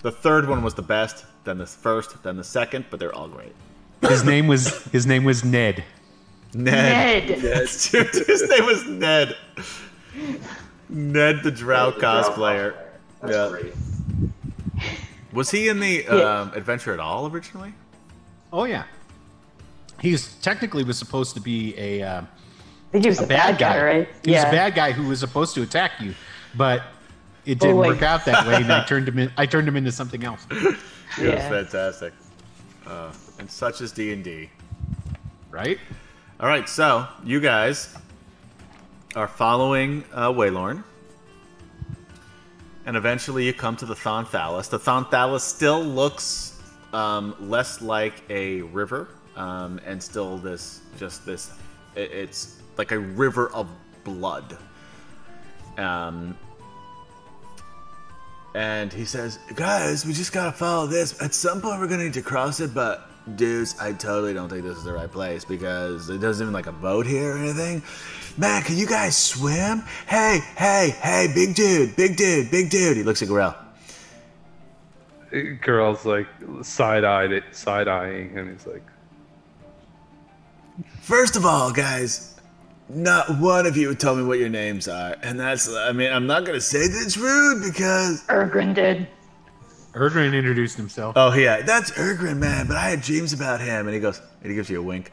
B: The third one was the best, then the first, then the second, but they're all great.
E: His name was his name was Ned.
B: Ned.
D: Ned.
B: Yes, <laughs> dude, his name was Ned. Ned the Drow
F: The drow
B: Oh, cosplayer.
F: That's
B: Yeah.
F: great.
B: Was he in the
D: Yeah.
B: um, adventure at all originally?
E: Oh yeah. He's technically was supposed to be a uh,
D: I think he was a, bad, guy, right?
E: He
D: yeah.
E: was a bad guy who was supposed to attack you, but it didn't
D: wait.
E: work out that way,
B: <laughs>
E: and I turned him in, I turned him into something else.
B: It was
D: Yeah.
B: fantastic. Uh, and such is D and D.
E: Right?
B: All right, so you guys are following uh, Waylorn, and eventually you come to the Thonthallus. The Thonthallus still looks um, less like a river, um, and still this just this. It, it's like a river of blood. Um, and he says,
I: Guys, we just gotta follow this. At some point, we're gonna need to cross it, but
B: "Dudes, I totally don't think this is the right place because it doesn't even like a boat here."
I: or anything. Man, can you guys swim? Hey, hey, hey, big dude, big dude, big dude. He looks at Gorell.
C: Girl's like side eyed it, side eyeing, and he's like,
I: First of all, guys,
B: Not one of you told me what your names are, and that's. I mean, I'm not gonna say
I: it's rude because
D: Ergrin did.
J: Ergrin introduced himself.
B: Oh yeah, that's Ergrin, man. But I had dreams about him, and he goes, and he gives you a wink.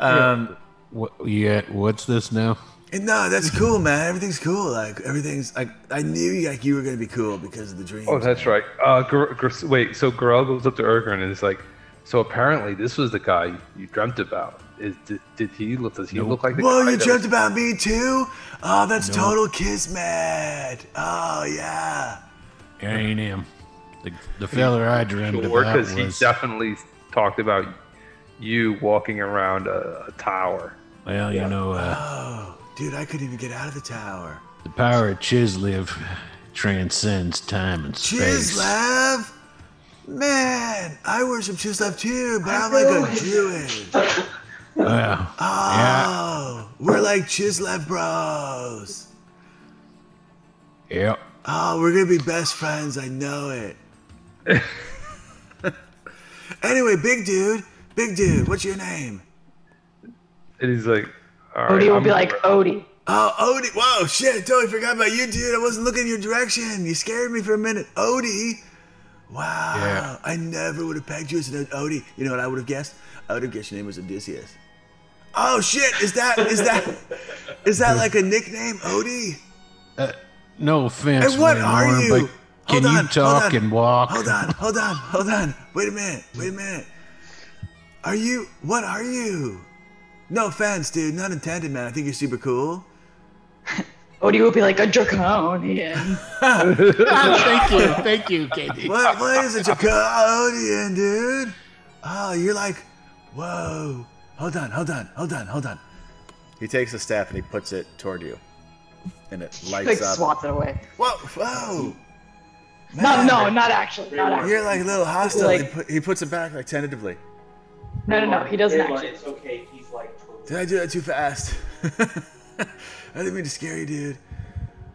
B: Um,
E: What? Yeah. What's this now?
B: and no, that's cool, man. Everything's cool. Like everything's like I knew like you were gonna be cool because of the dreams.
C: Oh, that's right. Uh, Gr- Gr- wait, so Gorell goes up to Ergrin and is like, "So apparently this was the guy you dreamt about. Is did, did he look? Does he look like the
B: Whoa,
C: guy
B: you
C: that
B: dreamt about me too? Oh, that's total kismet. Oh yeah.
E: It ain't him. The, the feller I dreamed
C: was
E: about
C: because he
E: was.
C: definitely talked about you walking around a, a tower."
E: Well, you know, uh,
B: Oh, dude, I couldn't even get out of the tower.
E: the power of Chislev transcends time and space.
B: Chislev? Man, I worship Chislev too, but I'm like a Druid.
E: Well,
B: Oh, we're like Chislev bros.
E: yep.
B: Oh, we're gonna be best friends. I know it. anyway, big dude, big dude, what's your name?
C: And he's like, "All right,
D: Odie will
C: I'm
D: be like,
C: Gorell."
D: Odie.
B: Oh, Odie. Whoa, shit, totally forgot about you, dude. I wasn't looking your direction. You scared me for a minute. Odie. Wow.
E: Yeah.
B: I never would have pegged you as an Odie. You know what I would have guessed? I would have guessed your name was Odysseus. Oh shit, is that is that is that like a nickname, Odie?
E: No offense,
B: And what
E: Wayne
B: are
E: Warren,
B: you?
E: but can
B: Hold on,
E: you talk
B: hold on,
E: and walk?
B: Hold on, hold on, hold on. Wait a minute, wait a minute. Are you? What are you? No offense, dude. Not intended, man. I think you're super cool.
D: Odie will be like a draconian. <laughs>
J: thank you, thank you, Katie.
B: What? What is a Draconian, dude? Oh, you're like, whoa. Hold on, hold on, hold on, hold on. He takes the staff and he puts it toward you, and it lights
D: like
B: up.
D: swats
B: <laughs>
D: it away.
B: Whoa, whoa.
D: No, no, not actually. Not actually.
B: You're like a little hostile.
D: Like-
B: he, put, he puts it back like tentatively.
D: No, no, no. He doesn't
F: They're like,
D: actually.
F: It's okay. He's like.
B: Did I do that too fast? <laughs> I didn't mean to scare you, dude.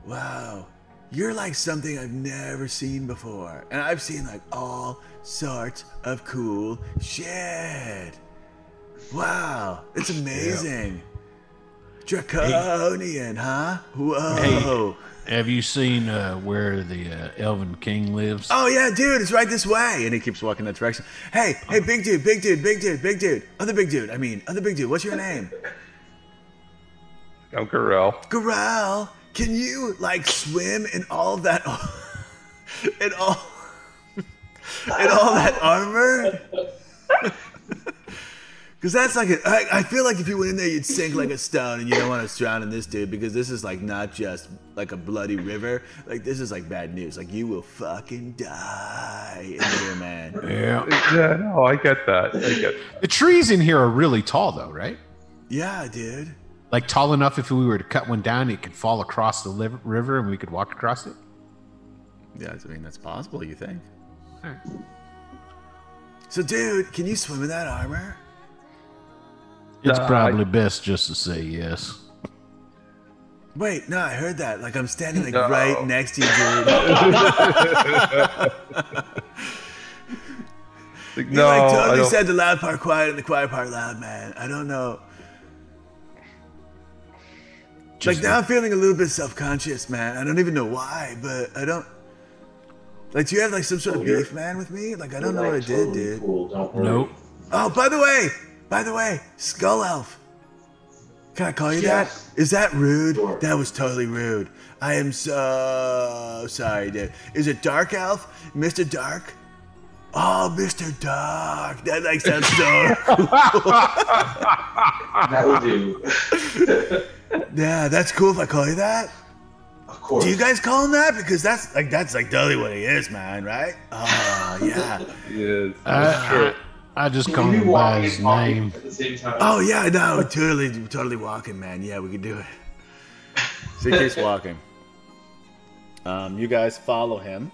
B: Wow. You're like something I've never seen before. And I've seen like all sorts of cool shit. Wow. It's amazing. Draconian, huh? Whoa.
E: Have you seen uh, where the uh, Elven King lives?
B: Oh, yeah, dude, it's right this way. And he keeps walking that direction. Oh. Hey, hey, big dude, big dude, big dude, big dude. Other big dude, I mean, other big dude, what's your name?
C: "I'm
D: <laughs>
C: Gorell."
B: Goral, can you like swim in all that <laughs> in all in all that armor? <laughs> Because that's like a, I, I feel like if you went in there, you'd sink like a stone, and you don't want to drown in this dude because this is like not just like a bloody river. Like this is like bad news. Like you will fucking die in here, man.
E: Yeah.
C: Yeah, no, I get that. I get that.
J: The trees in here are really tall, though, right?
B: Yeah, dude.
J: Like tall enough if we were to cut one down, it could fall across the liv- river and we could walk across it.
B: Yeah, I mean that's possible. You think? So, dude, can you swim in that armor?
E: It's
C: Uh,
E: probably best just to say yes.
B: Wait, no, I heard that. Like I'm standing like
C: No.
B: right next to you, dude.
C: Like,
B: You
C: no,
B: like
C: I
B: totally
C: don't-
B: said the loud part quiet and the quiet part loud, man. I don't know.
E: Just
B: like now I'm feeling a little bit self-conscious, man. I don't even know why, but I don't. Like, do you have like some sort of
F: Oh, you're-
B: beef, man, with me? Like, I don't know what I did, dude.
F: Cool. Don't worry.
E: Nope.
B: Oh, by the way, by the way, Skull Elf. Can I call you
F: Yes.
B: that? Is that rude?
F: Sure.
B: That was totally rude. I am so sorry, dude. Is it Dark Elf? Mr. Dark? Oh, Mr. Dark. That like sounds
F: <laughs>
B: so.
F: That will do. <laughs>
B: yeah, that's cool if I call you that.
F: Of course.
B: Do you guys call him that? Because that's like that's like totally what he is, man. Right? Oh yeah.
C: Yes,
J: Uh,
C: that's true.
E: I, I, I just
F: Can
E: call
F: we be
E: him by
F: walking
E: his
F: and talking
E: name.
F: At the same time.
B: Oh yeah. No, totally, totally walking, man. Yeah, we could do it.
K: So he keeps walking. Um, you guys follow him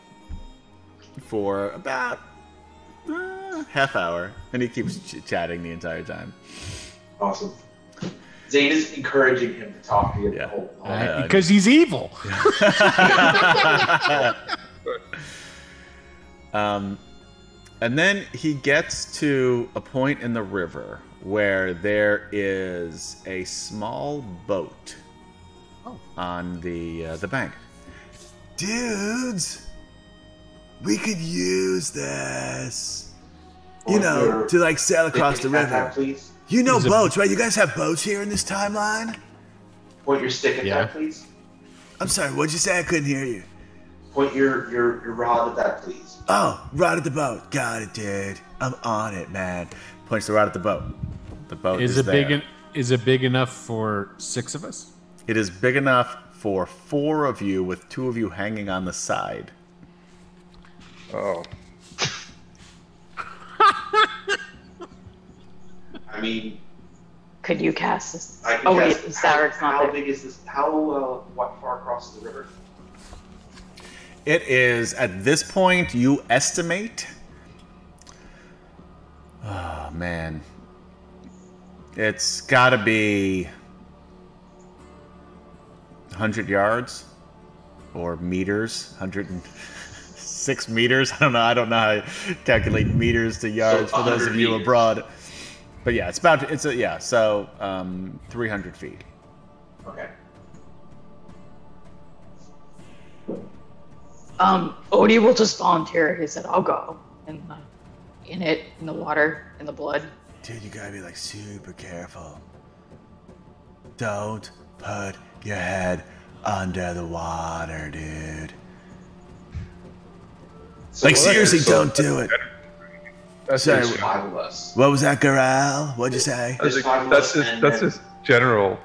K: for about uh, half hour, and he keeps ch- chatting the entire time.
F: Awesome. Zane is encouraging him to talk to you.
K: Yeah.
F: The whole, the whole
J: Right?
K: yeah.
J: because Uh, he's evil.
K: Um, and then he gets to a point in the river where there is a small boat on the uh, the bank.
B: Dudes, we could use this. You
F: Or
B: know,
F: for-
B: to like sail across the
F: Can you have
B: river.
F: that, please.
B: You know
E: Is it-
B: boats, right? You guys have boats here in this timeline?
F: Point your stick at
E: Yeah.
F: that, please.
B: I'm sorry, what'd you say? I couldn't hear you.
F: Point your, your, your rod at that, please.
B: Oh, right at the boat. Got it, dude. I'm on it, man. Points the rod at the boat. The boat
E: Is
B: is,
E: it
K: there.
E: big? En- is it big enough for six of us?
K: It is big enough for four of you, with two of you hanging on the side.
C: Oh.
F: I mean,
D: Could you cast this?
F: I can
D: Oh, wait,
F: guess
D: Zarek's
F: how,
D: not
F: how
D: there.
F: big is this? How uh, what far across the river?
K: It is at this point you estimate. Oh man. It's gotta be 100 yards or meters, 106 meters. <laughs> I don't know. I don't know how to calculate meters to yards for those of
F: 100
K: you
F: meters.
K: abroad. But yeah, it's about, it's a, yeah, so um, 300 feet.
F: Okay.
D: Um, Odie will just volunteer. He said, "I'll go." In the, in it, in the water, in the blood.
B: Dude, you gotta be like super careful. Don't put your head under the water, dude.
F: So
B: Like
F: what-
B: seriously,
F: so
B: don't do it.
C: That's
B: Sorry,
C: his,
F: There's five of us.
B: What was that, Garal? What'd you say?
C: that's, his, that's, his, that's his general.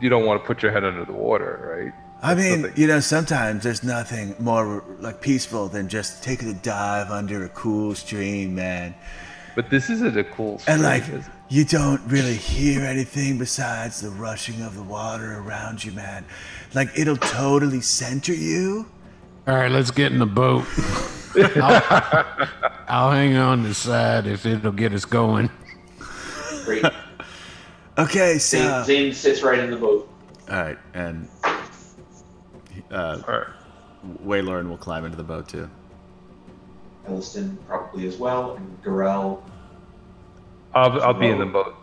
C: You don't want to put your head under the water,
B: I mean,
C: nothing.
B: you know, sometimes there's nothing more like peaceful than just taking a dive under a cool stream, man.
C: right? But this isn't a cool.
B: And
C: story,
B: like,
C: is it?
B: you don't really hear anything besides the rushing of the water around you, man. Like, it'll totally center you.
L: All right, let's get in the boat. I'll, I'll hang on the side if it'll get us going.
B: <laughs>
F: Great.
B: Okay,
F: Zane,
B: so
F: Zane sits right in the boat.
K: All right, and uh,
C: All right.
K: Waylorn will climb into the boat too.
F: Elliston probably as well, and Garel.
C: I'll, I'll be in the boat.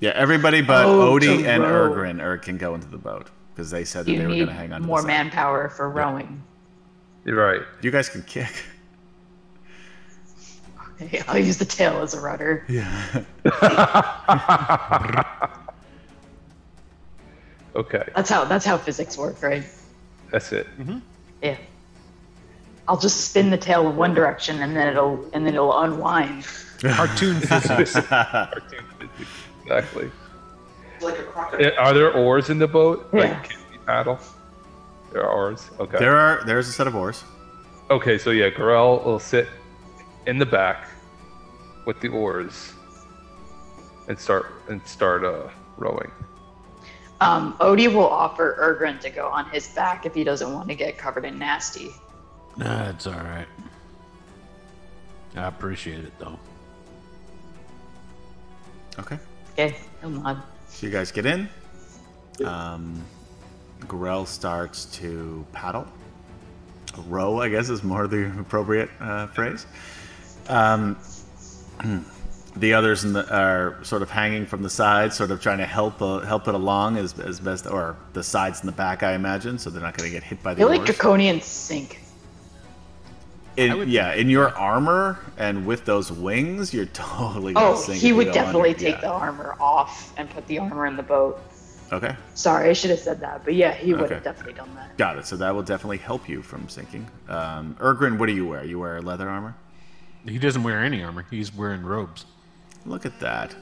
K: Yeah, everybody but
D: Oh,
K: Odie
D: to
K: and
D: row.
K: Ergrin er, can go into the boat because they said that
D: You
K: they were
D: need
K: going to hang on to
D: more
K: the side.
D: manpower for rowing. <laughs>
C: You're right.
K: You guys can kick.
D: Okay, I'll use the tail as a rudder.
K: <laughs> Yeah.
C: Okay,
D: That's how that's how physics work, right?
C: that's it.
D: Yeah. I'll just spin the tail in one direction and then it'll and then it'll unwind.
E: Cartoon physics.
C: Exactly.
F: It's like a crocodile.
C: Eh, Are there oars in the boat?
D: Yeah.
C: Like, can we paddle? There are oars. Okay.
K: <laughs> there are there's a set of oars.
C: Okay, so yeah, Gorel will sit in the back with the oars and start and start uh, rowing.
D: Um, Odie will offer Ergrin to go on his back if he doesn't want to get covered in nasty.
L: Nah, it's all right. I appreciate it though.
K: Okay.
D: Okay, he'll nod.
K: So you guys get in. Um, Grell starts to paddle. Row, I guess, is more the appropriate uh, phrase. Um, <clears throat> the others in the, are sort of hanging from the side, sort of trying to help uh, help it along as, as best, or the sides and the back, I imagine, so they're not going to get hit by the
D: They're like
K: oars.
D: draconian sink.
K: In- yeah, in your armor and with those wings, you're <laughs> totally. Gonna
D: Oh,
K: sink
D: he
K: if you
D: would
K: go
D: definitely
K: under.
D: take the
K: yeah.
D: armor off and put the armor in the boat.
K: Okay,
D: Sorry, I should have said that, but yeah, he would have
K: Okay.
D: definitely done that.
K: got it. So that will definitely help you from sinking. Um, Ergrin, what do you wear? You wear leather armor.
E: he doesn't wear any armor. He's wearing robes.
K: Look at that.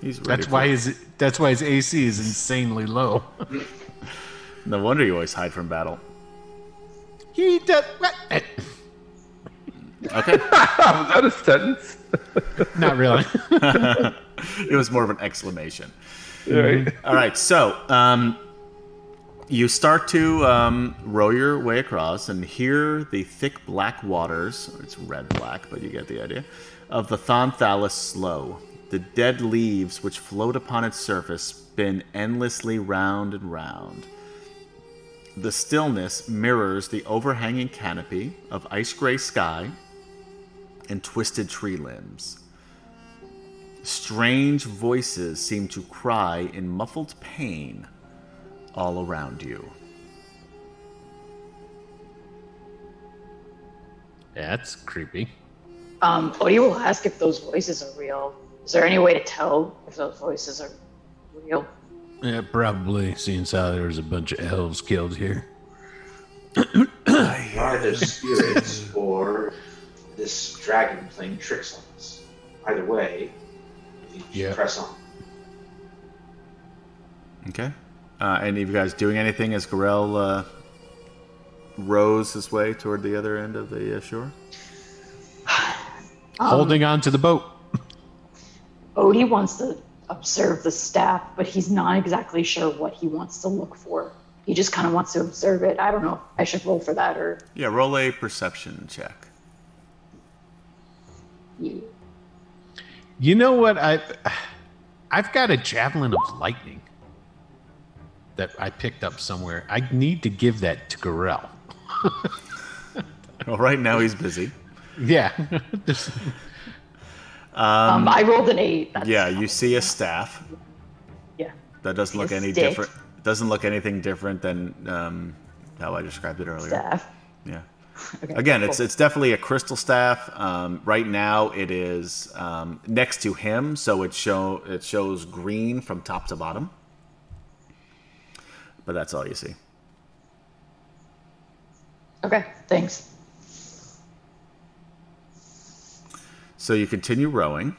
K: He's ready
E: That's
K: for-
E: why his that's why his AC is insanely low. <laughs>
K: No wonder you always hide from battle.
E: he does. What? <laughs>
K: Okay,
C: Was that a sentence?
E: Not really.
K: it was more of an exclamation.
C: right.
K: All right, so um, you start to um, row your way across, and here the thick black waters, it's red black, but you get the idea, of the Thanthalus slow. The dead leaves which float upon its surface spin endlessly round and round. The stillness mirrors the overhanging canopy of ice gray sky and twisted tree limbs. Strange voices seem to cry in muffled pain all around you.
E: Yeah, <laughs> that's creepy.
D: Um, Odie will ask if those voices are real. Is there any way to tell if those voices are real?
M: Yeah, probably, since how there was a bunch of elves killed here.
B: I,
F: either spirits or this dragon playing tricks on us. Either way, we should
M: Yeah.
F: press on.
K: Okay. Uh, any of you guys doing anything as Gorel uh, rows his way toward the other end of the uh, shore?
D: Um,
E: Holding on to the boat.
D: Odie wants to observe the staff, but he's not exactly sure what he wants to look for. He just kind of wants to observe it. I don't know if I should roll for that or.
K: Yeah, roll a perception check.
E: You know what? I <sighs> I've got a javelin of lightning that I picked up somewhere. I need to give that to Gorell.
K: Well, right now he's busy.
E: <laughs> Yeah. This-
D: Um, I rolled an eight. That's,
K: Yeah, you see a staff
D: Yeah.
K: that doesn't look
D: A
K: any
D: stick.
K: different. Doesn't look anything different than um, how I described it earlier.
D: Staff.
K: Yeah. Again, it's it's definitely a crystal staff. Um, right now, it is um, next to him, so it show it shows green from top to bottom. But that's all you see.
D: Okay. Thanks.
K: So you continue rowing.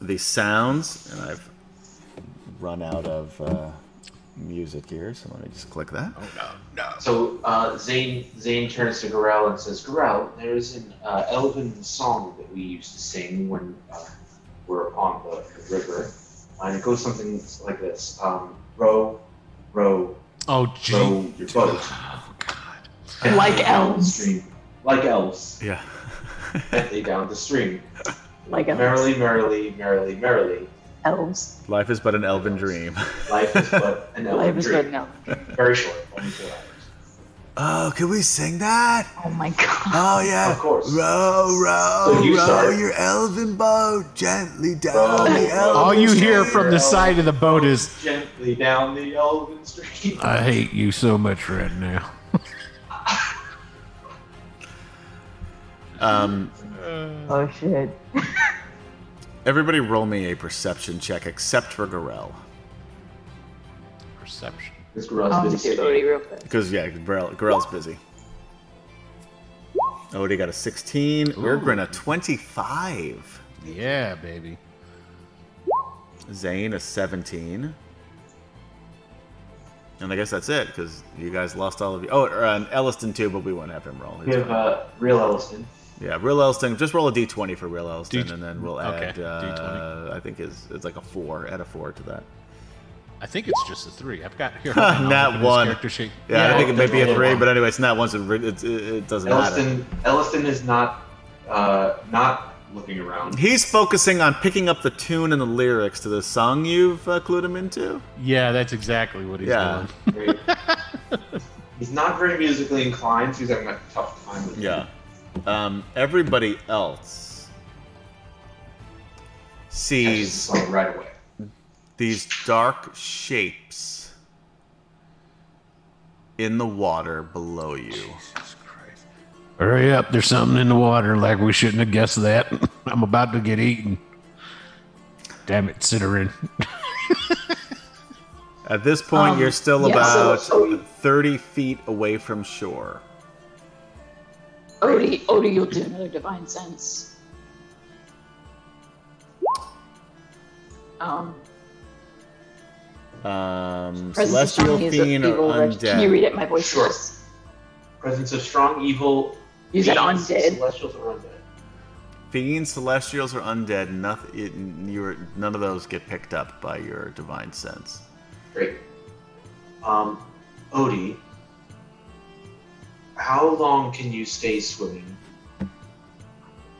K: The sounds, and I've run out of uh, music here, so let me just click that.
F: So uh, Zane Zane turns to Gorell and says, "Gorell, there is an uh, elven song that we used to sing when uh, we're on the, the river, and it goes something like this: um, row, row,
E: oh gee.
F: row your boat
E: Oh god.
D: <laughs>
F: gently
D: Like
F: down the
D: elves.
F: stream, like elves,
K: Yeah.
F: gently down the stream,
D: <laughs> Like elves.
F: merrily, merrily, merrily, merrily.
D: Elves.
K: Life is but an elven dream.
F: Life is but an elven
D: Life is good
F: dream.
D: now.
F: Very short, only four hours.
B: oh, can we sing that?
D: Oh my <laughs> god.
B: Oh yeah.
F: Of course.
B: Row, row,
F: So you
B: row
F: start.
B: your elven boat gently down
F: Row,
B: the
F: row.
B: elven
E: All you hear
B: stream.
E: from the side of the boat is
F: Gently down the elven stream.
K: <laughs>
M: I hate you so much right now.
K: Um,
D: Oh shit.
K: everybody, roll me a perception check, except for Gorel,
E: perception.
F: This girl's
D: I'll
F: been
D: just
F: singing.
D: give Odie real quick.
K: because yeah, Gorel, Gorel's busy. Odie got a 16. Ergrin a 25.
E: Yeah, baby.
K: Zane a 17. And I guess that's it because you guys lost all of you. Oh, or, um, Elliston too, but we won't have him roll.
F: We have uh, real Elliston.
K: yeah, real Elliston. Just roll a d20 for real Elliston,
E: D-
K: and then we'll
E: okay,
K: add. Uh,
E: D20.
K: I think is it's like a four. Add a four to that.
E: I think it's just a three. I've got here. hold on, I'll
K: <laughs> Not
E: look at his
K: one.
E: Character sheet.
K: Yeah, I think it may be a
F: definitely.
K: three, but anyway, it's not once. It, re- it's- it, it doesn't matter.
F: Elliston, Elliston is not uh, not looking around.
K: He's focusing on picking up the tune and the lyrics to the song you've uh, clued him into.
E: Yeah, that's exactly what he's
K: Yeah.
E: doing.
F: Right?
D: <laughs>
F: he's not very musically inclined, so he's having a tough time with it.
K: Yeah. <laughs> Um, everybody else
F: Catches the
K: sees
F: song right away.
K: these dark shapes in the water below you.
M: Hurry up, there's something in the water like we shouldn't have guessed that. <laughs> I'm about to get eaten. Damn it, Citarin.
K: At this point,
D: Um,
K: you're still
D: yeah,
F: so-
K: about
F: so-
K: 30 feet away from shore.
D: Odie, Odie, you'll do another divine sense. Um,
K: Um,
D: presence of
K: celestial
D: strong is
K: fiend or
D: evil. reg-
K: undead.
D: Can you read it? My voice
F: Sure.
D: is just.
F: Presence of strong evil.
D: You said
F: fiends,
D: undead.
F: Celestials or undead.
K: Fiends, celestials, or undead, noth- it, you're, none of those get picked up by your divine sense. <laughs>
F: Great. Um, Odie, how long can you stay swimming?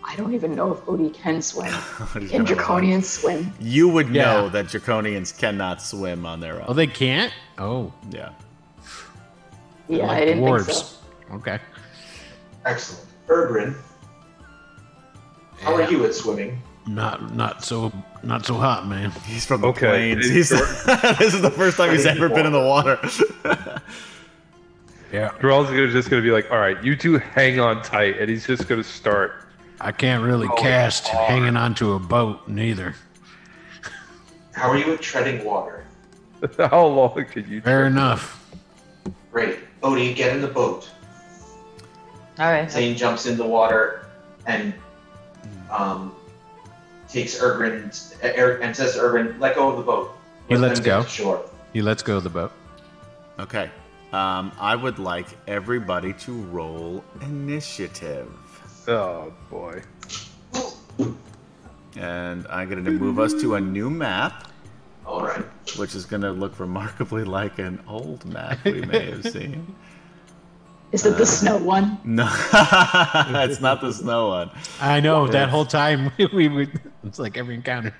D: I don't even know if Odie can swim.
K: What is
D: Can
K: going on?
D: draconians swim?
K: You would
E: Yeah.
K: know that draconians cannot swim on their own.
E: Oh, they can't. Oh,
K: yeah.
D: Yeah,
E: like
D: I didn't
E: dwarves.
D: think so.
E: Okay.
F: Excellent. Ergrin, how
M: Yeah.
F: are you at swimming?
M: Not not so not so hot, man.
K: He's from the
C: Okay,
K: plains.
C: it's
K: <laughs> He's,
C: short.
K: this is the first time he's ever been in the water.
N: Yeah.
C: Grell's gonna, just going to be like, all right, you two hang on tight. And he's just going to start. <laughs>
N: I can't really
K: Oh,
N: cast hanging onto a boat neither.
F: How are you at treading water?
C: How long can you.
N: Fair enough.
F: Great. Odie, get in the boat.
O: All right.
F: Zane jumps in the water and um, takes Ergrin er, and says to Ergrin, let go of the boat.
E: He
F: Let
E: lets
F: them get
E: go.
F: to Shore.
E: He lets go of the boat.
K: <laughs> Okay. Um, I would like everybody to roll initiative.
C: Oh, boy.
K: And I'm going to move us to a new map,
F: All right.
K: which is going to look remarkably like an old map we may have seen.
D: Is it the snow one?
K: No, <laughs> it's not the snow one.
E: I know that whole time <laughs> we, we would. It's like every encounter.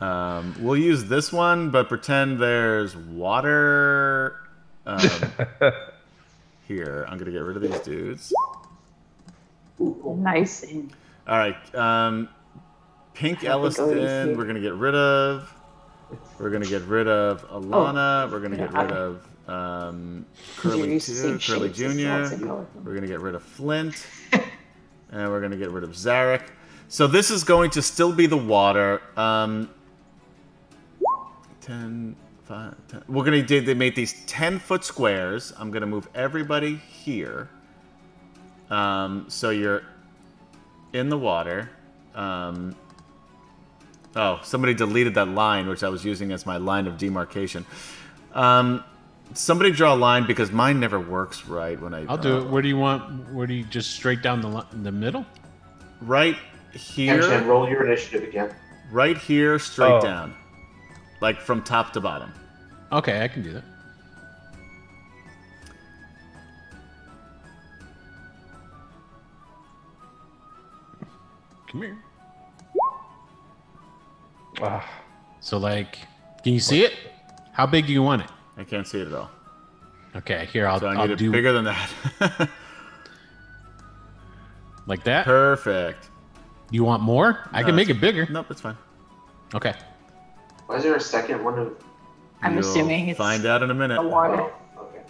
K: Um, we'll use this one, but pretend there's water um, here. I'm gonna get rid of these dudes.
D: Nice and
K: All right, um, Pink
D: I think Odie's
K: Elliston.
D: here.
K: We're gonna get rid of. We're gonna get rid of Alana. we're gonna get
D: Oh. yeah,
K: rid
D: I-
K: of um,
D: you're
K: Curly
D: used to
K: too,
D: seeing
K: Curly
D: shapes, it's lots of
K: Junior.
D: color.
K: We're gonna get rid of Flint, <laughs> and we're gonna get rid of Zarek. So this is going to still be the water. Um, 10, 5, 10. We're gonna do, they made these ten foot squares. I'm gonna move everybody here. Um, so you're in the water. Um, oh, somebody deleted that line which I was using as my line of demarcation. Um, somebody draw a line because mine never works right when I.
E: I'll do it. Where do you want? Where do you just straight down the li- the middle?
K: right
F: Emshan,
K: here,
F: roll your initiative again.
K: right here, straight
C: Oh.
K: down, like from top to bottom.
E: Okay, I can do that. Come here.
C: Ah,
E: So like, can you see it? How big do you want it?
K: I can't see it at all,
E: Okay, here I'll,
K: so I
E: I'll
K: need it
E: Um, do
K: bigger than that. <laughs>
E: like that.
K: Perfect.
E: You want more? I
K: No,
E: can make
K: it's-
E: it bigger.
K: Nope, that's fine.
E: Okay.
F: Why is there a second one of.
D: I'm assuming it's
K: find out in a minute.
D: the water.
F: Oh, okay.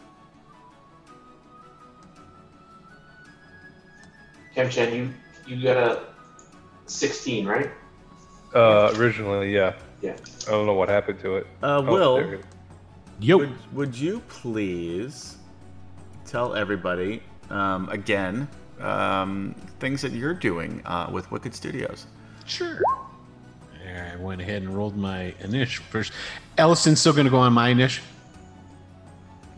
F: Kemshan, you, you got a 16, right?
C: uh, originally, yeah.
F: Yeah.
C: I don't know what happened to it.
K: Uh,
C: Oh,
K: Will,
C: there it
E: Yo.
K: Would, would you please tell everybody um, again um, things that you're doing uh, with Wicked Studios?
E: Sure. I went ahead and rolled my inish first. Ellison's still going to go on my inish.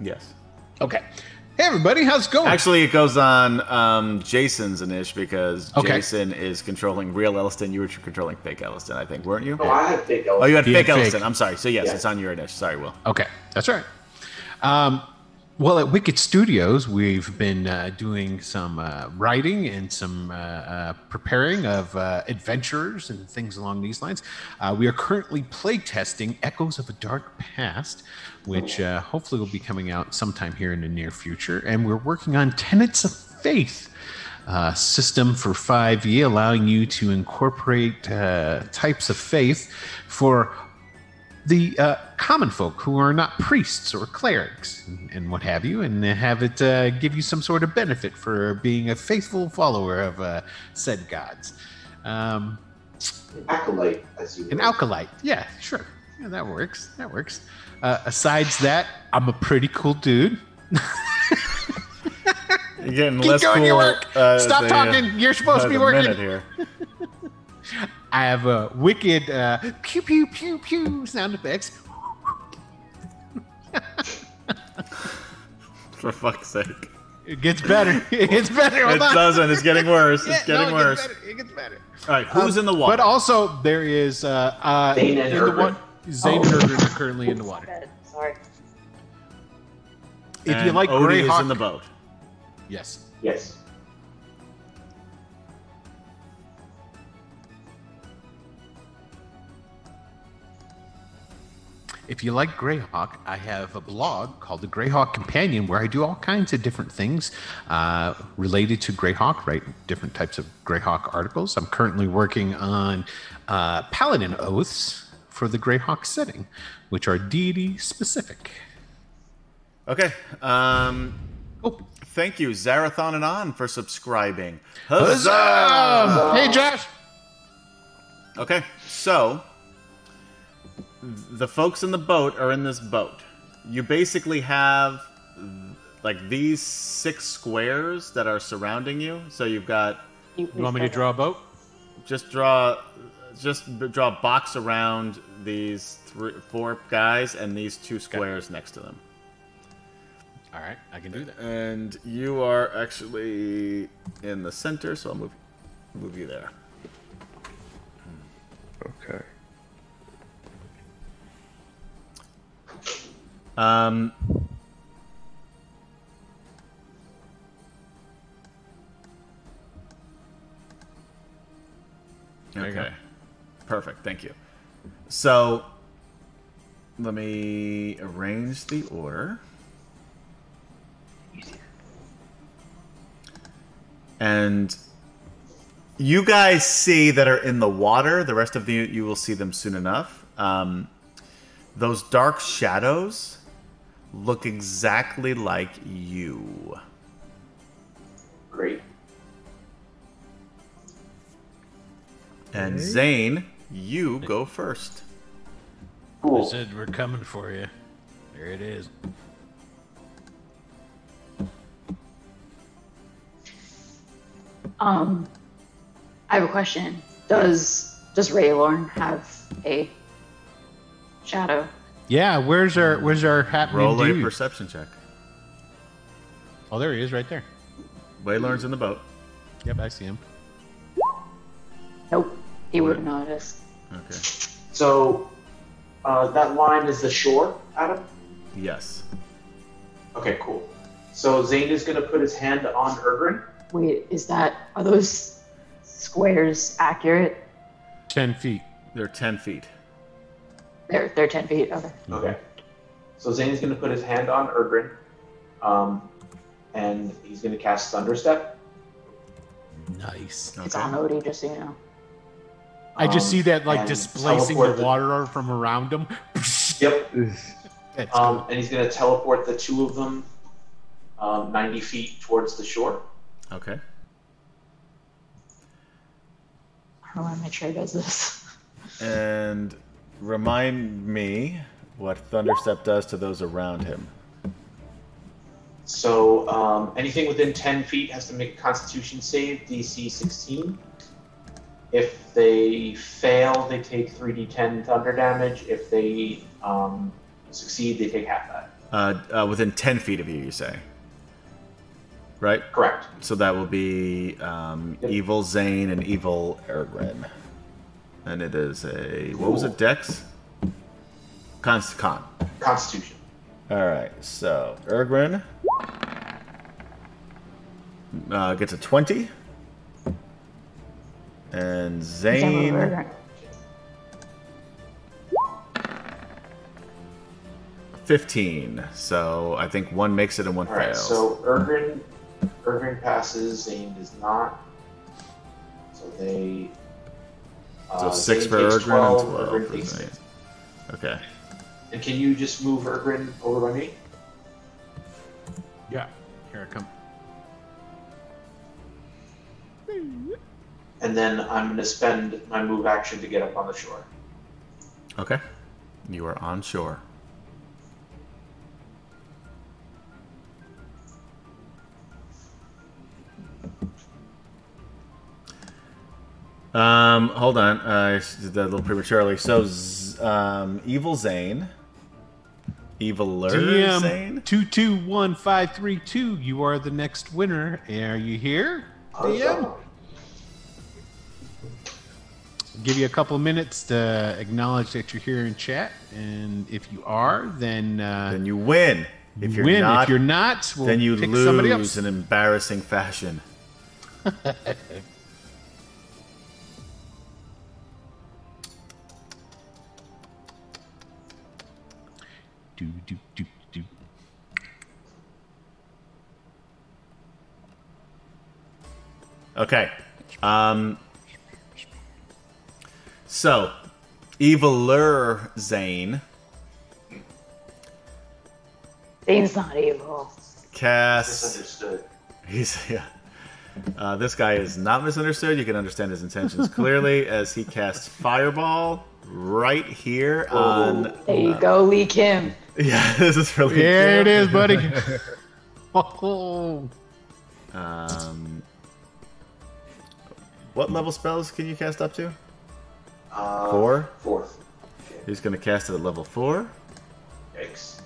K: Yes.
E: Okay. Hey, everybody. How's it going?
K: Actually, it goes on um, Jason's inish because
E: Okay.
K: Jason is controlling real Elliston. You were controlling fake Elliston, I think, weren't you?
F: Oh, I had big
K: Oh, you had
E: Yeah,
K: fake
E: fake.
K: Elliston. I'm sorry. So yes,
F: Yeah.
K: it's on your inish. Sorry, Will.
E: Okay, that's right. Um, well, at Wicked Studios, we've been uh, doing some uh, writing and some uh, uh, preparing of uh, adventurers and things along these lines. Uh, we are currently playtesting Echoes of a Dark Past, which uh, hopefully will be coming out sometime here in the near future. And we're working on Tenets of Faith, uh, system for 5e, allowing you to incorporate uh, types of faith for the uh, common folk who are not priests or clerics and, and what have you, and have it uh, give you some sort of benefit for being a faithful follower of uh, said gods. Um,
F: acolyte, as you
E: an
F: were.
E: alkalite, yeah, sure. Yeah, that works. That works. Uh, asides that, I'm a pretty cool dude.
K: You're getting
E: Keep
K: less
E: doing
K: cool.
E: your work.
K: uh,
E: Stop
K: the-
E: talking. You're supposed
K: by
E: to be
K: the
E: working.
K: minute here.
E: I have a wicked uh, pew pew pew pew sound effects.
K: For fuck's sake,
E: It gets better. <laughs> It gets better. <laughs>
K: it
E: Hold on.
K: doesn't. It's getting worse.
E: Yeah,
K: it's getting
E: no, it
K: worse.
E: Gets better. It gets better.
K: All right, who's
E: Um,
K: in the water?
E: But also, there is uh, uh,
F: Zane and
E: in
F: Oh.
E: the
F: Ergrin.
E: wa- Zane and Ergrin are currently in the
K: <laughs>
E: water.
O: Good. Sorry.
E: If you
K: And
E: like
K: Odie is
E: Greyhawk,
K: in the boat.
E: yes.
F: Yes.
E: If you like Greyhawk, I have a blog called the Greyhawk Companion where I do all kinds of different things uh, related to Greyhawk. Write different types of Greyhawk articles. I'm currently working on uh, Paladin oaths for the Greyhawk setting, which are deity specific.
K: Okay. Um,
E: Oh,
K: Thank you, Zarathon and On, for subscribing.
E: Huzzah! Hey, Josh.
K: Okay, so the folks in the boat are in this boat. You basically have like these six squares that are surrounding you. So you've got
E: You want me to draw a boat?
K: just draw just b- draw a box around these three four guys and these two squares next to them.
E: All right, I can do that.
K: And you are actually in the center, so I'll move move you there.
C: Okay.
K: Um,
E: you go.
K: okay. Perfect. Thank you. So, let me arrange the order. And you guys see that are in the water. The rest of you, you will see them soon enough. Um, those dark shadows look exactly like you.
F: Great.
K: And Zane, you go first.
P: I
F: Cool.
P: said we're coming for you. There it is.
D: Um, I have a question. Does does Raylorn have a shadow?
E: Yeah, where's our where's our happening
K: Roll a
E: dude?
K: perception check.
E: oh, there he is, right there.
K: Waylorn's in the boat.
E: Yep, I see him.
D: Nope. He wouldn't notice.
K: Okay.
F: So uh, that line is the shore, Adam.
K: Yes.
F: Okay, cool. So Zane is going to put his hand on Ergrin.
D: Wait, is that are those squares accurate?
E: Ten feet.
K: They're 10 feet.
D: They're they're ten feet. Okay.
E: Mm-hmm.
F: Okay. So Zane's going to put his hand on Ergrin, um, and he's going to cast Thunderstep.
P: Nice.
D: It's on Odie, just so you know.
E: I just
F: um,
E: see that like
F: and
E: displacing
F: teleport
E: the water from around
K: <laughs>
E: him.
F: Yep.
E: That's
F: Um, and he's going to teleport the two of them um, 90 feet towards the shore.
K: Okay.
D: I want to make sure he does this. <laughs>
K: And remind me what Thunderstep does to those around him.
F: So um, anything within 10 feet has to make a Constitution save, DC 16. If they fail, they take 3d10 thunder damage. If they um, succeed, they take half that.
K: Uh, uh, within 10 feet of you, you say. Right?
F: Correct.
K: So that will be um,
F: Yep.
K: Evil Zane and Evil Ergrin. And it is a. What was it, Dex? Const Con.
F: Constitution.
K: Alright, so Ergrin uh, gets a 20. And Zane.
D: Zane.
K: 15. So I think one makes it and one
F: All right.
K: fails.
F: So Ergrin, Ergrin passes. Zane does not. So they.
K: So
F: Uh,
K: six
F: Zane
K: for
F: takes
K: Ergrin
F: 12,
K: and
F: Ergrin
K: 12
F: takes
K: for Zane.
F: six.
K: Okay.
F: And can you just move Ergrin over by me?
E: yeah. Here I come.
F: And then I'm going to spend my move action to get up on the shore.
K: Okay. You are on shore. Um, hold on. I s- did that a little prematurely. So, Z- um, Evil Zane. Evil Zane?
E: DM two two one five three two. You are the next winner. Are you here? DM. Give you a couple minutes to acknowledge that you're here in chat, and if you are, then uh,
K: Then you win. If you're
E: win.
K: not,
E: if you're not, we'll
K: then you
E: pick somebody else.
K: lose in embarrassing fashion.
E: Do, do, do, do.
K: Okay. Um, so, Eviler Zane
D: Zane's not evil.
K: Cast.
F: Misunderstood.
K: <laughs> He's yeah. Uh, this guy is not misunderstood. You can understand his intentions clearly as he casts Fireball right here on. <laughs>
D: There you go, Lee Kim.
K: Yeah, this is really.
E: There it
K: cool.
E: is, buddy. <laughs> oh,
K: Um, what level spells can you cast up to?
F: Uh,
K: Four.
F: Fourth.
K: He's going to cast it at level four.
F: Yikes.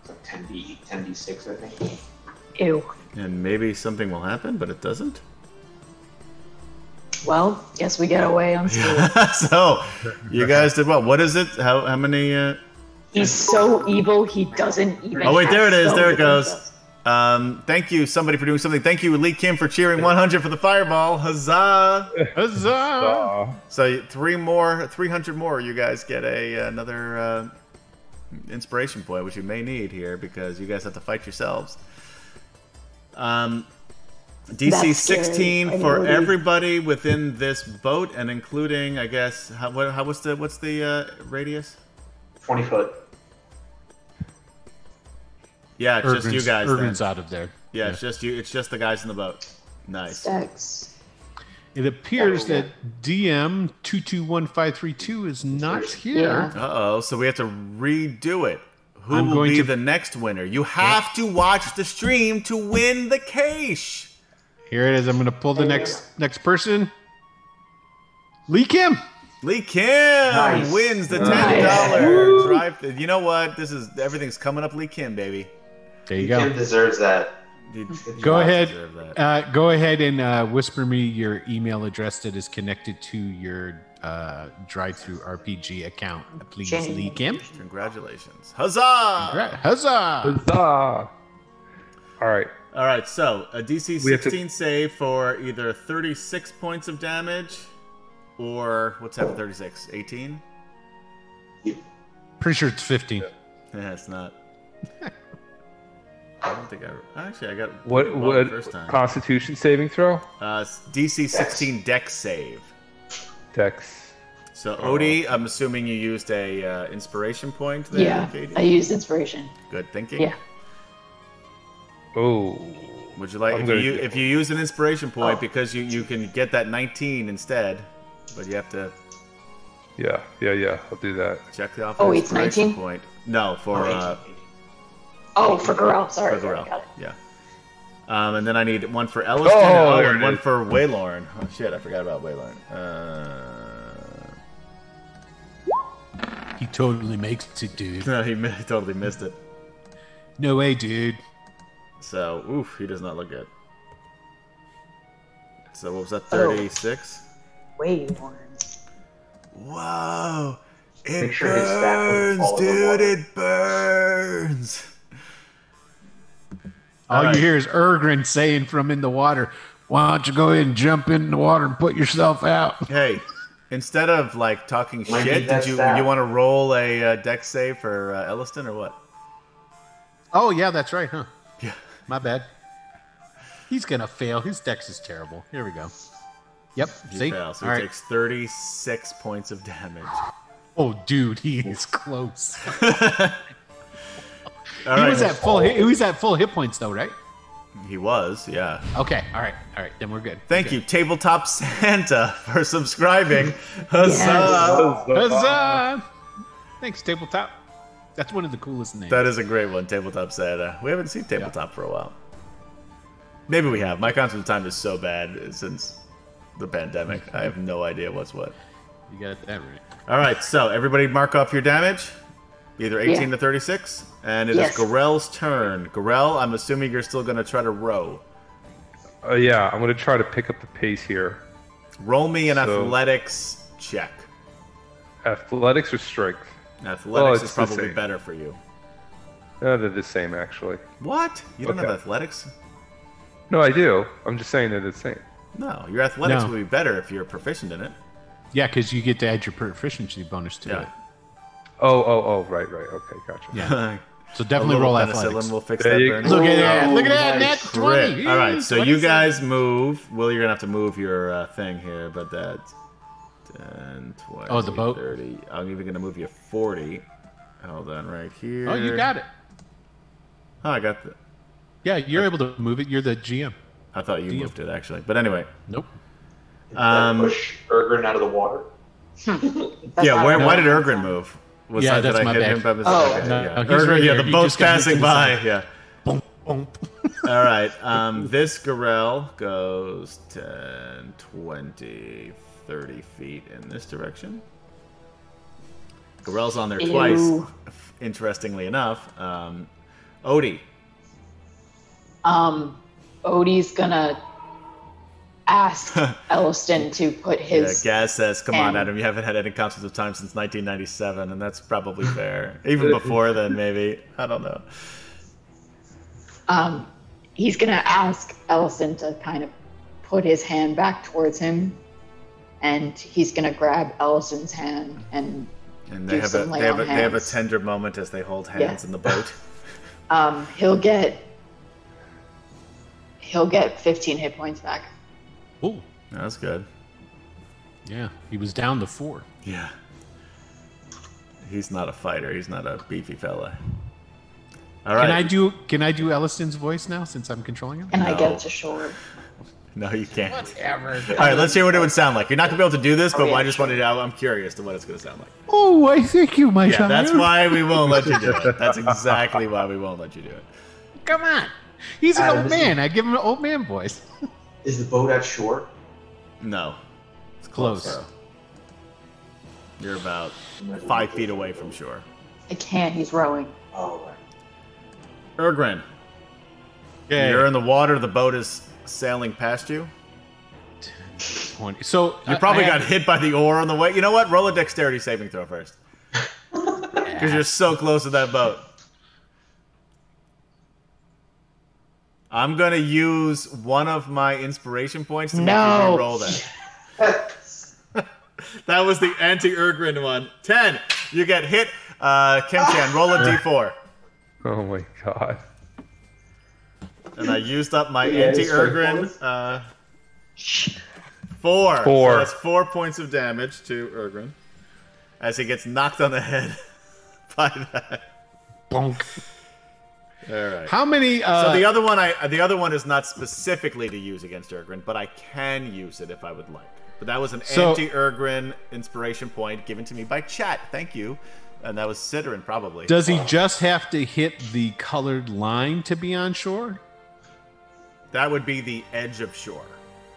F: It's like 10d, 10d6, I think.
D: Ew.
K: And maybe something will happen, but it doesn't.
D: Well, guess we get away
K: <laughs>
D: on
K: so, you guys did what? What is it? How, how many? Uh,
D: He's so evil, he doesn't even.
K: Oh, wait,
D: have
K: there it is.
D: spells
K: There it goes.
D: against us.
K: um, thank you, somebody, for doing something. Thank you, Lee Kim, for cheering 100 for the fireball. Huzzah!
E: huzzah!
C: Aw.
K: So three more, 300 more. You guys get a another uh, inspiration point, which you may need here because you guys have to fight yourselves. Um, DC
D: That's scary.
K: 16
D: I
K: for
D: know.
K: everybody within this boat, and including, I guess, how, what, how what's the what's the uh, radius?
F: 20 foot.
K: Yeah, it's just you
E: Ergrin's-
K: guys. then.
E: Ergrin's out of there.
K: Yeah, it's just you. It's just the guys in the boat. Nice.
D: Dex.
E: It appears that DM two two one five three two is not here.
K: Uh oh. So we have to redo it. Who
E: I'm
K: will
E: going
K: be
E: to-
K: the next winner? You have to watch the stream to win the cash.
E: Here it is. I'm going to pull the next next person. Lee Kim.
K: Lee Kim
F: Nice.
K: wins the ten
D: Nice.
K: dollar drive. thru You know what? This is everything's coming up. Lee Kim, baby.
E: There you
F: Kim
E: go.
F: deserves that.
K: You did
E: Go
K: not
E: ahead.
K: deserve that.
E: Uh, go ahead and uh, whisper me your email address that is connected to your uh, drive through RPG account, please,
Q: Jane.
E: Lee Kim.
K: Congratulations! Huzzah!
E: Right. Huzzah!
C: Huzzah! All right.
K: All right. So a DC
C: We have to-
K: 16 save for either 36 points of damage, or what's that? 36, 18?
E: Pretty sure it's 15.
K: Yeah, it's not. I don't think I actually I got
C: What?
K: wrong
C: What?
K: first time.
C: Constitution saving throw.
K: Uh, DC 16 deck save.
C: Dex.
K: So Odie, I'm assuming you used a uh, inspiration point there,
D: Yeah,
K: Katie.
D: I used inspiration.
K: Good thinking.
D: Yeah.
C: Oh.
K: Would you like
C: I'm
K: if you,
C: gonna
K: u-
C: do-
K: if you use an inspiration point
F: Oh.
K: because you you can get that 19 instead, but you have to
C: Yeah. Yeah. Yeah. I'll do that.
K: check the off.
D: Oh,
K: the
D: it's
K: inspiration
D: 19?
K: Point. No, for uh,
D: Oh, for Gorell. Sorry.
K: for Gorell.
D: Got it.
K: Yeah. Um, and then I need one for Elliston
C: Oh,
K: oh,
C: there
K: and
C: it
K: one
C: is.
K: for Waylorn. Oh shit, I forgot about Waylorn. Uh, <laughs>
E: He totally makes it, dude.
K: no, he mi- <laughs> totally missed it.
E: No way, dude.
K: So, oof, he does not look good. So what was that? 36.
Q: Way worn.
R: Whoa! It
F: Make sure his staff doesn't
R: burns,
F: fall in the
R: dude!
F: water.
R: It burns.
E: All
K: Alright.
E: you hear is Ergrin saying from in the water, why don't you go ahead and jump in the water and put yourself out?
K: Hey, instead of like talking
F: Might be
K: shit, did
F: best
K: you
F: that.
K: you want to roll a uh, deck save for uh, Elliston or what?
E: Oh, yeah, that's right, huh?
K: Yeah.
E: My bad. He's going to fail. His dex is terrible. Here we go. Yep.
K: He
E: see?
K: fails. So
E: All
K: he
E: right.
K: takes 36 points of damage.
E: Oh, dude, he is close.
K: All
E: he
K: right.
E: was at full. Hit, he was at full hit points though, right?
K: He was, yeah.
E: Okay. All right. All right. Then we're good.
K: Thank you, Tabletop Santa, <laughs>
C: <laughs>
K: for subscribing. Huzzah!
E: Huzzah! Thanks, tabletop. That's one of the coolest names.
K: That is a great one, Tabletop Santa. We haven't seen Tabletop for a while. Maybe we have. My concept of time is so bad since the pandemic. I have no idea what's what.
E: you got that right.
K: All right, so everybody mark off your damage, either 18
D: Yeah.
K: to 36, and it is
D: Yes.
K: Gorell's turn. Gorell, I'm assuming you're still going to try to row.
C: Uh, yeah. I'm gonna try to pick up the pace here.
K: Roll me an
C: So-
K: athletics check.
C: Athletics or strength?
K: Athletics
C: it's
K: is
C: the
K: probably
C: same.
K: better for you.
C: No, Uh, they're the same actually.
K: What? You don't
C: Okay.
K: have athletics?
C: No, I do. I'm just saying they're the same.
K: No, your athletics
E: No.
K: would be better if you're proficient in it.
E: Yeah, because you get to add your proficiency bonus to
K: Yeah.
E: it.
C: Oh, oh, oh, right, right. Okay, gotcha.
E: Yeah.
K: <laughs>
E: <laughs>
K: A
E: So definitely
K: little
E: roll
K: penicillin
E: athletics.
K: will fix
C: There
K: that
C: you
K: burn.
E: Look at that!
F: Ooh,
E: Look at that! Nat
F: nice
E: twenty.
K: All right, so
E: 27.
K: you guys move. Well, you're gonna have to move your uh, thing here, but that's 10, 20,
E: Oh, the boat?
K: 30. I'm even gonna move you 40. Hold on, right here.
E: Oh, you got it.
K: Oh, I got the.
E: Yeah, you're able to move it. You're the GM.
K: I thought you moved it actually, but anyway.
E: Nope.
K: Um,
F: push Ergrin out of the water.
S: That's
K: yeah,
S: not
K: where,
S: right.
K: why did Ergrin move? Was
E: Yeah,
K: that
E: that's
K: that I
E: my
K: hit
E: bad.
K: him by mistake?
S: Oh.
K: Okay,
E: No,
K: yeah.
E: no, he's
K: Ergrin-
E: right
K: yeah,
E: here.
K: the
E: You
K: boat's
E: just gotta get to
K: passing
E: the
K: by. Yeah.
E: Boom, boom. <laughs>
K: All right. Um, this Gorel goes 10, 20, 30 feet in this direction. Gorel's on there twice,
D: Ew.
K: interestingly enough. Um, Odie.
D: Um, Odie's gonna
K: <laughs>
D: ask Elliston to put his.
K: yeah, Gaz says, come on,
D: And-
K: Adam, you haven't had any concept of time since 1997, and that's probably fair. Even before then, maybe. I don't know.
D: um, he's gonna ask Ellison to kind of put his hand back towards him, and he's gonna grab Ellison's hand and
K: And they
D: Do
K: have, a,
D: some lay
K: they, have a,
D: on
K: they have a
D: hands.
K: tender moment as they hold hands
D: Yeah.
K: in
D: <laughs>
K: the boat.
D: um, he'll get he'll get 15 hit points back.
E: Ooh,
K: That's good.
E: yeah. He was down to four.
K: Yeah. He's not a fighter. He's not a beefy fella. All right.
E: Can I do? Can I do Elliston's voice now since I'm controlling him?
D: And I
K: No.
D: get to shore.
K: No, you can't. Whatever. All right, let's hear what it would sound like. You're not gonna be able to do this, but I just wanted to. I'm curious to what it's gonna sound like.
E: Oh, I thank you, my
K: Yeah, that's why we won't let you do
E: <laughs>
K: it. That's exactly why we won't let you do it.
E: Come on. He's an
F: Adam,
E: old
F: this is-
E: man. I give him an old man voice.
F: Is the boat at shore?
K: No, it's
E: Close.
K: though. You're about five feet away from shore.
D: I can't. He's rowing.
F: Oh, right.
K: Ergrin,
E: Okay.
K: you're in the water. The boat is sailing past you.
E: So
K: You
E: I-
K: probably
E: Uh, I
K: got
E: have-
K: hit by the oar on the way. You know what? Roll a dexterity saving throw first. Because you're so close to that boat. I'm going to use one of my inspiration points to make you
S: No.
K: roll that.
F: <laughs>
K: that was the anti Ergrin one. 10. You get hit. Uh, Kim Chan, roll a d4.
C: <laughs> Oh my god.
K: And I used up my
F: Yeah,
K: anti
F: it's like
K: Ergrin. Uh, four.
C: Four.
K: So that's four points of damage to Ergrin as he gets knocked on the head <laughs> by that.
E: Bonk.
K: All right.
E: How many?
K: So
E: Uh,
K: the other one, I the other one is not specifically to use against Ergrin, but I can use it if I would like. But that was an
E: So-
K: anti-Ergrin inspiration point given to me by chat. Thank you, and that was Citarin probably.
E: does he just have to hit the colored line to be on shore?
K: that would be the edge of shore,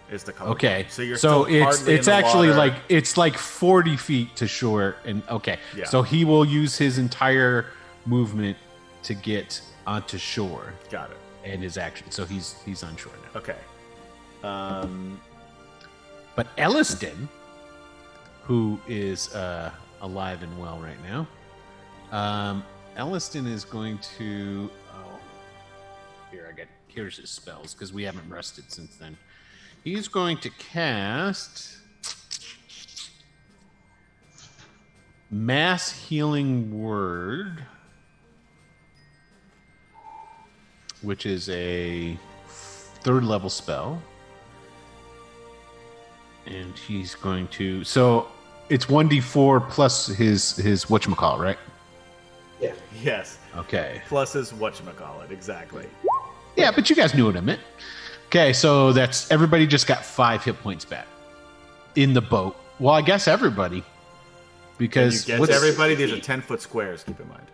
K: is the color.
E: Okay.
K: So you're
E: so
K: still
E: it's
K: hardly in
E: it's
K: the
E: actually
K: water.
E: like it's like 40 feet to shore and okay.
K: Yeah.
E: So he will use his entire movement to get onto shore
K: got it.
E: and his action. So he's he's on shore now.
K: Okay. Um,
E: But Elliston, who is uh, alive and well right now, um, Elliston is going to. Oh, here I got. Here's his spells because we haven't rested since then. He's going to cast mass healing word, which is a third level spell and he's going to so it's 1d4 plus his his whatchamacallit right
K: yes.
E: okay
K: Plus is whatchamacallit. Exactly.
E: yeah but you guys knew what i meant okay so that's everybody just got five hit points back in the boat well i guess everybody
K: And you
E: because
K: get
E: what's-
K: everybody. These are ten foot squares. Keep in mind.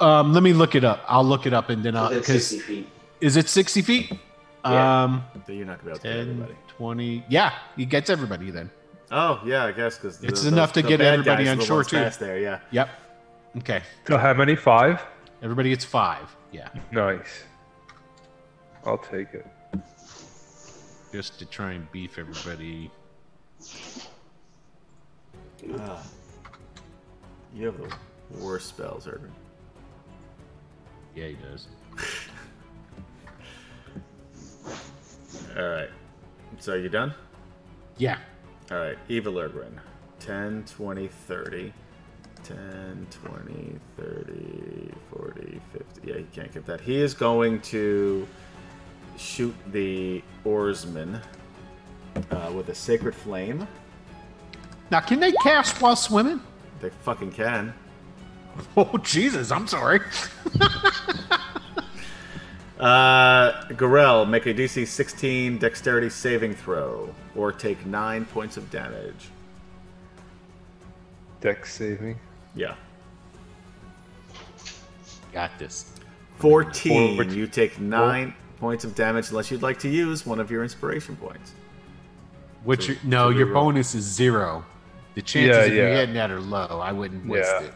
E: um let me look it up i'll look it up and then i'll
F: Within
E: because
F: 60 feet.
E: is it 60 feet
F: Yeah.
E: um
K: So you're not gonna be able to get
E: 10
K: everybody.
E: 20 yeah he gets everybody then
K: Oh yeah, I guess because
E: It's enough to get everybody on shore, too.
K: There, yeah.
E: yep okay
C: So how many? Five?
E: everybody gets five yeah
C: Nice. I'll take it.
E: just to try and beef everybody
K: You have the worst spells, Ergrin.
E: yeah he does
K: All right. So you done?
E: yeah
K: All right. Evil Ergrin. 10, 20, 30. 10, 20, 30, 40, 50. Yeah, you can't get that. He is going to shoot the oarsman uh, with a sacred flame.
E: Now, can they cast while <laughs> swimming?
K: They fucking can.
E: Oh, Jesus, I'm sorry.
K: Uh, Gorell, make a DC 16 dexterity saving throw or take 9 points of damage.
C: Dex saving.
K: Yeah.
E: Got this.
K: 14.
C: Forward.
K: You take 9 points of damage unless you'd like to use one of your inspiration points.
E: Which
K: So-
E: no,
K: so we
E: your
K: roll.
E: bonus is zero. The chances
C: Yeah,
E: of you
C: yeah.
E: hitting that are low. I wouldn't waste
C: Yeah.
E: it.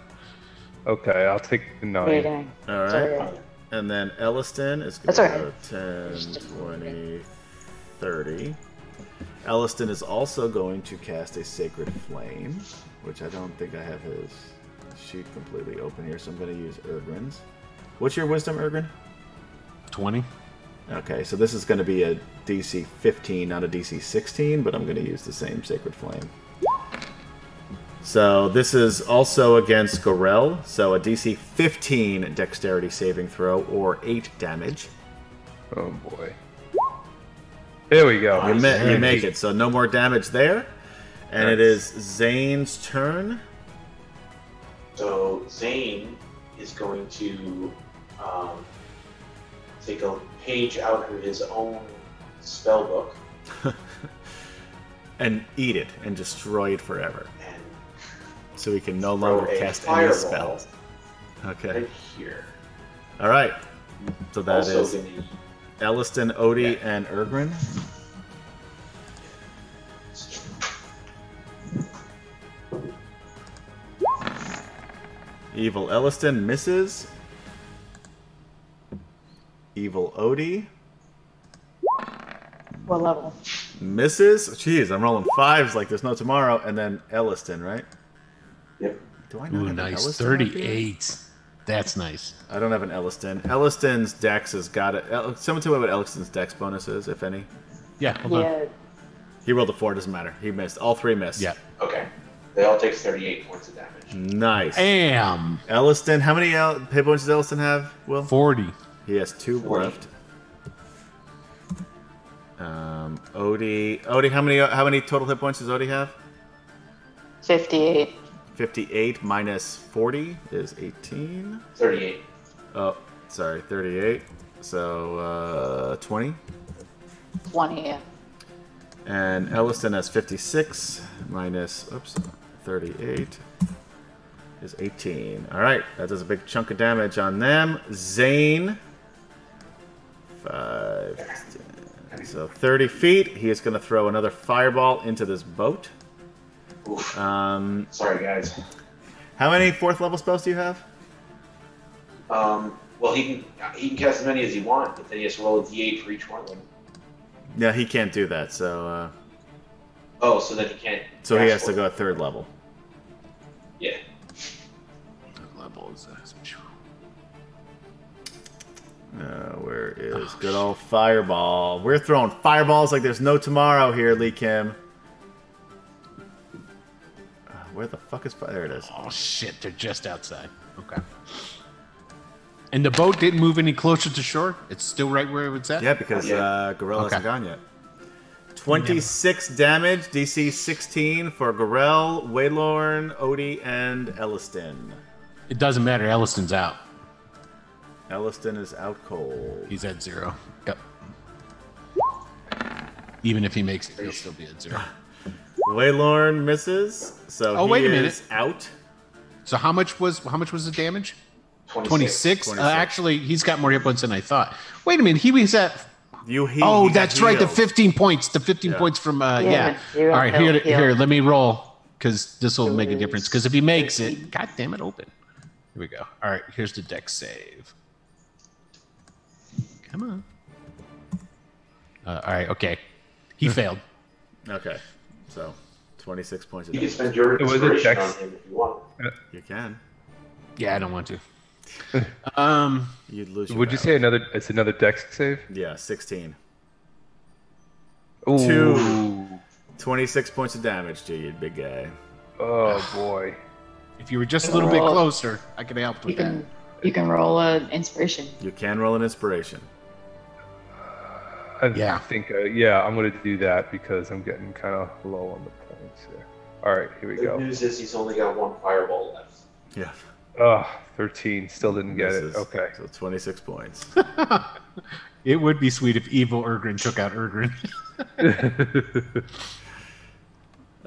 C: Okay, I'll take the
K: Oh,
C: nine.
D: Waiting.
K: All right.
D: Sorry.
K: And then Elliston is going
D: That's
K: to
D: all
K: go 10, 20, 30. Elliston is also going to cast a Sacred Flame, which I don't think I have his sheet completely open here, so I'm going to use Ergrin's. What's your wisdom, Ergrin?
E: Twenty.
K: Okay, so this is going to be a DC 15, not a DC 16, but I'm going to use the same Sacred Flame. So this is also against Gorell, so a DC 15 Dexterity saving throw or 8 damage.
C: Oh boy. There we go.
K: You, ma- you make it, so no more damage there. And it is Zane's turn.
F: So Zane is going to um, take a page out of his own spell book
K: And eat it and destroy it forever.
F: and
K: So he can no
F: throw
K: longer
F: a
K: cast any
F: fireball
K: spells. Okay.
F: right here.
K: Alright. So that is
F: also going
K: Elliston, Odie, and Ergrin.
F: to
K: Evil Elliston misses. Evil Odie
D: What level?
K: misses. Jeez, I'm rolling fives like there's no tomorrow. And then Elliston, right?
F: Yep.
K: Do I not
E: Ooh,
K: have an
E: nice.
K: Elliston? on here?
E: Thirty-eight. That's nice.
K: I don't have an Elliston. Elliston's dex has got it. El- someone tell me what Elliston's dex bonus is, if any.
E: Yeah. Hold on.
D: Yeah.
K: He rolled a four. Doesn't matter. He missed. All three missed.
E: Yeah.
F: Okay. They all take 38 points of
K: Hmm.
F: damage.
K: Nice.
E: Am
K: Elliston, how many el- hit points does Elliston have? Will
E: forty.
K: he has two
F: Forty.
K: left. Um, Odie, Odie, how many how many total hit points does Odie have?
D: 58.
K: 58 minus 40 is 18.
F: 38.
K: Oh, sorry, 38. So uh, 20.
D: 20. Yeah.
K: And Elliston has 56 minus, oops, 38 is 18. All right, that does a big chunk of damage on them. Zane, 5, 10, so 30 feet. He is going to throw another fireball into this boat.
F: Oof.
K: Um,
F: Sorry, guys.
K: how many fourth level spells do you have?
F: Um, well, he can he can cast as many as he wants, but then he has to roll a d8 for each one of them.
K: Yeah, he can't do that, so uh,
F: Oh, so then he can't.
K: so he
F: cast
K: has to
F: one.
K: go at third level.
F: Yeah.
E: What level is that?
K: Uh, where is
E: Oh,
K: good old fireball? We're throwing fireballs like there's no tomorrow here, Lee Kim. Uh, where the fuck is fi- there? It is.
E: Oh shit! They're just outside. Okay. And the boat didn't move any closer to shore. It's still right where it's at.
K: Yeah, because uh, Gorell
E: Okay.
K: hasn't gone yet. Twenty-six damage, DC sixteen for Gorell, Waylorn, Odie, and Elliston.
E: It doesn't matter. Elliston's out.
K: Elliston is out cold.
E: He's at zero. Yep. Even if he makes it, he'll still be at
K: <sighs>
E: zero.
K: Waylorn misses, so
E: Oh,
K: he
E: wait a
K: is out.
E: So how much was how much was the damage?
F: 26.
E: Twenty six. Uh,
K: 26.
E: actually, he's got more hit points than I thought. Wait a minute. He was at.
K: You he,
E: Oh,
K: he got
E: that's right. The
K: healed.
E: fifteen points. The fifteen
K: Yeah.
E: points from. Uh,
D: Yeah,
E: yeah.
D: zero
E: All right. Here,
D: health,
E: here.
D: health.
E: Let me roll because this will
D: So
E: make a
D: it
E: difference.
D: is
E: Because if he makes it,
D: 13.
E: god damn it, open. Here we go. All right. Here's the deck save. Come on. Uh, all right. Okay.
K: <laughs>
E: He failed.
K: Okay, so twenty-six points. Of
F: You can
K: damage.
F: spend your
C: It was a
F: inspiration on
C: dex-
F: him if you want.
K: You can.
E: Yeah, I don't want to. Um.
K: You'd lose. Your
C: Would you
K: battle.
C: say another? It's another dex save.
K: Yeah, 16.
C: Ooh.
K: Two. 26 points of damage to you, big guy.
C: Oh boy.
E: If you were just a little bit closer, I could have helped
T: You
E: with that.
T: can you can roll an inspiration.
K: You can roll an inspiration.
C: I
E: Yeah.
C: think. Uh, yeah, I'm gonna do that because I'm getting kind of low on the points here. All right, here we
F: The good
C: go.
F: news is he's only got one fireball left.
K: Yeah.
C: Oh, 13. Still didn't get
K: This
C: it.
K: is-
C: Okay.
K: So 26 points. <laughs>
E: It would be sweet if evil Ergrin took out Ergrin.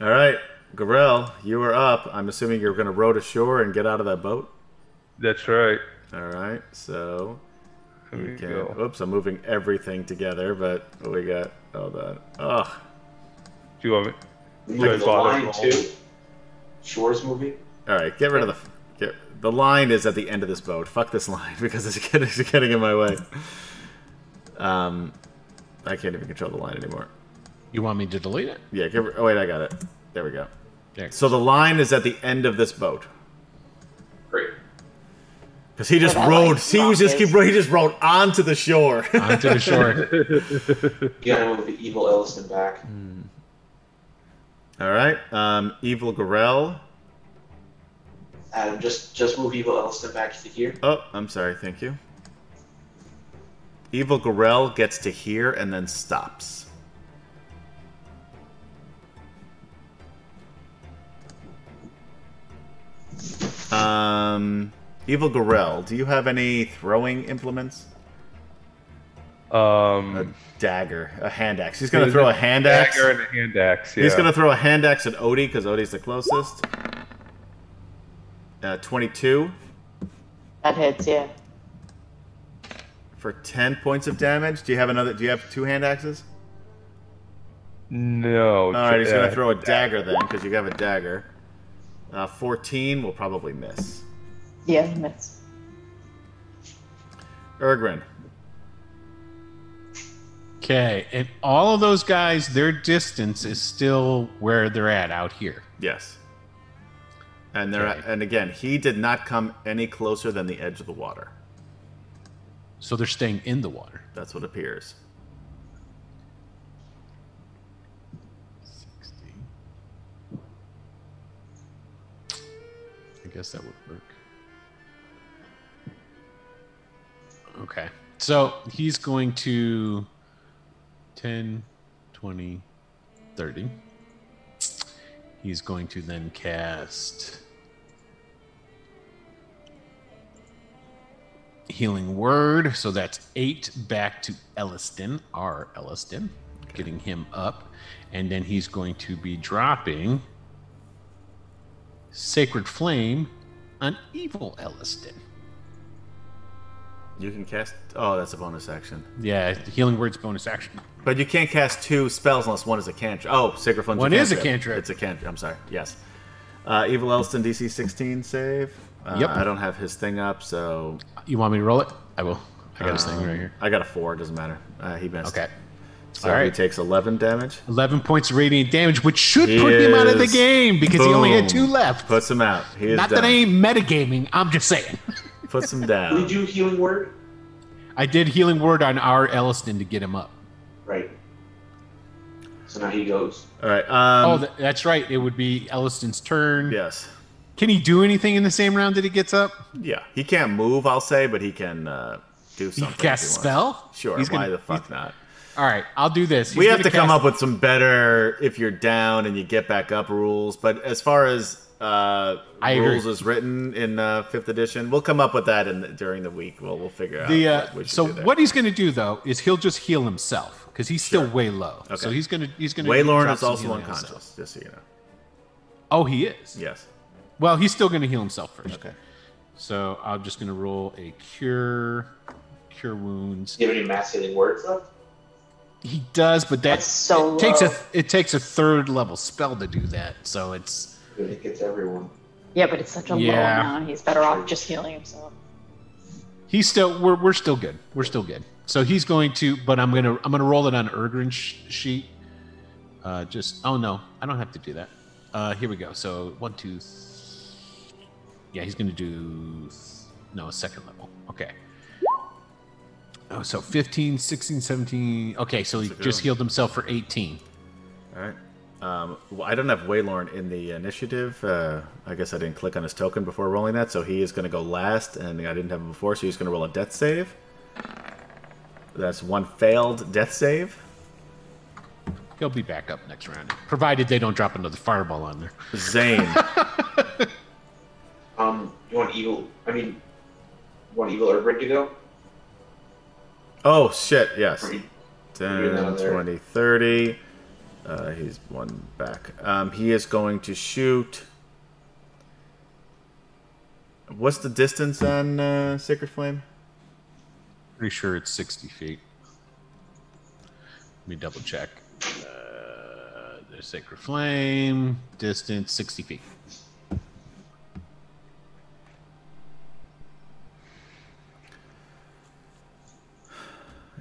K: All right, Garel, you are up. I'm assuming you're going to row to shore and get out of that boat.
C: That's right.
K: All right, so
C: There we
K: Okay.
C: go.
K: Oops, I'm moving everything together, but we got all that. Ugh.
C: Do you want me?
F: You
C: guys
F: the
C: bother
F: line
C: roll.
F: two. Shores movie.
K: All right, get rid of the. Get, the line is at the end of this boat. Fuck this line <laughs> because it's getting, it's getting in my way. Um, I can't even control the line anymore.
E: <laughs> You want me to delete it?
K: Yeah. Get, ri- oh wait, I got it. There we go.
E: Thanks.
K: So the line is at the end of this boat
F: Great.
K: because he just
D: Yeah, that
K: rode.
D: line's
K: See, he was just keep.
D: bonkers.
K: He just rode onto the shore. <laughs>
E: Onto the shore.
F: Get him with the evil Elliston back.
K: all right. Um, evil Gorell.
F: Adam, just just move evil Elliston back to here.
K: Oh, I'm sorry. Thank you. Evil Gorell gets to here and then stops. Um, Evil Gorell, do you have any throwing implements? A
C: Um,
K: dagger, a hand axe. He's gonna throw a hand axe.
C: Dagger and a hand axe. Yeah.
K: He's gonna throw a hand axe at Odie because Odie's the closest. Uh, Twenty-two.
D: That hits, yeah.
K: for 10 points of damage. Do you have another? Do you have two hand axes?
C: No.
K: All right, he's going
C: uh,
K: to throw a dagger then, because you have a dagger. Uh, 14 will probably miss.
D: Yeah, he missed.
K: Ergrin.
E: Okay, and all of those guys, their distance is still where they're at out here.
K: Yes. And there,
E: Okay.
K: and again, he did not come any closer than the edge of the water.
E: So they're staying in the water.
K: That's what appears.
E: 60. I guess that would work. Okay. So he's going to 10, 20, 30. He's going to then cast Healing Word. So that's eight back to Elliston, our Elliston, getting him up. And then he's going to be dropping Sacred Flame on evil Elliston.
K: You can cast. Oh, that's a bonus action.
E: Yeah, Healing Word's bonus action.
K: But you can't cast two spells unless one is a cantrip. Oh, Sacred Flame's
E: One
K: a
E: is a
K: cantrip.
E: cantrip.
K: It's a cantrip. I'm sorry. Yes. Uh, Evil Elston DC 16 save. Uh,
E: Yep.
K: I don't have his thing up, so
E: You want me to roll it? I will. I got his thing right here.
K: I got a four. Doesn't matter. Uh, he missed.
E: Okay.
K: So
E: All
K: he
E: right.
K: takes 11 damage.
E: 11 points of radiant damage, which should
K: He
E: put him out of the
K: is-
E: game because he only had two
K: Boom.
E: left.
K: Puts him out. He is
E: Not
K: done.
E: that I ain't metagaming, I'm just saying. <laughs>
K: Puts him
F: Will you
K: down.
F: do healing word?
E: I did healing word on our Elliston to get him up.
F: Right. So now he goes.
K: All right.
E: oh,
K: Um,
E: th- that's right. It would be Elliston's turn.
K: yes.
E: Can he do anything in the same round that he gets up?
K: Yeah. He can't move, I'll say, but he can uh, do
E: He
K: something.
E: can
K: if
E: cast
K: he wants.
E: spell.
K: Sure.
E: He's
K: why
E: gonna-
K: the fuck not?
E: All right, I'll do this. He's
K: we have
E: gonna
K: to come
E: cast-
K: up with some better if you're down and you get back up rules. But as far as uh,
E: I agree.
K: rules is written in uh, fifth edition, we'll come up with that in the, during the week. We'll we'll figure out.
E: the.
K: what
E: Uh,
K: we should
E: so
K: do there.
E: what he's going to do though is he'll just heal himself because he's still way low. So
K: Okay.
E: he's going to he's going to.
K: Waylorn is also unconscious. Just so you know.
E: Oh, he is.
K: Yes.
E: Well, he's still going to heal himself first.
K: Okay.
E: So I'm just going to roll a cure, cure wounds.
F: Do you have any mass healing words left?
E: He does, but that
D: That's so
E: it takes a
D: low.
E: it takes a third level spell to do that. So it's
F: It gets everyone.
D: Yeah, but it's such a
E: Yeah.
D: low amount. He's better off just healing himself.
E: He's still we're we're still good. We're still good. So he's going to, but I'm gonna I'm gonna roll it on Ergrin's sh- sheet. Uh, just oh no, I don't have to do that. Uh, here we go. So one two. th- yeah, he's gonna do th- no second level. Okay. Oh, so 15, 16, 17. Okay, so he
K: That's a good
E: just
K: one.
E: healed himself for 18.
K: All right. Um, well, I don't have Waylorn in the initiative. Uh, I guess I didn't click on his token before rolling that, so he is going to go last, and I didn't have him before, so he's going to roll a death save. That's one failed death save.
E: He'll be back up next round, provided they don't drop another fireball on there.
K: Zane.
F: Um, you want evil. I mean, one evil or Vertigo.
K: Oh shit! Yes.
F: Pretty-
K: 10, 20, 30. Uh, he's one back. Um, he is going to shoot. What's the distance on uh, Sacred Flame?
U: Pretty sure it's 60 feet. Let me double check. Uh, there's Sacred Flame, distance 60 feet.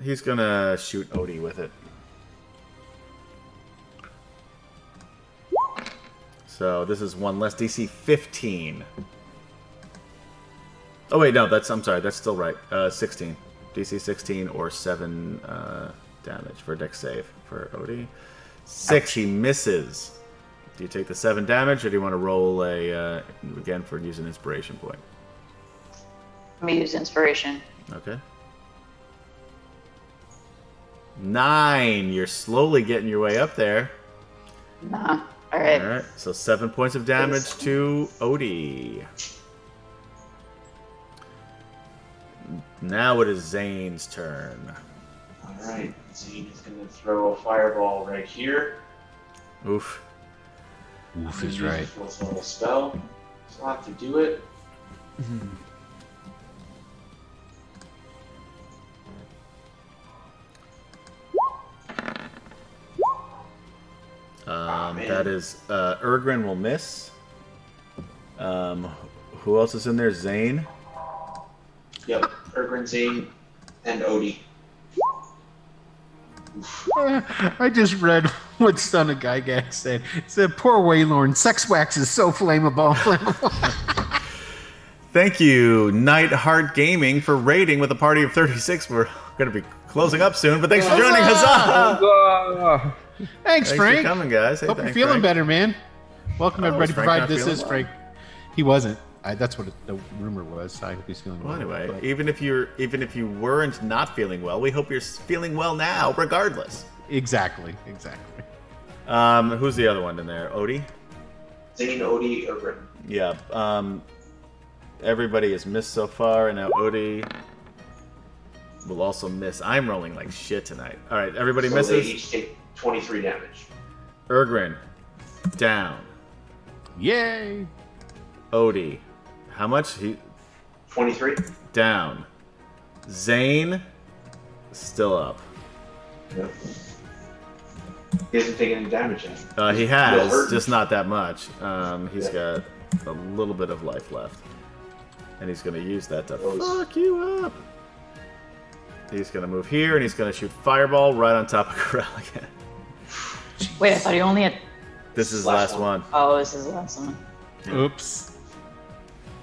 K: He's gonna shoot Odie with it. So this is one less DC 15. Oh wait, no, that's I'm sorry, that's still right. Uh, 16, DC 16 or seven uh, damage for deck save for Odie. Six, he misses. Do you take the seven damage, or do you want to roll a uh, again for using inspiration point?
D: Let me use inspiration.
K: Okay. Nine. You're slowly getting your way up there.
D: Nah. All
K: All
D: right.
K: right. So seven points of damage to Odie. Now it is Zane's turn.
F: All right, Zane is going to throw a fireball right here.
K: Oof.
U: Wolf is
F: Use
U: right.
F: the Fourth level spell slot to do it.
K: Um,
F: man.
K: that is uh, Ergrin will miss. Um, who else is in there? Zane.
F: Yep, Ergrin, Zane, and Odie.
E: <laughs> I just read what Son of Gygax said. It said, "Poor Waylorn, sex wax is so flammable." <laughs> flammable."
K: Thank you, Nightheart Gaming, for raiding with a party of 36. We're going to be closing up soon, but thanks for joining. Huzzah!
C: Ah!
E: Thanks,
K: Thanks
E: Frank.
K: for coming, guys. Hey,
E: Hope you're
K: thanks,
E: feeling
K: Frank.
E: better, man. Welcome
K: Oh,
E: everybody.
K: is Frank not
E: Provided this
K: feeling
E: is
K: well?
E: Frank. He wasn't. I, that's what the rumor was. I hope he's feeling
K: Well,
E: well.
K: anyway,
E: but
K: even if you're even if you weren't not feeling well, we hope you're s- feeling well now, regardless.
E: exactly, exactly.
K: Um, who's the other one in there? Odie.
F: Zane, Odie, Ergrin.
K: Yeah. Um, everybody has missed so far, and now Odie will also miss. I'm rolling like shit tonight. All right, everybody
F: so They
K: misses.
F: each take 23 damage.
K: Ergrin down.
E: Yay!
K: Odie, how much? He
F: 23?
K: down. Zane still up.
F: Yep. He hasn't taken any damage yet.
K: Uh, he has,
F: hurt.
K: just not that much. Um, he's got a little bit of life left. And he's going to use that to
F: Oh.
K: fuck you up. He's going to move here and he's going to shoot Fireball right on top of <laughs> Corral again.
D: Wait, I thought he only had.
K: This is
F: Last
K: last one.
F: one.
D: Oh, this is the last one.
E: Oops.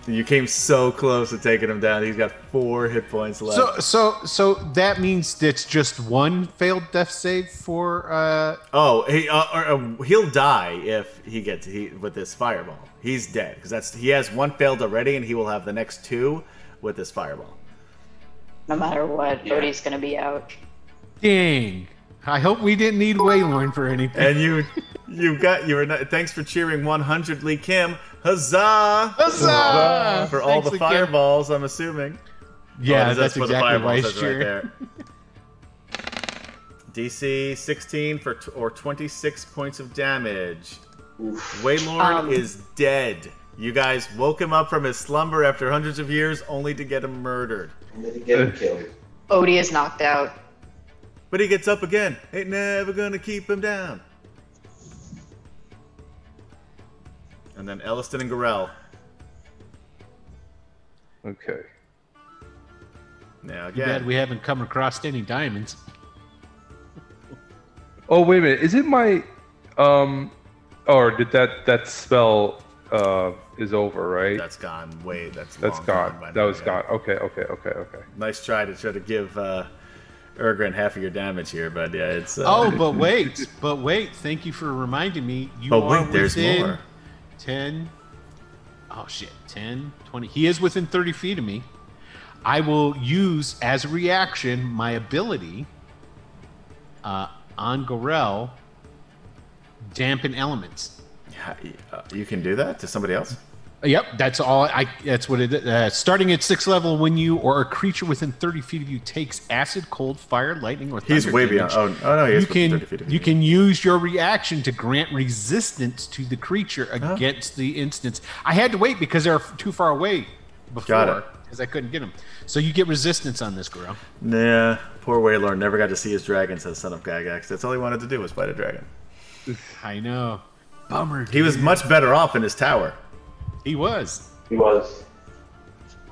K: You came so close to taking him down. He's got four hit points left.
E: So, so, so that means it's just one failed death save for. uh
K: oh, he, uh, or, uh, he'll die if he gets he, with this Fireball. He's dead because that's he has one failed already, and he will have the next two with this Fireball.
D: No matter what,
F: Yeah.
D: Odie's gonna be out.
E: Dang! I hope we didn't need Waylorn for anything.
K: and you you got you were not, thanks for cheering 100 lee kim huzzah
E: Huzzah!
K: for all
E: Oh, Thanks
K: the
E: again.
K: fireballs i'm assuming
E: Yeah,
K: Oh,
E: that's, exactly why he's cheering.
K: there <laughs> dc 16 for t- or 26 points of damage
F: Oof.
K: waylord
D: Um,
K: is dead you guys woke him up from his slumber after hundreds of years only to get him murdered
F: And then he get him killed.
D: Odie is knocked out.
K: but he gets up again ain't never gonna keep him down and then elliston and Gorell.
C: Okay.
K: now
E: Too
K: again
E: bad we haven't come across any diamonds.
C: Oh wait a minute. Is it my um or did that that spell uh is over, right?
K: That's gone. Wait, that's
C: That's
K: long
C: gone.
K: by
C: That
K: now,
C: was
K: yeah.
C: gone. Okay, okay, okay, okay.
K: Nice try to try to give uh, Ergrin half of your damage here, but yeah, it's. Uh,
E: Oh, but wait, but wait! Thank you for reminding me. You
K: oh
E: are
K: wait, there's
E: within
K: more.
E: Ten. Oh shit! 10, 20. He is within thirty feet of me. I will use as a reaction my ability uh, on Gorel. Dampen elements.
K: Yeah, uh, You can do that to somebody else.
E: Yep, that's all. I that's what it. Uh, starting at sixth level, when you or a creature within thirty feet of you takes acid, cold, fire, lightning, or
K: He's
E: thunder
K: way
E: damage,
K: beyond. Oh, oh no, he is
E: you
K: within
E: can
K: 30 feet of
E: you can use your reaction to grant resistance to the creature against the instance. I had to wait because they're too far away
K: Got
E: before
K: it.
E: because I couldn't get them. So you get resistance on this, girl.
K: Nah, poor Waylord never got to see his dragon, says Son of Gygax. That's all he wanted to do was fight a dragon.
E: I know. Bummer.
K: He was much better off in his tower.
E: He was.
F: He was.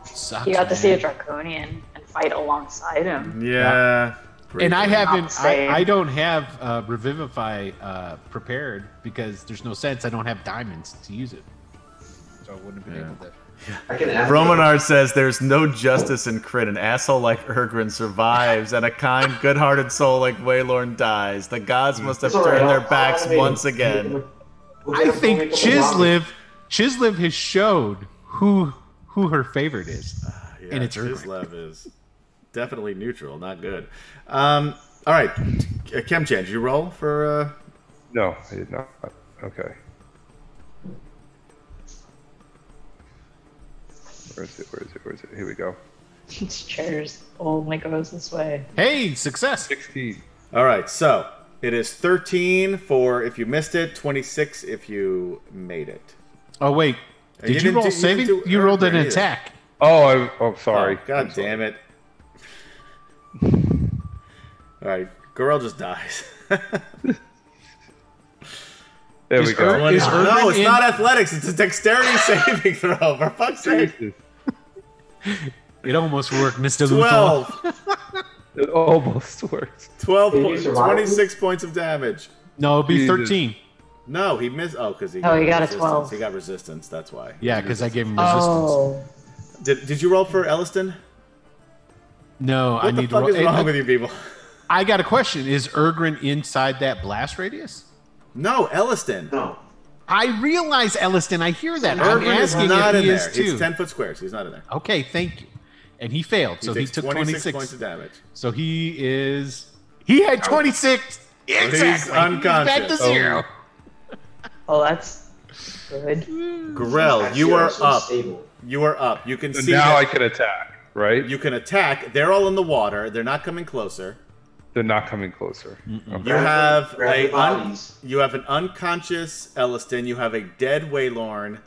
E: Sucks,
D: You got to see a
E: man.
D: draconian and fight alongside
K: Mm-hmm.
D: him.
K: Yeah.
E: and I
D: Not
E: haven't.
D: the
E: I,
D: same.
E: I don't have uh, Revivify uh, prepared because there's no sense. I don't have diamonds to use it, so I wouldn't have been able to.
F: I can ask
K: Romanar says there's no justice in crit. An asshole like Ergrin survives, and a kind, good hearted soul like Waylorn dies. The gods must have
F: It's all right,
K: turned their
F: I'll- I'll
K: backs
F: animate it.
K: once again.
F: We'll get
E: I
F: him- we'll
E: think
F: make him a zombie.
E: Chisliv, Chisliv has showed who who her favorite is.
K: Ah, Yeah,
E: And it's Ergrin.
K: Chislev is definitely neutral, not good. Um, all right, uh, Kemchan, did you roll for. Uh...
C: No, I did not. Okay. Where is it? Where is it? Where is it? Here we go.
D: These chairs only goes this way.
E: Hey, success!
C: 16.
K: All right, so it is 13 for if you missed it, 26 if you made it.
E: Oh wait,
K: You
E: did you,
K: didn't
E: roll
K: do- you
E: saving? You,
K: didn't do
E: rolled an
K: Ergrin either.
E: attack.
C: Oh, I, oh, sorry.
K: Oh, God damn it. All right, girl just dies. <laughs>
C: There
E: Is
C: we go.
E: Erwin- is Erwin
K: no, it's
E: in-
K: not athletics. It's a dexterity <laughs> saving throw. For fuck's <laughs> sake.
C: Jesus.
E: It almost worked, Mister Luthor.
K: 12.
C: It almost <laughs> works.
K: 12
F: Did he
K: points.
F: survive?
K: 26 points of damage.
E: No, it'd be
C: Jesus.
E: thirteen.
K: No, he missed. Oh, because he
D: Oh, he got a
K: resistance.
D: 12.
K: He got resistance. That's why.
E: Yeah, because I gave him resistance.
D: Oh,
K: Did, did you roll for Elliston?
E: No, I
K: What the
E: need to
K: fuck
E: roll.
K: is
E: hey,
K: wrong
E: look,
K: with you people? <laughs>
E: I got a question. Is Ergrin inside that blast radius?
K: No, Elliston.
F: No.
E: I realize, Elliston. I hear that. I'm
K: Erwin is
E: asking
K: not
E: if
K: in
E: he
K: there.
E: is too.
K: He's 10 foot squares. He's not in there.
E: Okay, thank you. And he failed,
K: He
E: so he
K: takes
E: took
K: 26,
E: 26.
K: points of damage.
E: So he is. He had 26. Exactly. He's back to
K: unconscious.
C: Oh.
E: zero.
D: well, that's good.
E: Oh,
K: Grell,
F: Actually,
K: you are
F: also
K: up.
F: Stable.
K: You are up. You can
C: So
K: see.
C: now
K: that
C: I can attack, right?
K: you can attack. They're all in the water. They're not coming closer.
C: They're not coming closer. Okay.
K: You have
F: Grab
K: a
F: the bodies.
K: you have an unconscious Elliston. You have a dead Waylorn.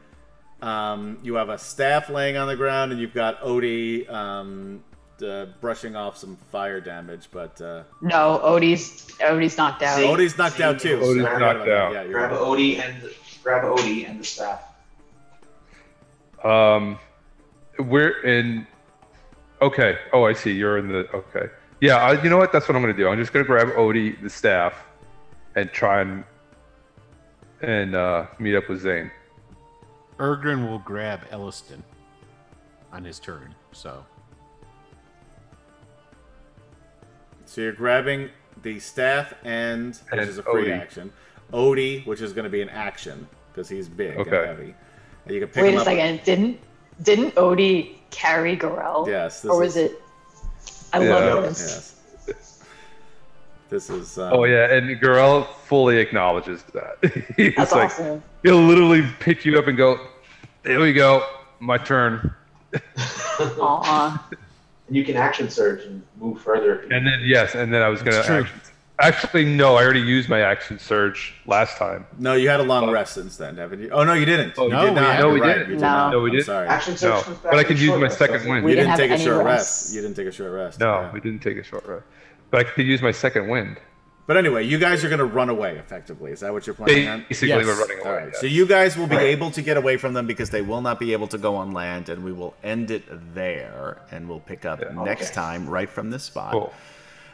K: Um, you have a staff laying on the ground, and you've got Odie um, uh, brushing off some fire damage. But uh,
D: No, Odie's Odie's knocked out.
F: See?
K: Odie's knocked out too.
C: Odie's
K: I forgot
C: knocked
K: about that.
C: out.
K: Yeah, you're
F: Grab
K: right.
F: Odie and grab Odie and the staff.
C: Um, we're in. Okay. Oh, I see. You're in the. Okay. Yeah. I, you know what? That's what I'm gonna do. I'm just gonna grab Odie, the staff, and try and and uh, meet up with Zane.
E: Ergrin will grab Elliston on his turn. So
K: So you're grabbing the staff end, which
C: And
K: is a free
C: Odie.
K: action. Odie, which is going to be an action because he's big
C: Okay.
K: and heavy. And you can pick
D: Wait
K: him
D: a
K: up.
D: second. Didn't didn't Odie carry Gorell?
K: Yes. This
D: Or
K: is,
D: was it? I
C: Yeah.
D: love this.
K: Yes. This is. Um,
C: Oh yeah, and Garel fully acknowledges that. <laughs> He's
D: That's
C: like,
D: awesome.
C: he'll literally pick you up and go, "There we go, my turn."
D: Aw.
F: And you can action surge and move further. if you-
C: And then yes, and then I was gonna.
E: That's true.
C: action- actually, no, I already used my action surge last time.
K: No, you had a long rest since then, haven't you? Oh no, you didn't.
C: Oh,
K: you
E: no,
K: did
E: we
K: not.
E: haven't.
C: No, we
K: You're right,
C: didn't.
K: You did
D: No.
K: not.
C: No, we
K: I'm
C: didn't.
K: Sorry.
F: action surge
C: No,
F: comes back
C: but I
F: with
C: can use
F: short
C: my
F: rest,
C: second
F: doesn't it?
C: win.
D: We
K: you
D: didn't
K: didn't
D: have
K: take a
D: any
K: short
D: rests.
K: rest. You didn't take a short rest.
C: No,
K: yeah.
C: we didn't take a short rest. But I could use my second wind.
K: But anyway, you guys are going to run away. Effectively, is that what you're planning on?
C: Basically,
E: Yes.
C: we're running away.
K: All right.
C: yeah.
K: So you guys will be
F: Right.
K: able to get away from them because they will not be able to go on land, and we will end it there, and we'll pick up next
F: Okay.
K: time right from this spot.
C: Cool.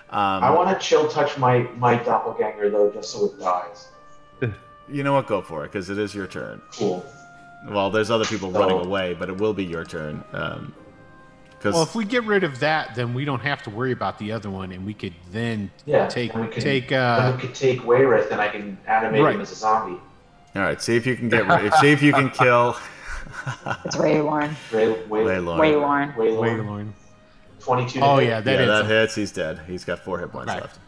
K: Um,
F: I want to chill touch my my doppelganger though, just so it dies.
K: you know what? Go for it because it is your turn.
F: Cool.
K: Well, there's other people running
F: Oh.
K: away, but it will be your turn. Um, because
E: Well, if we get rid of that, then we don't have to worry about the other one, and we could then
F: Yeah,
E: take
F: and we can-
E: take.
F: Then
E: Uh,
F: we could take Wayrith, and I can animate
E: Right.
F: him as a zombie.
K: all right, see if you
C: <laughs>
K: can get if, see if you can kill
D: It's Ray Warren.
F: Ray, Way,
K: Waylon.
D: Ray Warren.
F: Waylon.
E: Waylorn.
F: Twenty-two. to
E: Oh
F: hit.
E: yeah, that
K: yeah,
E: is.
K: that hits. He's dead. He's got four hit points
E: Right.
K: left.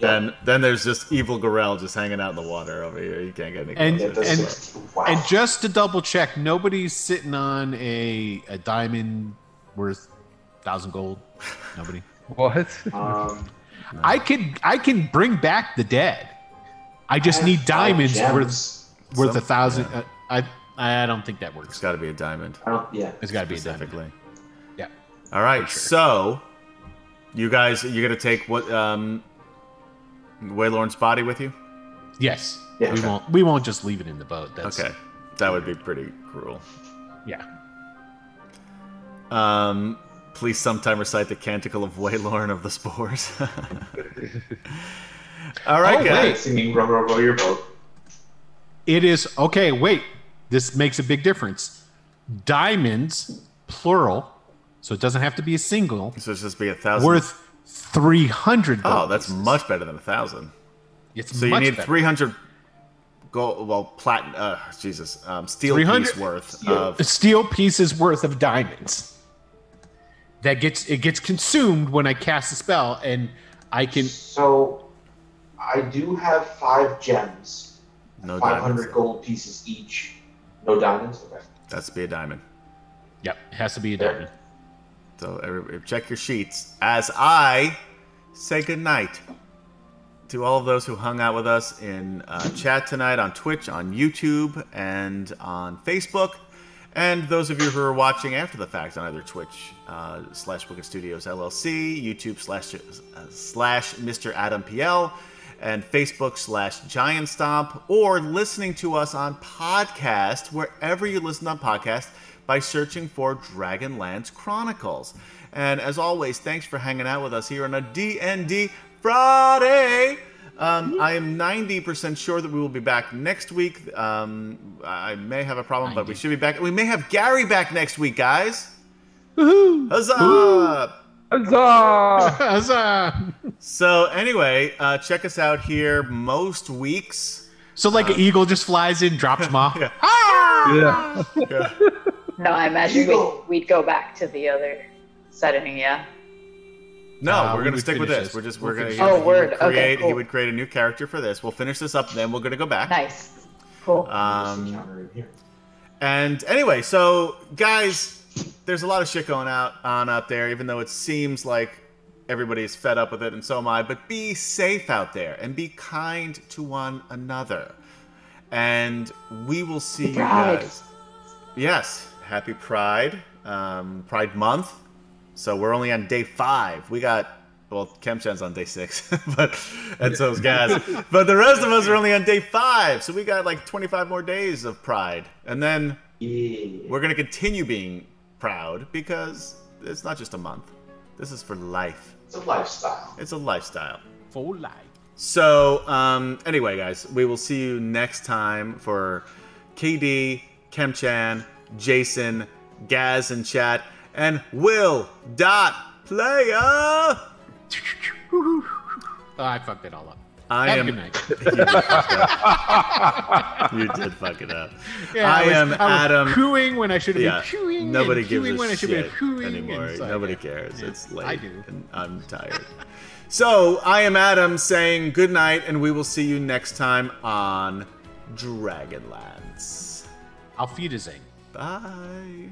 K: Then then there's just evil Gorell just hanging out in the water over here. You can't get any
E: And-
K: closer.
F: that's
E: and-
F: sixteen. wow.
E: And just to double check, nobody's sitting on a a diamond worth thousand gold. Nobody.
C: What? <laughs>
F: um,
E: I can I can bring back the dead. I just
F: I
E: need
F: have
E: diamonds
F: five
E: worth
F: gems.
E: worth
K: Some-
E: a thousand. Uh, I I don't think that
K: It's
E: works.
K: got to be a diamond.
F: I don't, Oh, yeah.
E: It's got to be a diamond.
K: specifically.
E: Yeah.
K: All right. So, you guys, you're gonna take what um, Waylorn's body with you?
E: Yes.
F: Yeah.
E: we won't we won't just leave it in the boat. That's
K: Okay, that would be pretty cruel.
E: Yeah.
K: Um, please sometime recite the canticle of Waylorn of the spores. <laughs> All right,
E: Oh,
K: guys.
E: wait.
F: Singing row, row, row your boat.
E: It is okay, wait. This makes a big difference. Diamonds, plural, so it doesn't have to be a single,
K: So it's just be a thousand.
E: worth 300 gold
K: Oh, that's
E: pieces.
K: much better than a thousand.
E: It's
K: So you
E: much
K: need
E: better.
K: three hundred gold. Well, platin. Uh, Jesus, um, steel
E: 300
K: piece worth of.
E: steel pieces worth of diamonds. That gets it gets consumed when I cast a spell and I can
F: So, I do have five gems,
K: No
F: five
K: diamonds.
F: hundred gold pieces each. No diamonds. Okay.
K: That's be a diamond.
E: Yep, it has to be a
K: <laughs>
E: diamond.
K: So everybody, check your sheets as I say goodnight to all of those who hung out with us in uh, chat tonight on Twitch, on YouTube, and on Facebook, and those of you who are watching after the fact on either Twitch uh, slash Wicked Studios LLC, YouTube slash uh, slash Mr Adam PL, and Facebook slash Giant Stomp, or listening to us on podcast wherever you listen on podcast by searching for Dragonlance Chronicles. And as always, thanks for hanging out with us here on a D&D Friday. Um, I am 90% sure that we will be back next week. Um, I may have a problem, but we should be back. We may have Gary back next week, guys. Woohoo! Huzzah!
C: Huzzah!
E: Huzzah!
K: So anyway, uh, check us out here most weeks.
E: so like an eagle just flies in, drops them off.
K: Uh, <laughs> yeah.
E: Ah!
C: Yeah.
K: <laughs>
D: No, I imagine
F: Eagle.
D: we'd, we'd go back to the other setting, yeah?
K: No,
E: Uh,
K: we're
E: we
K: gonna
E: would
K: stick with
E: finish
K: this.
E: this.
K: We're just
E: We'll
K: we're gonna
E: finish
D: this. Oh,
K: he
D: word.
K: Would
D: Okay,
K: create, He
D: cool.
K: would create a new character for this. We'll finish this up, and then we're gonna go back.
D: Nice. Cool.
F: Just
K: Um,
F: encounter in here.
K: And anyway, so guys, there's a lot of shit going out on out there, even though it seems like everybody's fed up with it, and so am I. But be safe out there and be kind to one another. And we will see you
D: Pride.
K: guys. Yes, happy Pride, um, Pride Month. So we're only on day five. We got well, Kemchen's on day six, <laughs> but and so is Gaz. but the rest of us are only on day five, so we got like 25 more days of Pride, and then
F: Yeah.
K: we're going to continue being proud because it's not just a month. This is for life.
F: It's a lifestyle.
K: It's a lifestyle.
E: Full life.
K: So, um, anyway, guys, we will see you next time for KD, Kemchan, Jason, Gaz and chat, and Will dot player.
E: Oh, I fucked it all up.
K: I
E: Have a
K: am.
E: good
K: <laughs>
E: night.
K: You did fuck it up.
E: Yeah,
K: I,
E: was-
K: am
E: was
K: Adam.
E: Cooing when I should have
K: yeah,
E: been cooing. and
K: nobody gives
E: cooing
K: a
E: when I should have
K: shit
E: been cooing and
K: anymore.
E: so-
K: nobody
E: yeah.
K: cares.
E: Yeah,
K: It's late.
E: I do.
K: And
E: <laughs>
K: I'm tired. so I am Adam saying good night, and we will see you next time on Dragonlance.
E: Auf Wiedersehen.
K: Bye.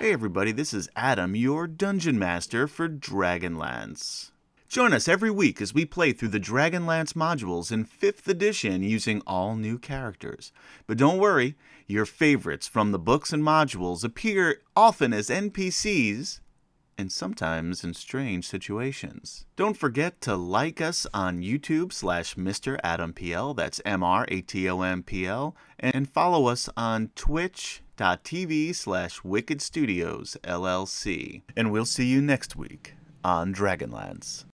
K: Hey, everybody, this is Adam, your dungeon master for Dragonlance. Join us every week as we play through the Dragonlance modules in 5th edition using all new characters. But don't worry, your favorites from the books and modules appear often as NPCs and sometimes in strange situations. Don't forget to like us on YouTube slash Mr. Adam PL, that's M R A T O M P L, and follow us on twitch.tv slash Wicked Studios LLC. And we'll see you next week on Dragonlance.